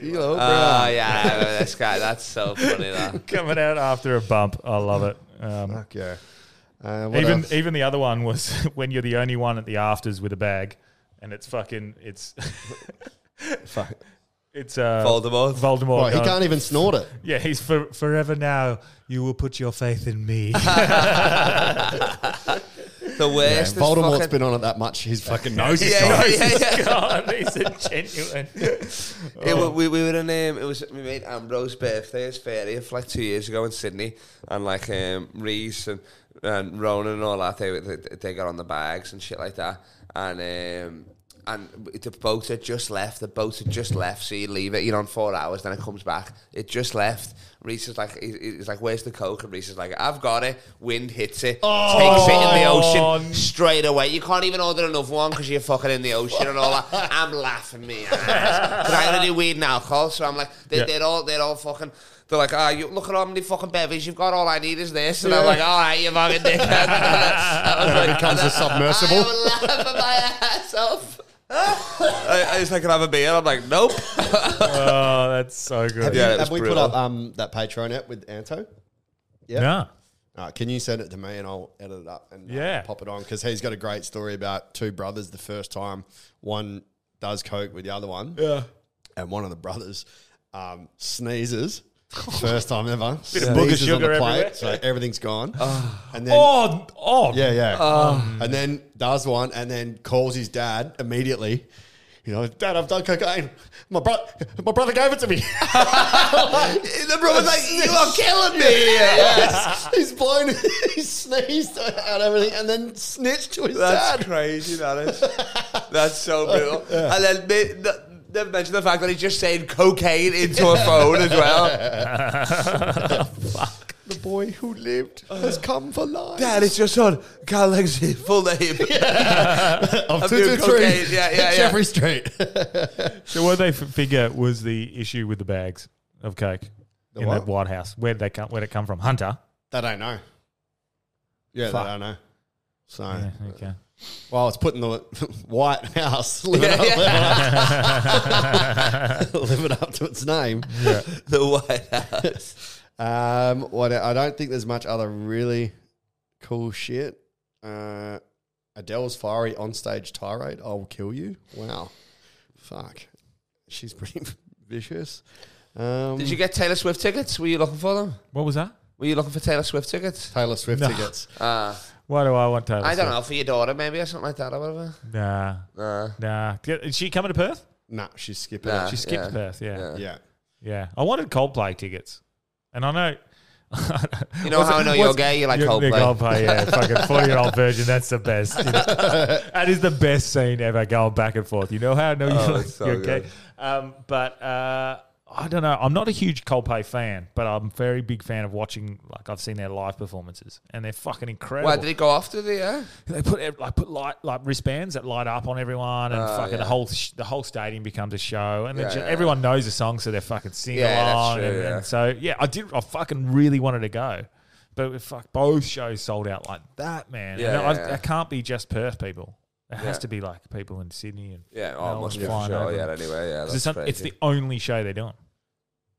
S8: D'Lo
S3: Oh,
S8: Brown.
S3: yeah, I remember this guy. That's so
S8: [LAUGHS]
S3: funny. That.
S2: coming out after a bump. I love it. Um,
S8: Fuck yeah. Uh, what
S2: even
S8: else?
S2: even the other one was [LAUGHS] when you're the only one at the afters with a bag, and it's fucking it's.
S8: [LAUGHS] Fuck.
S2: It's uh,
S3: Voldemort.
S2: Voldemort.
S8: Oh, he
S2: going,
S8: can't even snort it.
S2: Yeah, he's for, forever now. You will put your faith
S8: [LAUGHS]
S2: in me.
S3: The worst. is
S8: Voldemort's
S3: fucking-
S8: been on it that much. His
S2: [LAUGHS]
S8: fucking nose is
S3: [LAUGHS]
S8: [LAUGHS]
S3: Yeah, yeah, yeah, yeah.
S2: God, he's a genuine.
S3: It, wa- we, we were in um, it was my mate Ambrose's birthday, his 30th, like two years ago in Sydney, and like um, Reese and, and Ronan and all that, they, were- they they got on the bags and shit like that, and um, and the boat had just left. The boat had just left, so you leave it, you know, in four hours, then it comes back. It just left. Reese is like, he- he's like, "Where's the coke?" And Reese is like, "I've got it." Wind hits it, takes it in the ocean straight away. You can't even order another one because you're fucking in the ocean and all that. I'm laughing me ass. But I only do weed and alcohol, so I'm like, they,
S2: Yeah.
S3: they're all they're all fucking. They're like, ah, you look at how many fucking bevies you've got. All I need is this, and I'm like, all right, you fucking dickhead. I was like,
S8: becomes a
S3: [LAUGHS]
S8: submersible.
S3: I am laughing my ass off. I, I just like, can I have a beer. I'm like, nope.
S2: Oh, that's so good.
S3: Yeah, it was
S8: Have we
S3: brutal.
S8: put up um, that Patreon app with Anto?
S2: Yeah.
S8: Uh, can you send it to me and I'll edit it up and uh,
S2: Yeah.
S8: pop it on? Because he's got a great story about two brothers the first time one
S2: [LAUGHS]
S8: does coke with the other one. Yeah. And one of the brothers um, sneezes First time ever. Bit
S2: of booger sugar everywhere.
S8: so everything's gone. and then
S2: Oh, oh, [LAUGHS]
S8: Yeah, [LAUGHS] yeah.
S3: Um,
S8: Um, and then does one, and then calls his dad immediately. You know, Dad, I've done cocaine. My brother, my brother gave it to me.
S3: [LAUGHS]
S8: [LAUGHS]
S3: The brother's like, you are killing me. [LAUGHS]
S8: yes, he's blown. [LAUGHS] He sneezed out everything, and then snitched to his
S3: That's
S8: dad.
S3: crazy, that is. That's so brutal. And then they, th- they've mentioned the fact that he's just saying cocaine into a phone as well.
S8: The boy who lived has come for life.
S3: Uh, Dad, it's your son, Carl Legacy, full name.
S8: of
S3: I'm doing
S8: 223,
S3: cocaine. Yeah, yeah,
S8: [LAUGHS]
S3: yeah.
S8: Jeffrey Street.
S2: So what they f- figure was the issue with the bags of coke in
S8: what?
S2: that White House. Where did they come? Where would it come from? Hunter.
S8: they don't know. Yeah,
S2: Fuck.
S8: they don't know. So,
S2: Yeah, okay.
S8: well, it's putting the [LAUGHS] White House live,
S3: [LAUGHS] Yeah,
S8: it [LAUGHS]
S3: yeah.
S8: up, live it up to its name.
S3: The White House.
S8: Um, what I don't think there's much other really cool shit. Uh, Adele's fiery onstage tirade. I'll kill you. Wow, fuck, she's pretty [LAUGHS] vicious. Um,
S3: Did you get Taylor Swift tickets? Were you looking for them?
S2: What was that?
S3: Were you looking for Taylor Swift tickets?
S8: Taylor Swift
S2: No.
S8: tickets?
S3: Uh,
S2: Why do I want Taylor?
S3: I don't know, for your daughter maybe or something like that or whatever.
S2: Swift? Nah,
S3: Uh,
S2: nah. Get- Is she coming to Perth?
S8: Nah, she's skipping.
S3: Nah.
S8: it.
S2: She skipped
S3: yeah,
S2: Perth. Yeah. yeah,
S3: yeah.
S8: yeah.
S2: I wanted Coldplay tickets, and I know. [LAUGHS]
S3: You know how I know you're gay? You like Coldplay.
S2: Coldplay,
S3: [LAUGHS]
S2: yeah. Fucking forty-year-old virgin. That's the best. you know. that is the best scene ever. Going back and forth. You know how I know you
S3: Oh,
S2: like
S3: it's so
S2: you're gay.
S3: good.
S2: Um, but uh, I don't know. I'm not a huge Coldplay fan, but I'm a very big fan of watching. Like I've seen their live performances, and they're fucking incredible.
S3: Why did he go after the? Yeah?
S2: They put ev- like put light like wristbands that light up on everyone, and
S3: Oh,
S2: fucking
S3: yeah.
S2: the whole sh- the whole stadium becomes a show, and
S3: Yeah,
S2: then ju-
S3: yeah.
S2: everyone knows the song, so they're fucking singing
S3: Yeah, that's
S2: along.
S3: true,
S2: and,
S3: yeah.
S2: and so yeah, I did. I fucking really wanted to go, but it- fuck, both shows sold out like that, man.
S3: Yeah,
S2: and
S3: yeah,
S2: I,
S3: yeah.
S2: it can't be just Perth people. It has
S3: Yeah.
S2: to be like people in Sydney and
S3: Yeah,
S2: Melbourne
S3: oh, must be for
S2: flying
S3: sure.
S2: over.
S3: Yeah, anyway, yeah.
S2: 'Cause
S3: That's
S2: it's, not- it's the
S3: crazy.
S2: only show they're doing.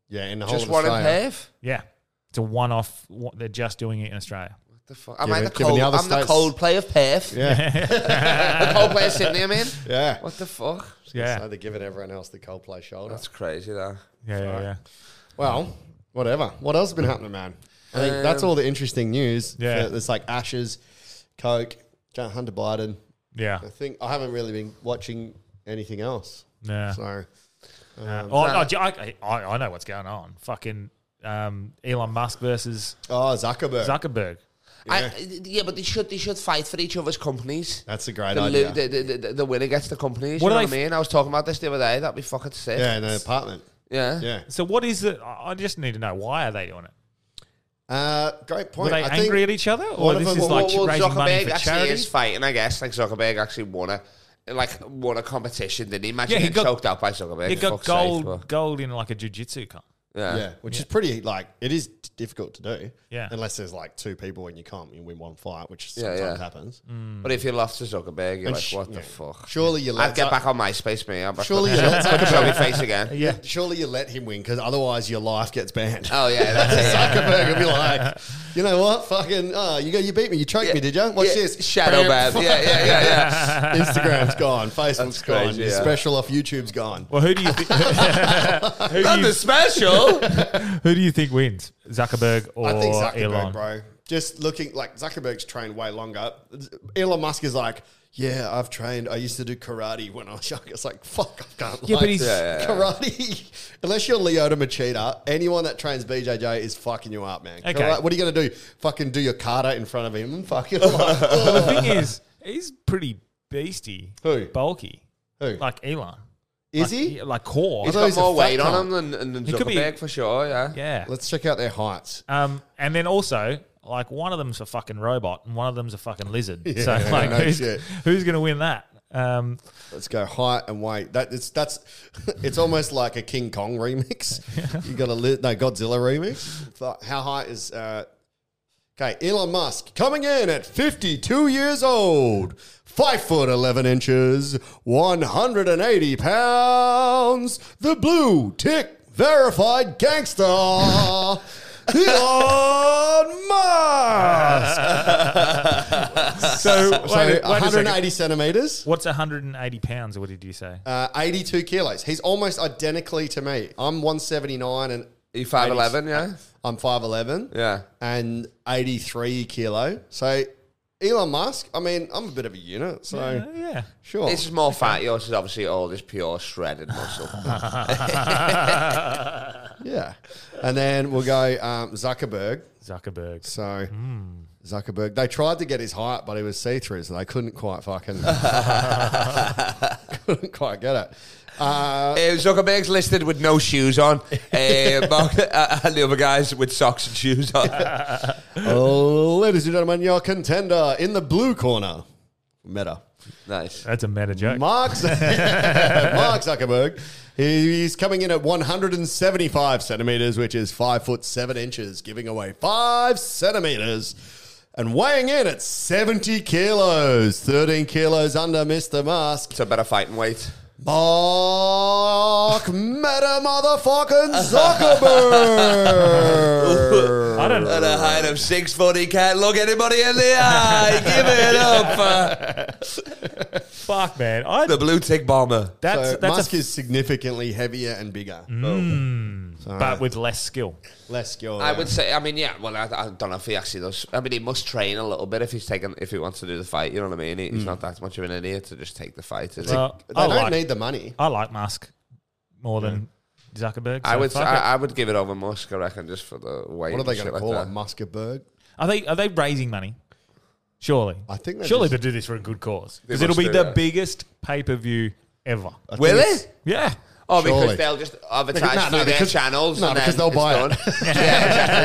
S8: Yeah, in the whole
S3: just
S8: of
S3: one in
S8: Australia.
S3: Perth.
S2: Yeah, it's a one-off. one- They're just doing it in
S3: [LAUGHS]
S2: Australia. [LAUGHS]
S3: The fuck? Am
S8: Yeah,
S3: I the
S8: but given
S3: cold?
S8: the other
S3: I'm the
S8: states-
S3: cold play of
S2: [LAUGHS]
S3: Perth.
S8: Yeah,
S3: The cold play of Sydney. I mean,
S8: yeah.
S3: what the fuck?
S2: Yeah,
S8: So they're giving everyone else the Coldplay shoulder.
S3: That's crazy, though.
S2: yeah, yeah, yeah.
S8: Well, whatever. What else has been happening, man? I think
S3: Um,
S8: that's all the interesting news.
S2: Yeah.
S8: It's like Ashes, Coke, Hunter Biden.
S2: yeah.
S8: I think I haven't really been watching anything else.
S2: Yeah.
S8: So
S2: Oh, no, do you- I, I, I know what's going on. Fucking um, Elon Musk versus
S8: Oh, Zuckerberg.
S2: Zuckerberg.
S3: I, yeah, but they should they should fight for each other's companies.
S8: that's a great
S3: The,
S8: idea.
S3: lo- the, the, the, the winner gets the companies.
S2: What do
S3: you know what I
S2: they
S3: mean? I was talking about this the other day. That'd be fucking sick.
S8: yeah, in an apartment.
S3: yeah.
S8: Yeah.
S2: So what is it? I I just need to know why are they doing it?
S8: Uh, great
S2: Were
S8: point.
S2: they
S8: I
S2: angry
S8: think
S2: at each other,
S8: one
S2: or
S8: of
S2: this
S8: them-
S2: is
S8: well,
S2: like
S3: well,
S2: raising
S3: Zuckerberg
S2: money for
S3: actually
S2: charity?
S3: is fighting, I guess. Like Zuckerberg actually won a like won a competition, didn't he? Imagine
S2: Yeah, he
S3: getting
S2: got-
S3: choked out by Zuckerberg.
S2: It got
S3: Fuck's sake,
S2: gold,
S3: but-
S2: gold in like a jujitsu con.
S3: yeah.
S8: Yeah, which is pretty like it is t- difficult to do.
S2: Yeah.
S8: Unless there's like two people and you can't you win one fight, which
S3: Yeah,
S8: sometimes
S3: yeah.
S8: happens.
S2: Mm.
S3: But if you lost to Zuckerberg, you're
S8: And
S3: like,
S8: sh-
S3: what
S8: yeah.
S3: the fuck?
S8: Surely you let
S3: I'd get
S8: Zuck-
S3: back on MySpace, me. I'm back
S8: Surely
S3: on
S8: you let
S3: Put it on my
S8: Zuckerberg.
S3: face again.
S8: [LAUGHS]
S2: Yeah.
S8: Surely you let him win because otherwise your life gets banned. [LAUGHS]
S3: Oh yeah, that's it. yeah.
S8: Zuckerberg would be like, you know what? Fucking, oh, you go, you beat me, you choked me, did you? What's
S3: Yeah,
S8: this?
S3: Shadow ban. Yeah, yeah,
S8: [LAUGHS]
S3: yeah, yeah.
S8: Instagram's gone, Facebook's gone,
S3: crazy,
S8: your
S3: yeah.
S8: special off YouTube's gone.
S2: Well, who do
S8: [LAUGHS]
S2: you think? who, do
S3: Not the
S2: you,
S3: special.
S2: who do you think wins, Zuckerberg or
S8: I think Zuckerberg,
S2: Elon?
S8: bro. Just looking like Zuckerberg's trained way longer. Elon Musk is like, yeah, I've trained. I used to do karate when I was young. It's like, fuck, I can't.
S2: Yeah,
S8: like,
S2: but he's-
S3: Yeah, yeah, yeah.
S8: karate. [LAUGHS] Unless you're Leota Machida, anyone that trains BJJ is fucking you up, man.
S2: Okay.
S8: Karate- what are you gonna do? Fucking do your kata in front of him? Fucking.
S2: [LAUGHS]
S8: Like,
S2: Well, the thing is, he's pretty beasty,
S8: Who?
S2: bulky,
S8: who?
S2: like Elon.
S8: is
S2: Like,
S8: he?
S2: yeah, like core?
S3: He's
S8: thought he was
S3: got
S8: a
S3: more
S8: fat
S3: weight on
S8: cunt.
S3: him than, than
S2: He could be-
S3: Zuckerberg for sure. Yeah.
S2: yeah,
S8: Let's check out their heights.
S2: Um, and then also, like, one of them's a fucking robot and one of them's a fucking lizard.
S8: Yeah,
S2: so, like,
S8: no
S2: who's,
S8: shit.
S2: who's going to win that?
S8: [LAUGHS]
S2: Um,
S8: Let's go height and weight. That it's that's [LAUGHS] it's almost like a King Kong
S2: [LAUGHS]
S8: remix. You got a li- no Godzilla remix. Fuck, How high is uh Okay, Elon Musk coming in at 52 years old, 5 foot 11 inches, 180 pounds, the blue tick verified
S2: [LAUGHS]
S8: gangster, Elon Musk.
S2: so, Uh, wait,
S8: So,
S2: wait a second.
S8: 180 centimeters.
S2: What's 180 pounds? What did you say?
S8: uh, 82 kilos. He's almost identically to me. I'm 179 and
S3: You five eleven, yeah,
S8: I'm 5'11
S3: yeah.
S8: and 83 kilo. So Elon Musk, I mean, I'm a bit of a unit, so
S2: Uh, Yeah.
S8: sure.
S3: This is more fat. Yours is obviously all this pure shredded muscle.
S8: yeah. And then we'll go um, Zuckerberg.
S2: Zuckerberg.
S8: So Zuckerberg, they tried to get his height, but he was see through, so they couldn't quite fucking [LAUGHS] couldn't quite get it. Uh,
S3: Uh, Zuckerberg's listed with no shoes on, [LAUGHS] uh, Mark, uh, and the other guys with socks and shoes on.
S8: Uh, ladies and gentlemen, your contender in the blue corner, Meta.
S3: [LAUGHS] nice.
S2: That's a meta joke. [LAUGHS]
S8: Mark, Z- Mark Zuckerberg. He's coming in at 175 centimeters, which is five foot seven inches, giving away five centimeters. And weighing in at 70 kilos, 13 kilos under Mr. Musk.
S3: It's a better fighting weight.
S8: Mark Meta
S2: [LAUGHS]
S8: Motherfucking Zuckerberg.
S2: I don't
S3: At a height of six foot, he can't look anybody in the [LAUGHS] eye. Give it up. uh, [LAUGHS]
S2: Fuck, man. I,
S3: the blue tick bomber.
S2: that's
S8: So
S2: that's
S8: Musk
S2: a, Mm.
S8: is significantly heavier and bigger,
S2: hmm, but with less skill.
S8: less skill.
S3: I would say, I mean, yeah. Well, I, I don't know if he actually does. I mean, he must train a little bit if he's taking, if he wants to do the fight. You know what I mean? He- He's not that much of an idiot to just take the fight. Is he?
S2: Well,
S8: They
S2: I
S8: don't
S2: like
S8: need the money.
S2: I like Musk more than Zuckerberg.
S3: I
S2: so
S3: would,
S2: fuck
S3: I,
S2: it.
S3: I would give it over Musk. I reckon just for the weight.
S8: What are they
S3: going to
S8: call
S3: like
S8: it?
S3: that.
S8: Muskerberg?
S2: Are they are they raising money? Surely,
S8: I think they
S2: surely
S8: just-
S2: they do this for a good cause because
S3: They
S2: it'll
S3: must
S2: be
S3: do,
S2: the
S3: yeah.
S2: biggest pay per view ever.
S3: Will it?
S2: Yeah,
S3: Oh,
S8: Surely.
S3: because they'll just advertise
S8: No, no,
S3: through their
S8: because-
S3: channels.
S8: no,
S3: and
S8: because
S3: then
S8: they'll
S3: it's
S8: buy [LAUGHS]
S3: done.
S8: it.
S3: yeah, exactly.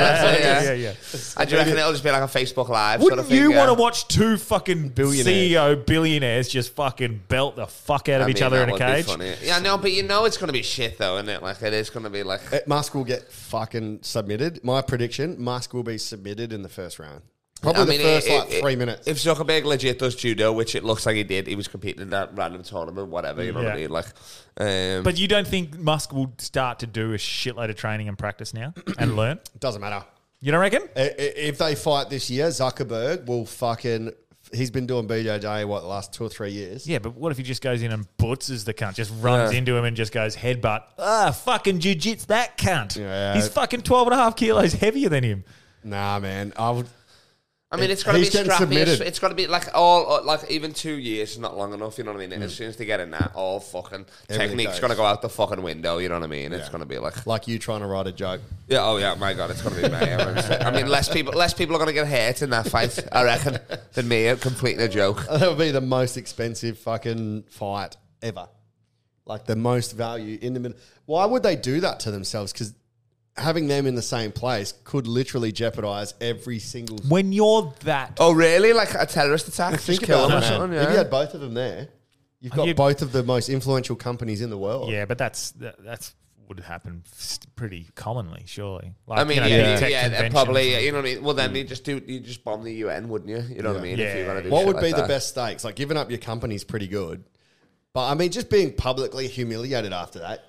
S3: That's it,
S2: yeah,
S3: yeah.
S2: yeah. yeah.
S3: I do reckon it'll just be like a Facebook Live sort
S2: Wouldn't
S3: of thing.
S2: you
S3: yeah.
S2: want to watch two fucking
S8: Billionaires.
S2: CEO billionaires just fucking belt the fuck out of
S3: I
S2: each
S3: mean,
S2: other
S3: that
S2: in a
S3: would be
S2: cage?
S3: funny. Yeah, no, but you know it's going to be shit though, isn't it? Like it is going to be like.
S8: Uh, Musk will get fucking submitted. My prediction: Musk will be submitted in the first round. Probably
S3: I mean,
S8: the first
S3: it-
S8: like
S3: it-
S8: three minutes.
S3: If Zuckerberg legit does judo, which it looks like he did, he was competing in that random tournament, whatever. You know what I
S2: Yeah.
S3: mean? Like, um,
S2: But you don't think Musk will start to do a shitload of training and practice
S3: [CLEARS THROAT]
S2: now and learn?
S8: Doesn't matter.
S2: You don't reckon?
S8: I- I- If they fight this year, Zuckerberg will fucking. He's been doing BJJ what the last two or three years.
S2: Yeah, but what if he just goes in and butzes the cunt, just runs into him and just goes headbutt? Ah, fucking jujits that cunt.
S8: Yeah.
S2: He's fucking 12 and a half kilos heavier than him.
S8: Nah, man. I would.
S3: I mean, it's got to be
S8: He's getting
S3: strappy.
S8: submitted.
S3: It's got to be like all uh, like even two years is not long enough. You know what I mean? As soon as they get in that, all fucking
S8: Mm. Everything
S3: technique's
S8: goes.
S3: going to go out the fucking window. You know what I mean? It's
S8: Yeah.
S3: going to be like
S8: Like you trying to write a joke. [LAUGHS]
S3: Yeah, oh yeah, my god, it's gonna be me. I'm gonna say- I mean, less people, less people are gonna get hurt in that fight, I reckon, than me completing
S8: [LAUGHS]
S3: a joke.
S8: That would be the most expensive fucking fight ever. Like the most value in the middle. Why would they do that to themselves? Because having them in the same place could literally jeopardize every single.
S2: When you're that.
S3: Oh really? Like a terrorist attack? Just kill them or something?
S8: If you
S3: Yeah.
S8: had both of them there, you've got
S2: You-
S8: both of the most influential companies in the
S3: Oh.
S8: world.
S2: Yeah, but that's that, that's would happen s- pretty commonly, surely. Like,
S3: I mean,
S2: you know,
S3: yeah,
S2: the
S3: yeah,
S2: tech
S3: yeah,
S2: conventions.
S3: probably. You know what I mean? Well, then you just do, you just bomb the UN, wouldn't you? You know what I mean?
S2: Yeah.
S3: you're gonna do
S8: What
S3: shit
S8: would
S3: like
S8: be the
S3: that.
S8: best stakes? Like giving up your company's pretty good. But I mean, just being publicly humiliated after that,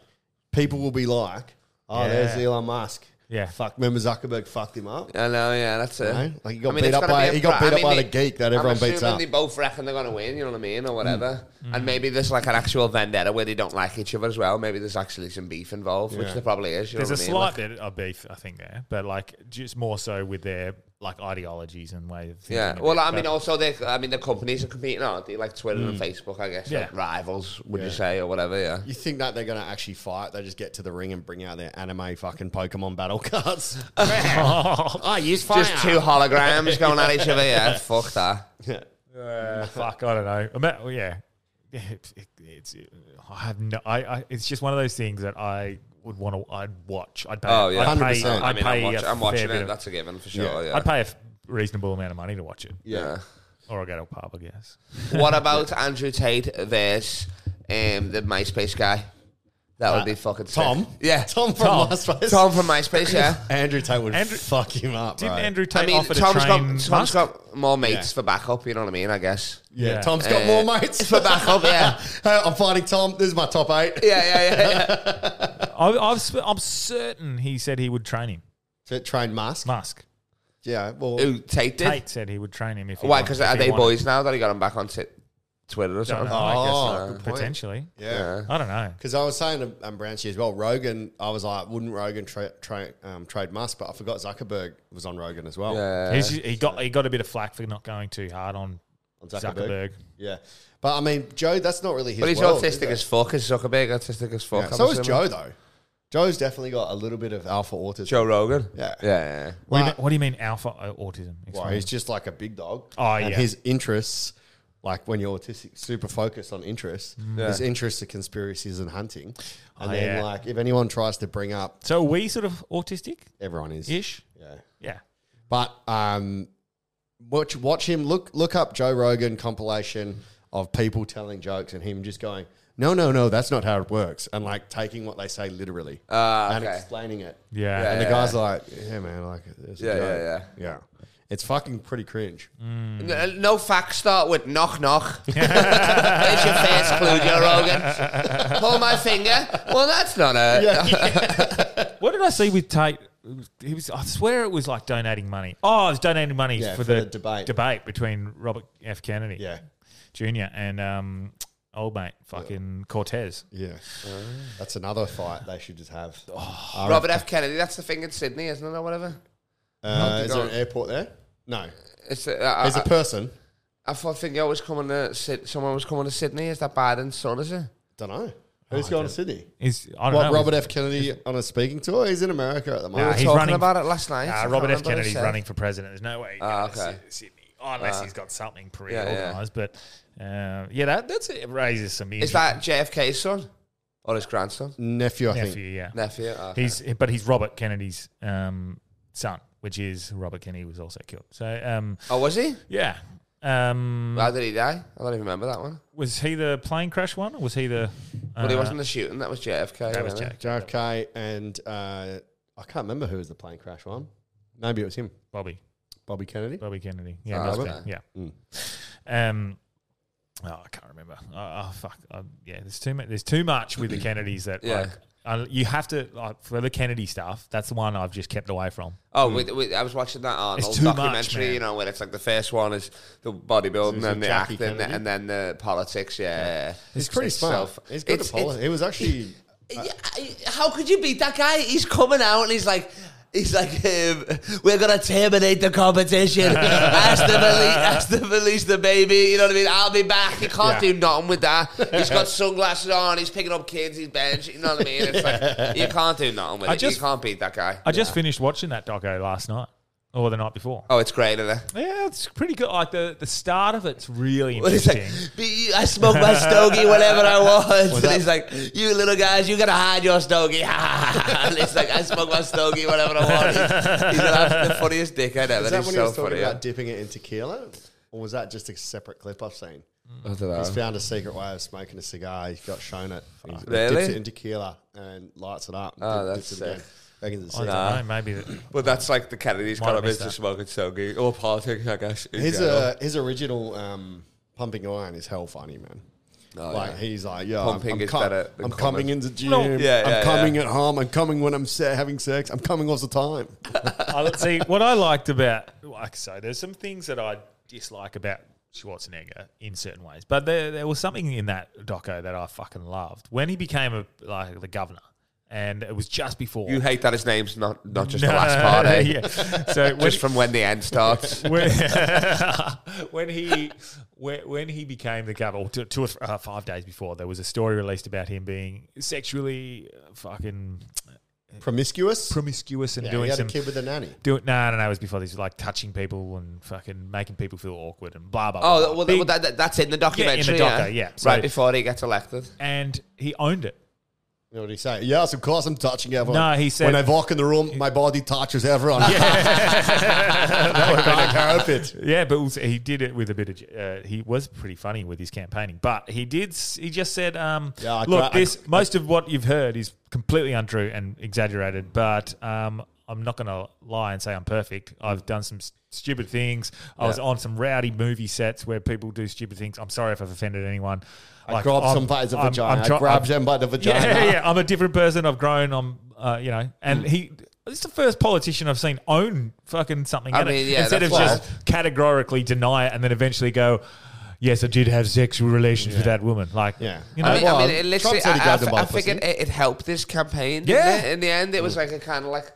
S8: people will be like, oh,
S2: Yeah.
S8: there's Elon Musk.
S2: Yeah.
S8: Fuck, remember Zuckerberg fucked him up?
S3: I know, yeah, that's it.
S8: know? Like, he got beat
S3: it's
S8: up
S3: gotta
S8: by-
S3: be a
S8: he got
S3: bra-
S8: beat up by the
S3: they-
S8: geek that everyone
S3: I'm
S8: beats
S3: assuming
S8: up. Mm.
S3: They both reckon they're gonna win, you know what I mean, or whatever.
S2: Mm.
S3: And maybe there's like an actual vendetta where they don't like each other as well. Maybe there's actually some beef involved, which
S8: Yeah.
S3: there probably is. You
S2: There's
S3: know
S2: a
S3: what I mean?
S2: slight
S3: Like-
S2: bit of beef, I think, there, but like just more so with their like ideologies and way of thinking.
S3: Yeah.
S2: of
S3: Well,
S2: it,
S3: I mean,
S2: but-
S3: also they. I mean, the companies are competing, aren't they? Like Twitter and Facebook, I guess.
S2: Yeah.
S3: Like rivals, would you
S8: Mm. Yeah.
S3: say, or whatever? Yeah.
S8: You think that they're going to actually fight? They just get to the ring and bring out their anime fucking Pokemon battle
S2: [LAUGHS]
S8: cards. I use fire.
S3: Just two holograms going at each other. Yeah. Fuck that.
S2: fuck, I don't know. I mean, well, yeah, yeah it, it, it's. I have no. I, I. It's just one of those things that I would want to. I'd watch. I'd pay.
S3: Oh yeah.
S2: I'd pay,
S8: 100%.
S3: I
S2: I'd
S3: mean,
S2: pay
S3: I'm, watch,
S2: a
S3: I'm watching
S2: fair bit
S3: it.
S2: of-
S3: That's a given for sure. Yeah.
S2: I'd pay a f- reasonable amount of money to watch it,
S3: yeah.
S2: or I go to a pub, I guess.
S8: [LAUGHS]
S3: what about Andrew Tate versus um, the MySpace guy? That would be fucking sick.
S8: [LAUGHS] Uh, Tom?
S3: Yeah.
S8: Tom from
S2: Tom.
S8: MySpace.
S3: Tom from MySpace. Yeah.
S8: [LAUGHS] Andrew Tate would
S2: Andrew-
S8: fuck him up.
S2: Didn't
S8: bro.
S2: Andrew Tate
S3: I mean,
S2: offer to
S3: Tom's
S2: train
S3: got Tom's
S2: Musk?
S3: got more mates
S8: Yeah.
S3: for backup. You know what I mean? I guess. [LAUGHS]
S8: Yeah,
S2: Yeah.
S8: Tom's got more mates
S3: for backup, yeah.
S8: [LAUGHS] Hey, I'm fighting Tom. This is my top eight.
S3: Yeah, yeah, yeah. yeah.
S8: [LAUGHS]
S2: I, I've, sp- I'm certain he said he would train him.
S8: To train Musk.
S2: Musk.
S8: Yeah, well,
S3: Who Tate did?
S2: Tate said he would train him if. He
S3: Why?
S2: wanted-
S3: Because
S2: if
S3: are
S2: he
S3: they
S2: wanted.
S3: boys now that he got him back on t- Twitter or something.
S2: know. I guess
S8: Oh,
S3: Uh,
S8: good point.
S2: potentially.
S8: Yeah.
S2: I don't know.
S8: Because I was saying to um, Branchie as well, Rogan, I was like, wouldn't Rogan tra- tra- um, trade Musk? But I forgot Zuckerberg was on Rogan as well.
S3: yeah.
S2: He's, he got he got a bit of flack for not going too hard on,
S8: On
S2: Zuckerberg.
S8: Zuckerberg. Yeah. But I mean, Joe, that's not really his
S3: But he's
S8: world, is
S3: autistic
S8: it?
S3: as fuck. Is Zuckerberg autistic as fuck?
S8: Yeah.
S3: I'm
S8: So is
S3: assuming.
S8: Joe, though. Joe's definitely got a little bit of alpha autism.
S3: Joe Rogan.
S8: Yeah.
S3: yeah. yeah.
S2: What, do you mean,
S8: But-
S2: what do you mean alpha uh, autism?
S8: Well,
S2: Explain.
S8: he's just like a big dog.
S2: Oh,
S8: and
S2: yeah.
S8: his interests, like when you're autistic, super focused on interests. His interests are conspiracies and hunting. And
S2: Mm. Oh,
S8: then,
S2: yeah.
S8: like, if anyone tries to bring up,
S2: so are we sort of autistic
S8: everyone is.
S2: ish?
S8: Yeah.
S2: Yeah.
S8: But um, watch watch him look look up Joe Rogan compilation of people telling jokes and him just going, no, no, no, that's not how it works, and like taking what they say literally
S3: Ah,
S8: and
S3: okay.
S8: explaining it.
S2: Yeah.
S8: and
S3: Yeah.
S8: the guys are like, yeah, man, like it's
S3: Yeah,
S8: a
S3: yeah,
S8: joke. yeah, It's fucking pretty cringe.
S3: N- No facts start with
S2: [LAUGHS]
S3: knock knock. There's your first clue, Joe Rogan. Pull my finger. Well, that's not a.
S2: What did I see with Tate? He was, I swear it was like donating money. Oh, it was donating money
S8: Yeah,
S2: for, the, debate between Robert F. Kennedy
S8: [LAUGHS] Yeah,
S2: Jr. and um, old mate fucking Cortez.
S8: yeah. That's another fight they should just have. Uh,
S3: Robert F. Kennedy. That's the thing in Sydney, isn't it, or whatever?
S8: uh, is there an airport there? No,
S3: It's a, I,
S8: there's a
S3: I,
S8: person.
S3: I thought thing was coming to Syd- someone was coming to Sydney. Is that Biden's son? Is it?
S8: Don't know. Who's going to Sydney?
S2: Is I don't
S8: What
S2: know.
S8: Robert F. Kennedy on a speaking tour? He's in America at the
S3: We
S8: moment.
S3: were
S2: Ah, he's
S3: talking
S2: running-
S3: about it last night. I
S2: Uh,
S3: can't
S2: Robert F.
S3: remember what he
S2: Kennedy's
S3: said.
S2: running for president. There's no way. He's
S3: Ah,
S2: going to
S3: okay. Ah.
S2: Sy- Sydney, unless he's got something pre-organised. But uh, yeah, that that's it. Raises some issues.
S3: Is that JFK's son or his grandson,
S8: Nephew, I
S2: nephew?
S8: think.
S2: Yeah,
S3: nephew? Okay.
S2: he's but he's Robert Kennedy's um, son, which is Robert Kennedy was also killed. So um,
S3: oh, was he?
S2: yeah. Um,
S3: How did he die? I don't even remember that one.
S2: was he the plane crash one? Or was he the? Uh,
S3: But he wasn't the shooting. That was JFK.
S2: That was
S3: wasn't it?
S2: Jack
S8: JFK and uh, I can't remember who was the plane crash one. Maybe it was him,
S2: Bobby.
S8: Bobby Kennedy.
S2: Bobby Kennedy. Yeah,
S3: Oh,
S2: that's
S3: Robert.
S2: it. yeah. Um, oh, I can't remember. Oh, oh, fuck. Oh, yeah, there's too much. There's too much
S3: [CLEARS THROAT]
S2: with the Kennedys that
S3: Yeah.
S2: like uh, you have to like for the Kennedy stuff. That's the one I've just kept away from.
S8: Hmm.
S3: Oh, with, with, I was watching that Arnold
S2: too much,
S3: documentary,
S2: man.
S3: you know, where it's like the first one is the bodybuilding
S8: So is it
S3: and the
S8: Jackie
S3: acting and,
S8: Kennedy?
S3: then the politics. Yeah,
S8: He's pretty smart. He's good at politics. He was actually.
S3: Yeah, I- how could you beat that guy? He's coming out and he's like, he's like, um, we're gonna terminate the
S8: [LAUGHS]
S3: competition. ask the police, ask the police, the baby. You know what I mean? I'll be back. He can't
S2: Yeah.
S3: do nothing with that.
S8: [LAUGHS]
S3: He's got sunglasses on. He's picking up kids. He's bench. You know what I mean? It's
S8: [LAUGHS]
S3: like you can't do nothing with
S2: I
S3: it.
S2: just-
S3: you can't beat that guy.
S2: I just finished watching that doco last night or the night before.
S3: oh, it's great, isn't it?
S2: Yeah, it's pretty good. Like the, the start of it's really
S3: But he's
S2: interesting.
S3: like, "Be- I smoke my stogie whenever I want. And
S8: that-
S3: he's like, you little guys, you gotta hide your stogie. [LAUGHS] and it's like, I smoke my stogie whenever I want. He's, he's like, the funniest dickhead ever.
S8: Is that
S3: he's
S8: when he
S3: so
S8: was talking
S3: funny.
S8: about dipping it in tequila, or was that just a separate clip I've seen?
S3: I don't know.
S8: He's found a secret way of smoking a cigar. He got shown it. He
S3: Really?
S8: Dips it in tequila and lights it up.
S3: Oh,
S8: Dip-
S3: that's
S8: dips it again.
S3: sick.
S8: Reckons it's
S2: I
S8: sick.
S2: don't know, maybe that,
S3: But that's like the Kennedys
S2: Might
S3: kind
S2: have
S3: of
S2: missed
S3: into
S2: that.
S3: smoking stogie or politics, I guess. in
S8: His
S3: general.
S8: uh, his original um, pumping iron is hell funny, man.
S3: Oh,
S8: like
S3: yeah.
S8: he's like, yeah,
S3: Pumping
S8: I'm, I'm,
S3: is
S8: com-
S3: better than
S8: I'm coming
S3: common.
S8: into gym.
S2: No.
S3: Yeah, yeah,
S8: I'm coming
S3: yeah.
S8: at home. I'm coming when I'm se- having sex. I'm coming all the time.
S3: [LAUGHS]
S2: I see what I liked about like so. There's some things that I dislike about Schwarzenegger in certain ways, but there there was something in that doco that I fucking loved when he became a like the governor, and it was just before [LAUGHS]
S3: You hate that his name's not, not just
S2: No, [LAUGHS]
S3: the last part, eh?
S2: yeah. So when,
S3: Just from when the end starts.
S8: [LAUGHS]
S2: [LAUGHS] when, when he when, when he became the governor, or two, two or th- uh, five days before, there was a story released about him being sexually uh, fucking
S8: Promiscuous.
S2: promiscuous and
S8: yeah,
S2: doing
S8: he had
S2: some
S8: a kid with a nanny.
S2: Do it. No, no, no. It was before this, like touching people and fucking making people feel awkward and blah blah. blah,
S3: Oh,
S2: blah.
S3: well,
S2: Big-
S3: well that, that, that's in the
S2: in the
S3: documentary.
S2: doco, yeah. So-
S3: right before he gets elected.
S2: and he owned it.
S8: You know what he say? Yes, of course I'm touching everyone.
S2: No, he said-
S8: when I walk in the room, my body touches
S2: [LAUGHS]
S8: everyone. [LAUGHS] that would have been a carpet.
S2: Yeah, but also he did it with a bit of. Uh, he was pretty funny with his campaigning, but he did. s- He just said, um,
S8: Yeah, I
S2: "Look,
S8: cra- I-
S2: this most of what you've heard is completely untrue and exaggerated, but um, I'm not going to lie and say I'm perfect. I've done some s- stupid things. I was on some rowdy movie sets where people do stupid things. I'm sorry if I've offended anyone. Like,
S8: Grab
S2: I'm-
S8: some by the
S2: I'm- I'm
S8: vagina.
S2: try-
S8: Grab
S2: I'm-
S8: them by the vagina.
S2: Yeah, yeah, yeah. I'm a different person. I've grown. I'm, uh, you know, and
S3: Hmm.
S2: he. It's the first politician I've seen own fucking something.
S3: I
S2: and
S3: mean,
S2: it-
S3: yeah,
S2: instead of
S3: that's
S2: just categorically deny it and then eventually go, yes, I did have sexual relations with that woman. Like,
S8: Yeah.
S2: you know,
S3: I mean, I mean,
S8: Well,
S3: it
S8: Trump
S3: literally,
S8: said he
S3: I, I,
S8: grabbed him
S3: f-
S8: by
S3: I
S8: the pussy.
S3: figured it, it helped this campaign. didn't
S2: Yeah.
S3: it? In the end, it was like a kind of like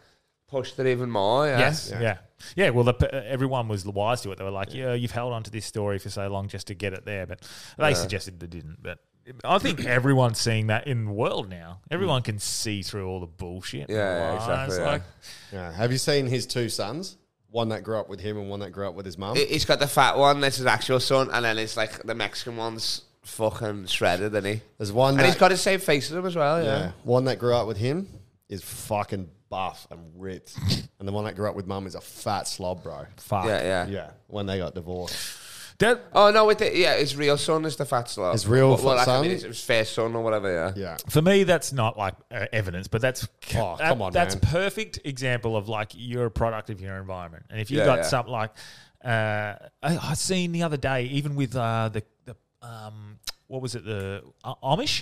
S3: pushed it even more. Yeah.
S2: Yes. Yeah. yeah. well, the, p- everyone was wise to it. They were like, "Yeah, you've held on to this story for so long just to get it there," but they suggested they didn't. But I
S3: [CLEARS THROAT]
S2: think everyone's seeing that in the world now. Everyone can see through all the bullshit. and
S3: Hmm. Yeah, yeah,
S2: lies.
S3: exactly, yeah.
S2: Like,
S8: Yeah. Have you seen his two sons? One that grew up with him and one that grew up with his mum.
S3: He- He's got the fat one. That's his actual son, and then it's like the Mexican one's fucking shredded, and he.
S8: There's one
S3: And
S8: that
S3: he's got his same face as him as well.
S8: yeah.
S3: Yeah.
S8: one that grew up with him is fucking buff and ripped, and the one that grew up with mum is a fat slob, bro.
S2: fuck.
S3: Yeah. Yeah.
S8: Yeah, when they got divorced.
S2: That-
S3: Oh no! With the, yeah, his real son is the fat slob.
S8: His real
S3: well, well,
S8: son?
S3: I mean, his, his first son or whatever. Yeah.
S8: Yeah,
S2: for me, that's not like uh, evidence, but that's
S8: Oh,
S2: that-
S8: come on,
S2: that's
S8: man.
S2: perfect example of like you're a product of your environment, and if you
S3: Yeah,
S2: got
S3: yeah.
S2: something like uh, I, I seen the other day, even with uh, the the um, what was it the uh, Amish.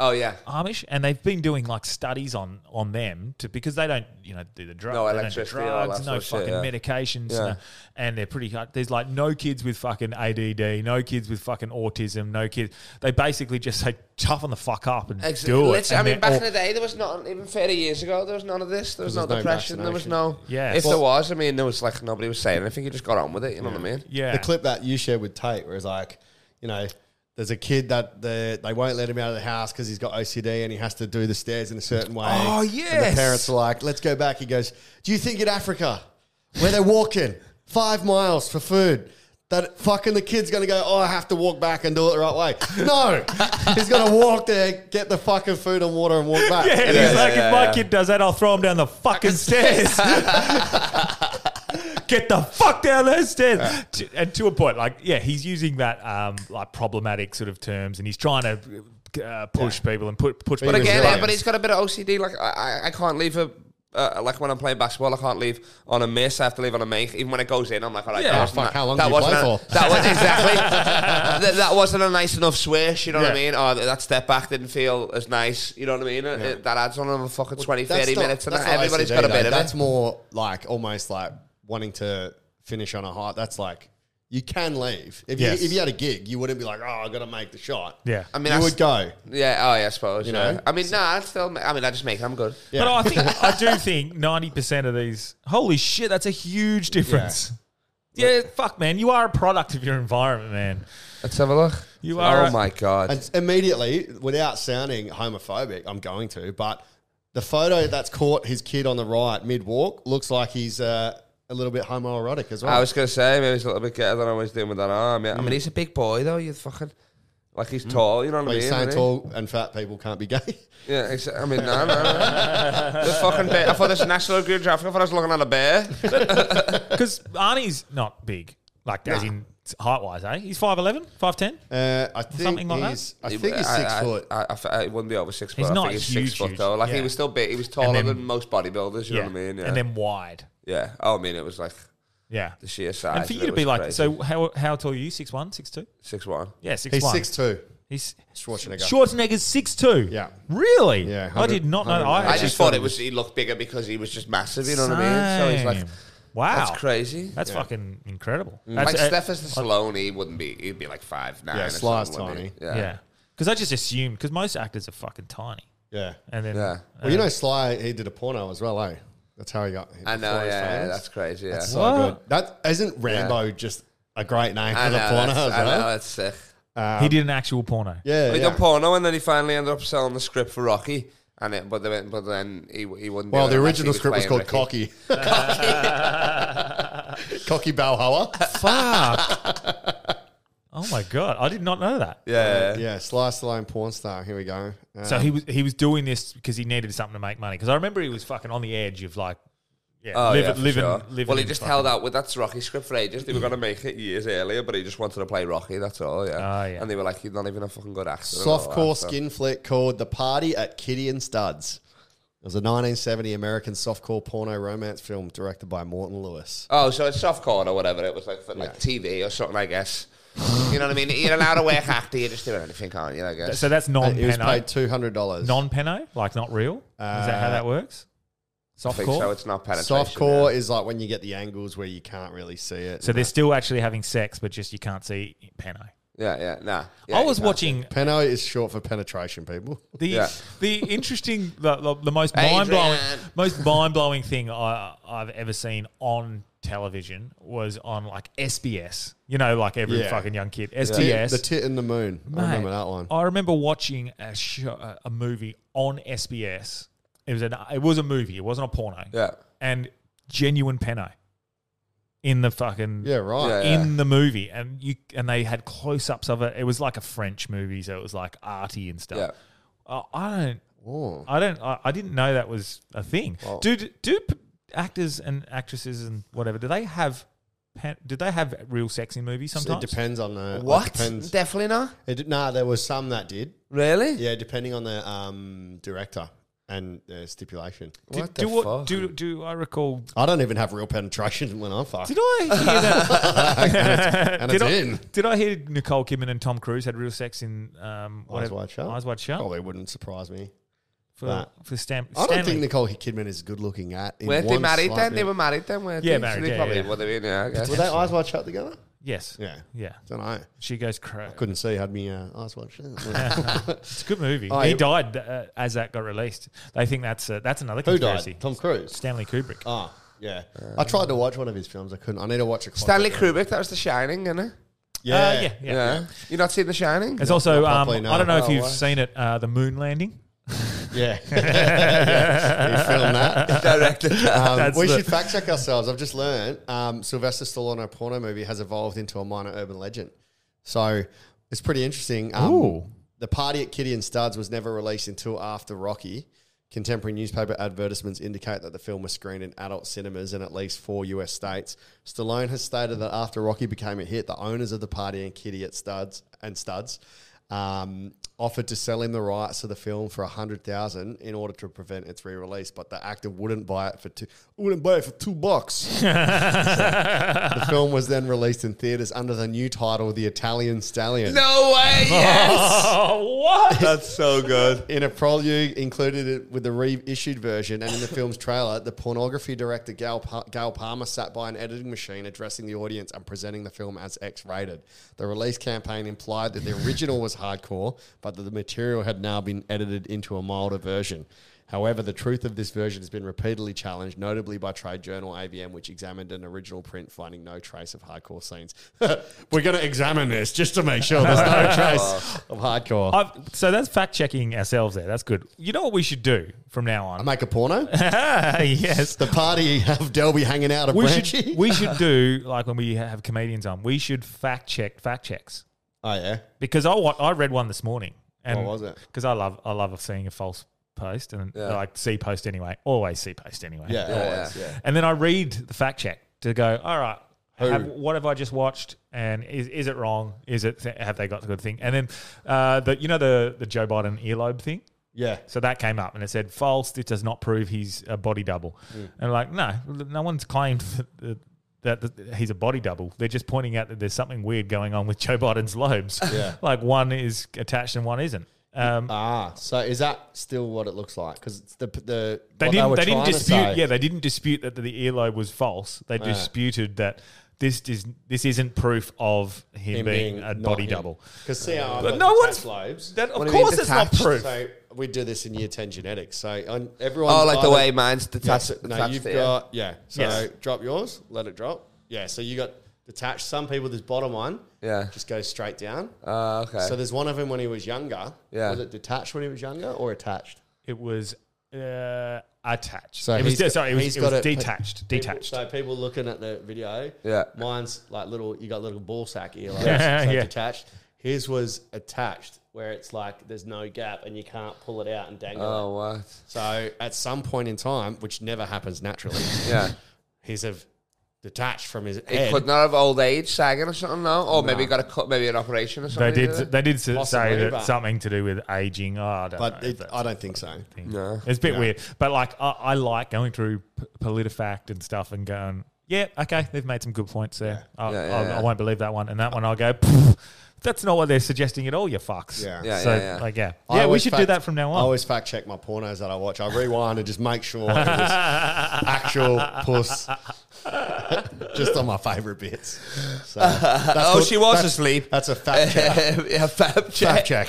S3: Oh yeah.
S2: Amish, and they've been doing like studies on on them to because they don't, you know, do the drugs,
S3: No
S2: they don't do
S3: electricity, all that
S2: drugs, no
S3: sort of shit,
S2: fucking
S3: yeah.
S2: medications,
S3: Yeah.
S2: no- and they're pretty. hard- There's like no kids with fucking ADD, no kids with fucking autism, no kids. They basically just say toughen the fuck up and
S3: Ex-
S2: do it.
S3: literally, I
S2: and
S3: mean,
S2: they're
S3: back
S2: all-
S3: in the day, there was not even thirty years ago. There was none of this. There was no
S8: Because there's no
S3: depression. there was no.
S8: vaccination.
S2: Yeah.
S3: If
S2: Well-
S3: there was, I mean, there was like nobody was saying anything. You just got on with it. You know what I mean?
S2: yeah,
S8: the clip that you shared with Tate, where it's like, you know, there's a kid that the, they won't let him out of the house because he's got OCD and he has to do the stairs in a certain way.
S2: Oh,
S8: And
S2: yes.
S8: the parents are like, let's go back. He goes, do you think in Africa, where they're walking five miles for food, that fucking the kid's gonna go, oh, I have to walk back and do it the right way.
S2: [LAUGHS]
S8: No, he's gonna walk there, get the fucking food and water, and walk back.
S2: Yeah, and
S3: Yeah,
S2: he's like,
S3: yeah,
S2: if my
S3: yeah.
S2: kid does that, I'll throw him down the
S3: [LAUGHS]
S2: fucking stairs. [LAUGHS] Get the fuck down those stairs. To- and to a point, like, yeah, he's using that um, like problematic sort of terms, and he's trying to uh, push people and put push.
S3: But
S8: He was
S3: again,
S8: right.
S3: but he's got a bit of OCD. Like I, I- I can't leave a. Uh, like when I'm playing basketball, I can't leave on a miss. I have to leave on a make. Even when it goes in, I'm like, all right,
S2: Yeah.
S3: that
S2: Oh,
S3: wasn't
S8: fuck,
S3: that,
S8: how long
S3: that
S8: do you play
S3: wasn't a-
S8: for?
S3: that was exactly
S2: [LAUGHS]
S3: that, that wasn't a nice enough swish. You know what I
S8: Yeah.
S3: mean? Or that step back didn't feel as nice. You know what I mean? It- it- that adds on another fucking 20, 30 minutes, and
S8: that's not
S3: everybody's
S8: OCD
S3: got a
S8: though.
S3: bit of
S8: That's
S3: it.
S8: more like almost like wanting to finish on a high. That's like you can leave if
S2: Yes.
S8: you if you had a gig, you wouldn't be like, oh, I got to make the shot.
S2: Yeah.
S3: I mean,
S8: you
S3: I
S8: would
S3: s-
S8: go.
S3: Yeah. Oh, yeah. I suppose.
S8: You
S3: yeah.
S8: know?
S3: I mean, nah. I'd still. ma- I mean, I just make. it. I'm good.
S2: But I think I do think ninety percent of these. Holy shit, that's a huge difference. Yeah. fuck, man. You are a product of your environment, man.
S3: Let's have a look.
S2: You are
S3: Oh
S2: a-
S3: my god.
S8: And immediately, without sounding homophobic, I'm going to. But the photo that's caught his kid on the right mid walk looks like he's uh, a little bit homoerotic as well.
S3: I was gonna say maybe he's a little bit better than I was doing with that arm.
S8: Mm.
S3: Yeah, I mean he's a big boy though. You fucking like he's tall. You know what
S8: Like,
S3: I mean?
S8: you're saying
S3: isn't he?
S8: tall and fat people can't be [LAUGHS] gay.
S3: Yeah, ex- I mean
S8: [LAUGHS]
S3: no, no, no. the fucking bear. I thought this national green traffic. I thought I was looking at a bear.
S2: Because Arnie's not big, like as in height wise, eh? He's 5'11", 5'10"?
S8: Uh, I think
S2: Something like that?
S8: he's. I think he's six
S3: I,
S8: foot.
S3: I, I, I, it wouldn't be over six foot.
S2: He's
S3: I
S2: not
S3: think he's
S2: huge,
S3: six foot
S2: huge.
S3: though. Like
S2: Yeah.
S3: he was still big. He was taller
S2: then-
S3: than most bodybuilders. You know what I mean? Yeah.
S2: And then wide.
S3: yeah. Oh, I mean it was like
S2: Yeah.
S3: the sheer size.
S2: And for
S3: of
S2: you
S3: it
S2: to be
S3: was
S2: like,
S3: crazy.
S2: so how how tall are you? Six one, six two?
S3: six one.
S2: Yeah, six
S8: he's
S2: one.
S8: six two.
S2: He's
S8: Schwarzenegger.
S2: Schwarzenegger's six two.
S8: Yeah.
S2: really?
S8: Yeah,
S2: I did not know.
S8: 100
S2: I,
S8: I
S3: I
S2: actually
S3: just thought it was he looked bigger because he was just massive. You know what I mean? So he's
S2: Same.
S3: like,
S2: wow,
S3: that's crazy.
S2: That's fucking incredible.
S3: Like
S2: That's, uh,
S3: Steph is the Stallone, he wouldn't be. He'd be like five nine.
S8: Yeah,
S3: or
S8: Sly's
S3: something, wouldn't he? Yeah.
S2: yeah, because I just assumed because most actors are fucking tiny,
S8: Yeah.
S2: and then uh,
S3: Yeah.
S8: Well, you know, Sly he did a porno as well, eh? That's how he got.
S3: I know.
S8: before he was
S3: Yeah, yeah,
S8: famous.
S3: that's crazy. Yeah.
S8: That's so
S2: What?
S8: good. That isn't Rambo just a great name
S3: I
S8: for the
S3: know.
S8: porno
S3: That's,
S8: as
S3: I know.
S8: well?
S3: That's sick.
S2: he did an actual porno.
S8: Um, Yeah,
S3: He
S8: yeah.
S3: done porno, and then he finally ended up selling the script for Rocky. And it, but then, but then he, he wouldn't.
S8: Well, the
S3: do it
S8: original
S3: unless he
S8: script was called
S3: playing Rocky.
S8: Cocky.
S3: [LAUGHS]
S8: [LAUGHS] Cocky Balboa.
S2: Fuck. oh my god, I did not know that.
S3: Yeah.
S8: yeah, Sly Stallone porn star. Here we go. Uh,
S2: So he was he was doing this because he needed something to make money. Because I remember he was fucking on the edge of like, yeah,
S3: Oh,
S2: living,
S3: yeah, for
S2: living,
S3: sure.
S2: living.
S3: Well, he
S2: in
S3: just
S2: fucking-
S3: held out with that Rocky script for ages. They were going to make it years earlier, but he just wanted to play Rocky. That's all. Yeah.
S2: Ah, yeah.
S3: And they were like, "You're not even a fucking good actor." and all that,
S8: softcore
S3: so-
S8: skin flick called The Party at Kitty and Studs. It was a 1970 American softcore porno romance film directed by Morton Lewis.
S3: Oh, so it's softcore or whatever. It was like for like TV or something, I guess. you know what I mean? You're an out of work actor. You're just doing anything, can't you? I guess.
S2: So that's non
S8: It was paid
S2: peno,
S8: two hundred dollars.
S2: non peno, like not real. Is that how that works?
S3: Uh, I think
S2: Softcore.
S3: so.
S2: So,
S3: It's not penetration.
S8: Softcore
S3: yeah.
S8: is like when you get the angles where you can't really see it.
S2: they're still actually having sex, but just you can't see peno.
S3: Yeah, yeah, nah. Yeah,
S2: I was
S3: you can't.
S2: watching
S8: Peno is short for penetration,
S2: [LAUGHS]
S8: people.
S2: the
S3: Yeah.
S2: the interesting the, the, the most mind blowing
S3: Adrian.
S2: most mind blowing thing I I've ever seen on television was on like SBS. You know, like every
S8: Yeah.
S2: fucking young kid.
S8: Tit-
S2: SBS.
S8: The tit in the moon. I remember that one.
S2: I remember watching a show, a- a movie on SBS. It was an it was a movie. It wasn't a porno.
S3: Yeah.
S2: And genuine Penno in the fucking
S8: Yeah, right.
S3: Yeah, yeah.
S2: in the movie, and you and they had close ups of it. It was like a French movie, so it was like arty and stuff.
S3: Yeah.
S2: Uh, I don't.
S8: Oh.
S2: I don't. I, I didn't know that was a thing. do do, do p- actors and actresses and whatever? Do they have? Pen, did they have real sex in movies
S8: It
S2: sometimes?
S8: depends on the
S3: What?
S8: It depends.
S3: Definitely not.
S8: It, nah, there was some that did.
S3: Really?
S8: Yeah, depending on the um, director and uh, stipulation.
S2: Do,
S3: What
S2: do
S3: the
S2: what-
S3: fuck?
S2: do do I recall
S8: I don't even have real penetration [LAUGHS] when I fuck.
S2: Did I hear
S8: [LAUGHS]
S2: that?
S8: and it's
S2: did, I,
S8: in.
S2: did I hear Nicole Kidman and Tom Cruise had real sex in um,
S8: Eyes
S2: whatever-
S8: wide shut.
S2: Eyes Wide Shut
S8: Probably wouldn't surprise me.
S2: for,
S8: nah.
S2: for Stan,
S8: I
S2: Stanley.
S8: don't think Nicole Kidman is good looking at. In
S3: Weren't they
S8: one
S3: married
S8: slight
S3: then?
S8: bit.
S3: They were married then, weren't
S2: Yeah,
S3: they?
S2: married,
S3: So they
S2: yeah,
S3: probably
S2: yeah.
S3: would have been, yeah, I guess.
S8: Were they eyes wide shut together?
S2: yes.
S8: Yeah.
S2: Yeah.
S8: Don't know.
S2: She goes crazy.
S8: Couldn't see. Had me uh, eyes wide
S2: [LAUGHS]
S8: shut.
S2: It's a good movie.
S8: Oh,
S2: he
S8: yeah.
S2: died uh, as that got released. They think that's uh, that's another
S8: Who
S2: conspiracy.
S8: died? Tom Cruise.
S2: Stanley Kubrick. Uh,
S8: Ah, yeah. I tried to watch one of his films. I couldn't. I need to watch a
S3: Stanley Kubrick, that was The Shining, innit?
S8: Yeah.
S2: Uh, yeah, yeah.
S3: Yeah. You not seen The Shining?
S2: There's also,
S8: not
S2: um,
S8: properly, no.
S2: I don't know if
S3: Oh,
S2: you've
S3: wow.
S2: seen it, uh, the
S8: [LAUGHS]
S2: moon landing. [LAUGHS]
S8: Yeah. Yeah. He filmed that.
S3: Directed.
S8: Um,
S2: That's
S8: we
S2: the-
S8: should fact check ourselves. I've just learned um, Sylvester Stallone porno movie has evolved into a minor urban legend. So it's pretty interesting. Um,
S2: Ooh.
S8: The party at Kitty and Studs was never released until after Rocky. Contemporary newspaper advertisements indicate that the film was screened in adult cinemas in at least four US states. Stallone has stated that after Rocky became a hit, the owners of the party and Kitty at Studs and Studs um, offered to sell him the rights to the film for a hundred thousand in order to prevent its re-release, but the actor wouldn't buy it for two wouldn't buy it for two bucks. the film was then released in theaters under the new title The Italian Stallion.
S3: no way, yes!
S2: Oh, what?
S3: [LAUGHS] That's so good.
S8: In a prologue included it with the reissued version, and in the film's trailer, the pornography director Gail, pa- Gail Palmer sat by an editing machine addressing the audience and presenting the film as X rated. The release campaign implied that the original was hardcore, but that the material had now been edited into a milder version. However, the truth of this version has been repeatedly challenged, notably by trade journal AVM, which examined an original print finding no trace of hardcore scenes. [LAUGHS] We're going to examine this just to make sure there's
S3: [LAUGHS]
S8: no trace of hardcore.
S2: I've, so that's fact checking ourselves there. That's good. You know what we should do from now on?
S8: Make a porno?
S2: [LAUGHS] yes.
S8: the party have Delby hanging out at
S2: We
S8: Branchy.
S2: should we should do like when we have comedians on. We should fact check fact checks
S8: oh yeah,
S2: because I wa- I read one this morning. And
S8: What was it?
S2: Because I love I love seeing a false post and
S3: Yeah.
S2: like see post anyway. Always see post anyway.
S8: yeah,
S3: Yeah,
S8: always, yeah.
S2: And then I read the fact check to go. All right.
S8: Who?
S2: Have, what have I just watched? And is, is it wrong? Is it th- have they got the good thing? And then uh, the you know the the Joe Biden earlobe thing.
S8: yeah,
S2: So that came up and it said false. This does not prove he's a body double.
S8: Hmm.
S2: And like, no, no one's claimed [LAUGHS] that, that, that he's a body double. They're just pointing out that there's something weird going on with Joe Biden's lobes.
S8: [LAUGHS] Yeah.
S2: [LAUGHS] like one is attached and one isn't. Um,
S8: Ah, so is that still what it looks like? Because the the
S2: they
S8: what
S2: didn't.
S8: were
S2: They, didn't
S8: trying to
S2: dispute.
S8: say-
S2: Yeah, they didn't dispute that the earlobe was false. They disputed that this is this isn't proof of him,
S8: him
S2: being, a body double.
S8: Because see, how I've
S2: But
S8: got
S2: no one's-
S8: detached lobes.
S2: That of
S3: do you mean
S2: course it's not
S3: detached?
S2: proof.
S8: So we do this in year ten genetics. So on everyone.
S3: Oh, like the way mine's
S8: Yeah,
S3: detached.
S8: so, no,
S3: attached
S8: you've
S3: to you.
S8: got yeah. So
S2: Yes.
S8: drop yours. Let it drop. Yeah. So you got detached. Some people, this bottom one,
S3: Yeah.
S8: just goes straight down.
S3: Oh, okay.
S8: So there's one of him when he was younger.
S3: Yeah.
S8: Was it detached when he was younger or attached?
S2: It was uh, attached.
S8: So
S2: it was
S8: he's got-
S2: sorry. It was,
S8: he's
S2: it was
S8: got it-
S2: detached. Detached.
S8: People, so people looking at the video,
S3: Yeah.
S8: mine's like little. You got little ball sack earlobes,
S2: [LAUGHS] Yeah.
S8: so
S2: Yeah.
S8: detached. His was attached, where it's like there's no gap and you can't pull it out and dangle.
S3: oh,
S8: it.
S3: what?
S8: So at some point in time, which never happens naturally, [LAUGHS]
S3: Yeah.
S8: his have detached from his
S3: He
S8: head.
S3: could not have old age, sagging or something, no? Or maybe got a cut, maybe an operation or
S2: They
S3: something.
S2: did.
S3: did
S2: They did s-
S8: Possibly,
S2: say that
S8: but-
S2: something to do with aging. Oh, I don't
S8: but
S2: know.
S8: it, I don't think so.
S2: no. It's a bit weird. But like, I, I like going through p- PolitiFact and stuff and going, yeah, okay, they've made some good points there. I,
S3: Yeah, yeah,
S2: I,
S3: yeah.
S2: I won't believe that one. And that one, I'll go, "Pff, that's not what they're suggesting at all, you fucks.
S8: Yeah.
S3: Yeah,
S2: so,
S3: yeah, yeah.
S2: like, yeah,
S8: I
S2: yeah, we
S8: always
S2: should do
S8: fact-
S2: that from now
S8: I
S2: on.
S8: always fact check
S3: [LAUGHS]
S8: my pornos that I watch. I rewind and just make sure it was actual puss. [LAUGHS] just on my favourite bits.
S3: [LAUGHS]
S8: So that's
S3: Oh, she was
S8: that's-
S3: asleep.
S8: That's a fact
S3: [LAUGHS]
S8: check.
S3: yeah, fab
S8: fact
S3: check.
S8: check. [LAUGHS]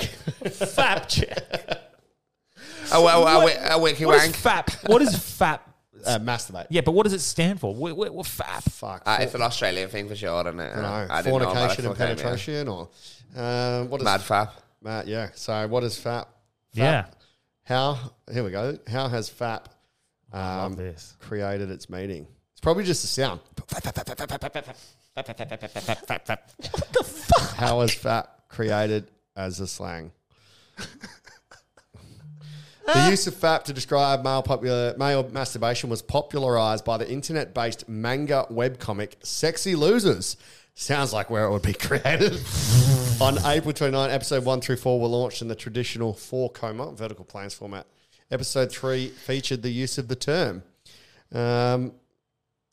S2: Fap check.
S3: A, wa- a,
S2: What-
S3: wi- a wiki
S2: What is
S3: wank.
S2: fap? What is fap?
S8: Uh, masturbate.
S2: Yeah, but what does it stand for? What, what, what fap?
S8: Fuck.
S3: Uh,
S8: for-
S3: it's an Australian thing for sure, isn't it?
S8: no,
S3: I didn't know about
S8: fornication
S3: it till
S8: and
S3: it came, yeah.
S8: penetration, or um, what is
S3: Mad fap.
S8: Matt, yeah. So what is fat?
S2: Yeah.
S8: How? Here we go. How has fat um,
S2: this.
S8: created its meaning? It's probably just a sound. [LAUGHS] How has fat created as a slang? the use of fap to describe male popular male masturbation was popularized by the internet-based manga webcomic Sexy Losers. Sounds like where it would be [LAUGHS] created. On April 29, episode 1 through 4 were launched in the traditional four coma vertical planes format. Episode 3 featured the use of the term. Um,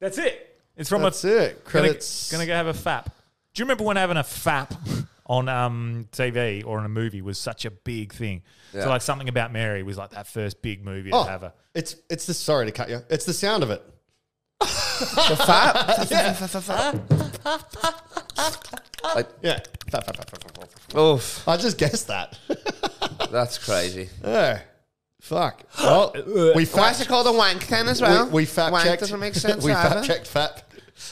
S2: That's it. It's from
S8: that's
S2: a
S8: it.
S2: Gonna,
S8: Credits.
S2: gonna go have a fap. Do you remember when having a fap on um, TV or in a movie was such a big thing? So like something about Mary was like that first big movie to have
S8: Oh,
S2: a.
S8: it's, it's the, sorry to cut you. It's the sound of it. [LAUGHS]
S3: Like, [LAUGHS]
S8: Yeah. Fap, fap, fap, fap, fap, fap.
S3: oof,
S8: I just guessed that. [LAUGHS]
S3: that's crazy.
S8: Yeah. Fuck. Well, we
S3: Why is
S8: fact
S3: it called a wank then as well?
S8: We, we
S3: [LAUGHS]
S8: fact
S3: wank
S8: checked.
S3: doesn't make
S8: [LAUGHS]
S3: sense
S8: we
S3: either.
S8: fact checked fap.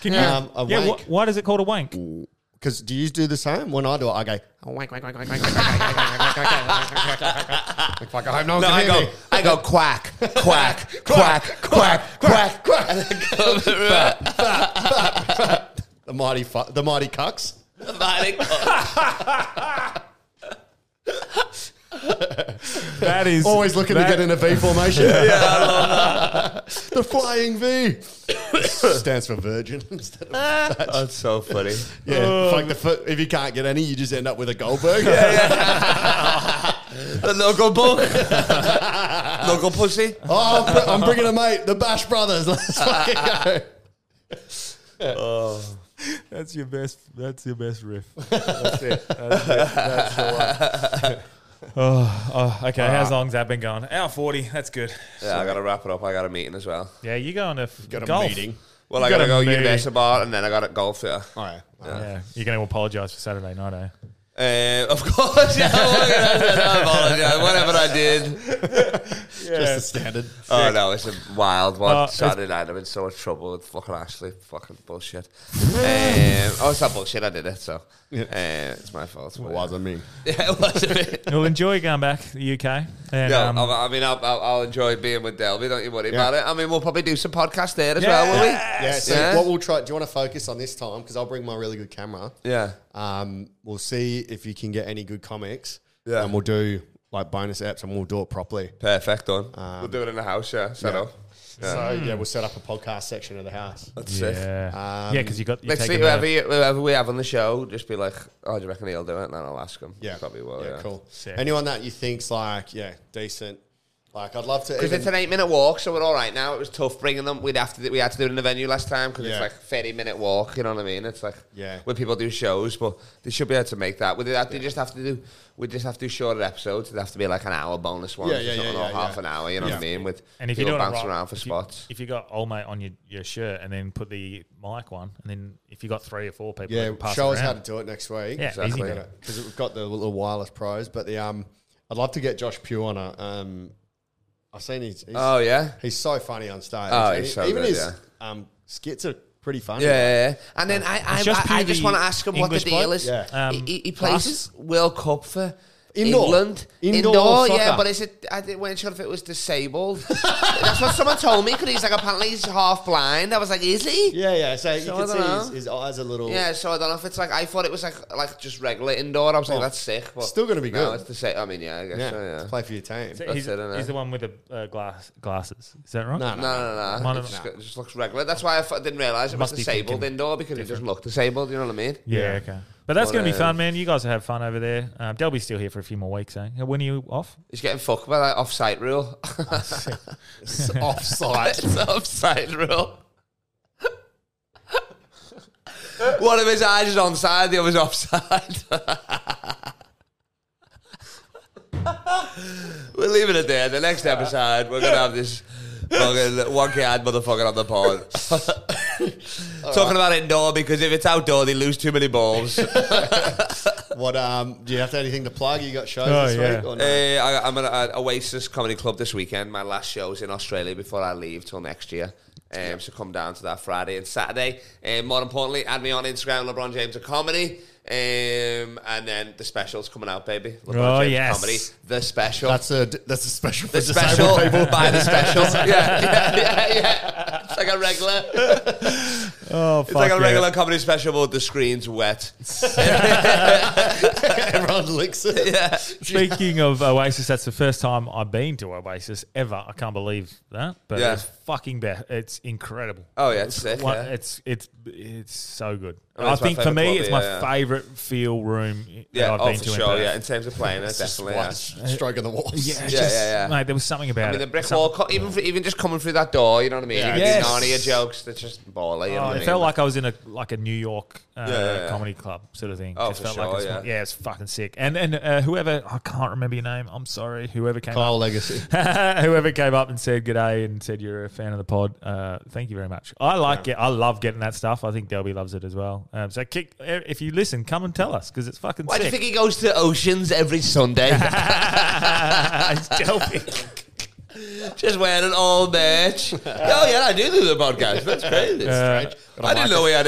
S2: Can you?
S8: Um, a
S2: yeah.
S8: wank.
S2: wh- why does it called a wank?
S8: Because do you do the same? When I do it, I go, "Oh, fuck, I hope no one
S3: No,
S8: can
S3: I
S8: hear
S3: go,
S8: me.
S3: I go quack,
S8: [LAUGHS]
S3: quack, quack, quack, quack, quack, [LAUGHS] and then go through it.
S8: The mighty, fu- the mighty cucks.
S3: [LAUGHS]
S2: That is
S8: Always looking
S2: that-
S8: to get in a V
S3: [LAUGHS]
S8: formation. yeah, the flying V [COUGHS] stands for virgin. [LAUGHS] instead of-
S3: Ah. That's so funny.
S8: yeah, fuck the fir- if you can't get any, you just end up with a Goldberg.
S3: The local book. [LAUGHS] local pussy.
S8: Oh, I'm, br- I'm bringing a mate, the Bash Brothers. [LAUGHS] Let's fucking go. [LAUGHS]
S2: That's your best. That's your best riff. Oh, okay.
S8: Ah.
S2: How long's that been going? Hour forty. That's good.
S3: Yeah, I gotta wrap it up. I got a meeting as well.
S2: Yeah, you going to f-
S8: Got a
S2: golf?
S8: meeting.
S3: Well,
S2: You
S3: I gotta
S2: gotta
S3: go
S2: meet.
S3: university bar and then I gotta golf here.
S8: All right.
S2: Yeah, you're going to apologise for Saturday night, eh?
S3: Uh, of course, [LAUGHS] yeah, I apologize. Whatever I did.
S8: Just the standard.
S3: Oh no, it's a wild one.
S8: Oh,
S2: Uh, it's-
S3: Saturday night, I'm in so much trouble with fucking Ashley. Fucking
S8: [LAUGHS]
S3: bullshit. um, oh, it's not bullshit. I did it, so uh, it's my fault.
S8: It wasn't me.
S3: [LAUGHS] Yeah, it was
S8: [LAUGHS]
S3: a bit.
S2: You'll enjoy going back to the UK. And,
S3: Yeah,
S2: um,
S3: I'll- I mean, I'll, I'll, I'll enjoy being with Delby. Don't you worry
S8: Yeah.
S3: about it. I mean, we'll probably do some podcast there as
S2: Yeah.
S3: well, will we?
S8: Yeah, so
S3: Yeah.
S8: what we'll try, do you want to focus on this time? Because I'll bring my really good camera.
S3: Yeah.
S8: Um, we'll see if you can get any good comics.
S3: Yeah.
S8: And we'll do like bonus apps and we'll do it properly.
S3: Perfect. Done. we'll do it in the house. Yeah. Set
S8: Um, yeah.
S3: up.
S8: So, yeah, we'll set up a podcast section of the house.
S3: That's
S2: yeah,
S3: sick.
S8: Um,
S2: yeah, because you got you
S3: Next
S2: take
S3: week,
S2: them out.
S3: whoever, you- whoever we have on the show, just be like, "Oh, do you reckon he'll do it?" And then I'll ask him.
S8: Yeah.
S3: probably will. Yeah,
S8: cool.
S2: Sick.
S8: Anyone that you think's like, yeah, decent. Like, I'd love to.
S3: Because
S8: even-
S3: it's an eight-minute walk, so we're all right now. It was tough bringing them. We'd have to we had to do it in the venue last time because
S8: Yeah.
S3: it's like thirty-minute walk. You know what I mean? It's like
S8: Yeah.
S3: when people do shows, but they should be able to make that. Would they, have, they just have to do? We just have to do shorter episodes. It'd have to be like an hour bonus ones
S8: Yeah,
S3: or
S8: yeah,
S3: something,
S8: yeah,
S3: or
S8: yeah,
S3: half
S8: yeah.
S3: an hour. You know what I
S8: Yeah.
S3: mean? With
S2: And if you
S3: people
S2: do it
S3: bouncing
S2: right-
S3: around for
S2: if you-
S3: spots,
S2: if you got old mate on your, your shirt and then put the mic one, and then if you got three or four people, yeah,
S8: yeah,
S2: can pass
S8: show
S2: it
S8: us how to
S2: around.
S8: do it next week.
S2: Yeah,
S3: Exactly.
S2: easy.
S3: Yeah.
S2: mate.
S8: because we've got the little wireless pros. But the um, I'd love to get Josh Pugh on a um, I've seen he's, he's
S3: oh yeah.
S8: he's so funny on stage.
S3: Oh,
S8: And
S3: he's
S8: he-
S3: so
S8: even
S3: good,
S8: his
S3: yeah.
S8: um skits are pretty funny.
S3: Yeah, yeah, yeah. and
S8: Um,
S3: then I, I,
S2: just
S3: I, I
S2: pure
S3: just
S2: the
S3: want to ask him what the
S2: English
S3: deal
S2: bloke?
S3: is.
S8: Yeah.
S2: Um,
S3: he, he plays
S2: Plus?
S3: World Cup for
S8: Indoor.
S3: England.
S8: Indoor soccer.
S3: yeah, but is it? I didn't, weren't sure if it was disabled. [LAUGHS] That's what someone told me because he's like apparently he's half blind. I was like, is he?
S8: yeah, yeah. So,
S3: So
S8: you
S3: I
S8: can see
S3: dunno.
S8: his, his eyes a little.
S3: Yeah, so I don't know if it's like I thought it was like like just regular indoor. I was like, that's sick. But
S8: Oh, Still gonna be
S3: No,
S8: good.
S3: it's the same. I mean, yeah, I guess.
S8: yeah.
S3: So, yeah.
S8: to play for your team.
S2: So
S3: That's
S2: he's,
S3: it, innit?
S2: he's the one with the uh, glass glasses. Is that right?
S8: No, no.
S3: No, no, no.
S2: Mine
S3: It
S2: are-
S3: just, it just looks regular. That's why I f- didn't realise it was
S2: Must be
S3: disabled
S2: thinking
S3: indoor because it doesn't look disabled. You know what I mean?
S2: Yeah, okay. But that's
S3: But,
S2: going to be
S3: uh,
S2: fun, man. You guys will have fun over there. Um, Delby's still here for a few more weeks, eh? When are you off?
S3: He's getting fucked by that offside rule.
S8: It's offside.
S3: it's an offside [LAUGHS] rule. One of his eyes is onside, the other's [LAUGHS] offside. we're leaving it there. The next episode, we're going to have this fucking wonky eyed motherfucker on the pod. [LAUGHS] Talking about indoor because if it's outdoor, they lose too many balls. uh,
S8: What um? Do you have to anything to plug? You got shows
S2: Oh,
S8: this
S2: yeah.
S8: week? Or no?
S3: I, I'm at uh, Oasis Comedy Club this weekend. My last show's in Australia before I leave till next year. Um, So come down to that Friday and Saturday. Um, more importantly, add me on Instagram, LeBron James of Comedy. Um, and then the special's coming out, baby. LeBron
S2: Oh,
S3: James
S2: yes.
S3: Comedy. The special.
S8: that's a that's a special for
S3: the
S8: disabled
S3: [LAUGHS] special
S8: people.
S3: by the special. yeah, yeah, yeah, yeah. It's like a regular.
S2: Oh,
S3: It's like a regular comedy special, but the screen's wet.
S8: Everyone licks it.
S3: Yeah.
S2: Speaking of Oasis, that's the first time I've been to Oasis ever. I can't believe that, but
S3: Yeah.
S2: it's fucking best. It's incredible.
S3: Oh yeah, it's sick.
S2: One-
S3: Yeah.
S2: It's it's it's so good.
S3: I mean,
S2: I
S3: it's my
S2: think for
S3: favourite
S2: me,
S3: club,
S2: it's
S3: yeah,
S2: my
S3: yeah.
S2: favorite feel room that
S3: Yeah,
S2: I've
S3: oh,
S2: been
S3: for
S2: to. in
S3: sure.
S2: Perth.
S3: Yeah, in terms of playing, that's definitely. uh,
S8: Like,
S3: Yeah.
S8: stroking the walls.
S2: Yeah, it's
S3: Yeah,
S2: just-
S3: yeah, yeah.
S2: Mate, there was something about
S3: I mean,
S2: it.
S3: the brick
S2: Some-
S3: wall, co- even even just coming through that door, you know what I mean?
S8: Yeah.
S3: Even
S2: Yes.
S3: the Narnia jokes, they're just baller. You know
S2: Oh,
S3: what I
S2: it
S3: mean?
S2: felt like I was in a like a New York uh,
S3: Yeah, yeah, yeah.
S2: comedy club sort of thing.
S3: Oh,
S2: Just
S3: for
S2: felt
S3: sure,
S2: it's
S3: yeah.
S2: one- yeah, it's fucking sick. And and uh, whoever I can't remember your name. I'm sorry. Whoever came
S8: Kyle
S2: up, [LAUGHS]
S3: [LAUGHS]
S8: Legacy.
S2: whoever came up and said good day and said you're a fan of the pod. Uh, thank you very much. I like it. I love getting that stuff. I think Delby loves it as well. Um, so kick if you listen, come and tell us because it's fucking
S3: Why do you
S2: sick.
S3: think he goes to Oceans every
S2: [LAUGHS]
S3: Sunday? [LAUGHS]
S2: It's Delby.
S3: just wearing all merch. oh yeah, I do do the podcast. That's crazy. It's strange. I didn't know we had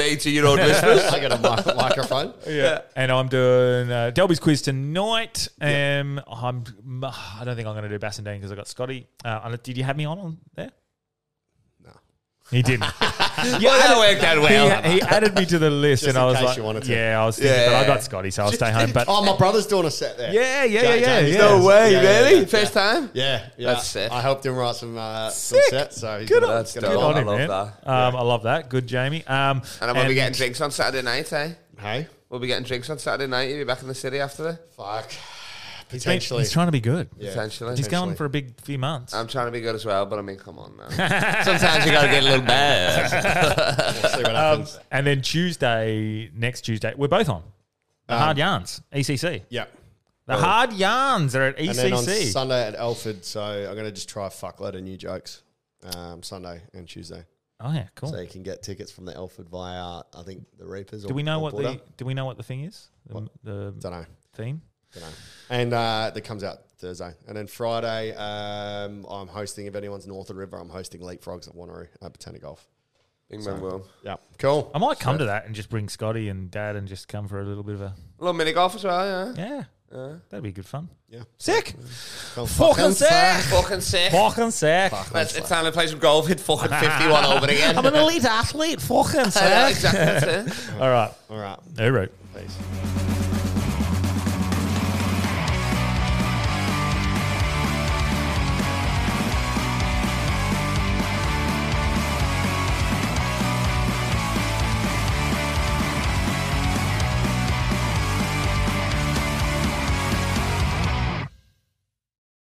S2: [LAUGHS]
S3: eighteen-year-old listeners.
S8: I got a mic- microphone.
S2: Yeah. And I'm doing uh, Delby's quiz tonight. Um, I'm, I don't think I'm going to do Bassendean because I got Scotty. Uh, and did you have me on, on there?
S8: No.
S2: He
S3: [LAUGHS]
S2: didn't.
S3: Yeah, that worked out well.
S2: he,
S3: [LAUGHS]
S2: he added me to the list,
S8: Just
S2: and I
S8: in
S2: was
S8: case
S2: like,
S8: you wanted to.
S2: "Yeah, I was thinking,
S3: Yeah.
S2: but I got Scotty, so I'll stay home." But
S8: oh, my brother's doing a set there.
S2: yeah, yeah, yeah,
S8: James,
S2: yeah,
S8: James,
S2: yeah.
S3: no way,
S8: Yeah, yeah,
S3: really?
S8: yeah,
S3: First time?
S8: Yeah, yeah.
S3: That's sick.
S8: I helped him write some uh, some
S2: Sick.
S8: sets, so he's
S2: Good
S8: gonna,
S2: on-
S3: That's
S8: gonna
S3: dope.
S8: roll
S2: on
S3: I
S2: him,
S3: love
S2: man.
S3: that.
S2: Um, I love that. Good, Jamie. Um,
S3: And I'm be getting drinks on Saturday night, eh?
S8: it. Hey,
S3: We'll be getting drinks on Saturday night. You'll be back in the city after that,
S8: fuck.
S2: Potentially,
S8: Potentially,
S2: he's trying to be good.
S3: potentially.
S2: He's going
S8: Potentially.
S2: for a big few months.
S3: I'm trying to be good as well, but I mean,
S2: [LAUGHS]
S3: come on now. Sometimes you gotta get a little bad.
S8: We'll see what
S2: Um,
S8: happens.
S2: and then Tuesday, next Tuesday, we're both on
S3: Um,
S2: the Hard Yarns E ECC.
S8: yeah.
S2: The Hard Yarns are at E
S8: And then on
S2: ECC.
S8: Sunday at Alford, so I'm gonna just try a fuckload of new jokes. Um, Sunday and Tuesday,
S2: oh yeah, cool.
S8: so you can get tickets from the Alford via I think the Reapers. Or,
S2: do we know
S8: or
S2: what
S8: Border.
S2: the do we know what the thing is? The, the
S8: Don't know.
S2: theme.
S8: Dunno. And uh, that comes out Thursday. And then Friday, um, I'm hosting, if anyone's north of the river, I'm hosting Leapfrogs at Wanneroo at Botanic Golf.
S3: England will.
S8: Yeah, cool.
S2: I might come to that and just bring Scotty and Dad and just come for a little bit of a
S3: A little mini golf as well, yeah.
S2: yeah. That'd be good fun.
S8: Uh, Yeah.
S2: Sick.
S8: Cool.
S2: Fucking sick.
S3: Fucking sick.
S2: Fucking sick.
S3: That's, it's time to play some golf. Hit fucking 51 over
S8: [LAUGHS]
S3: again.
S2: I'm an elite athlete. Fucking sick.
S3: Yeah, exactly. that's it.
S2: All right.
S8: All right.
S2: All right.
S8: Peace.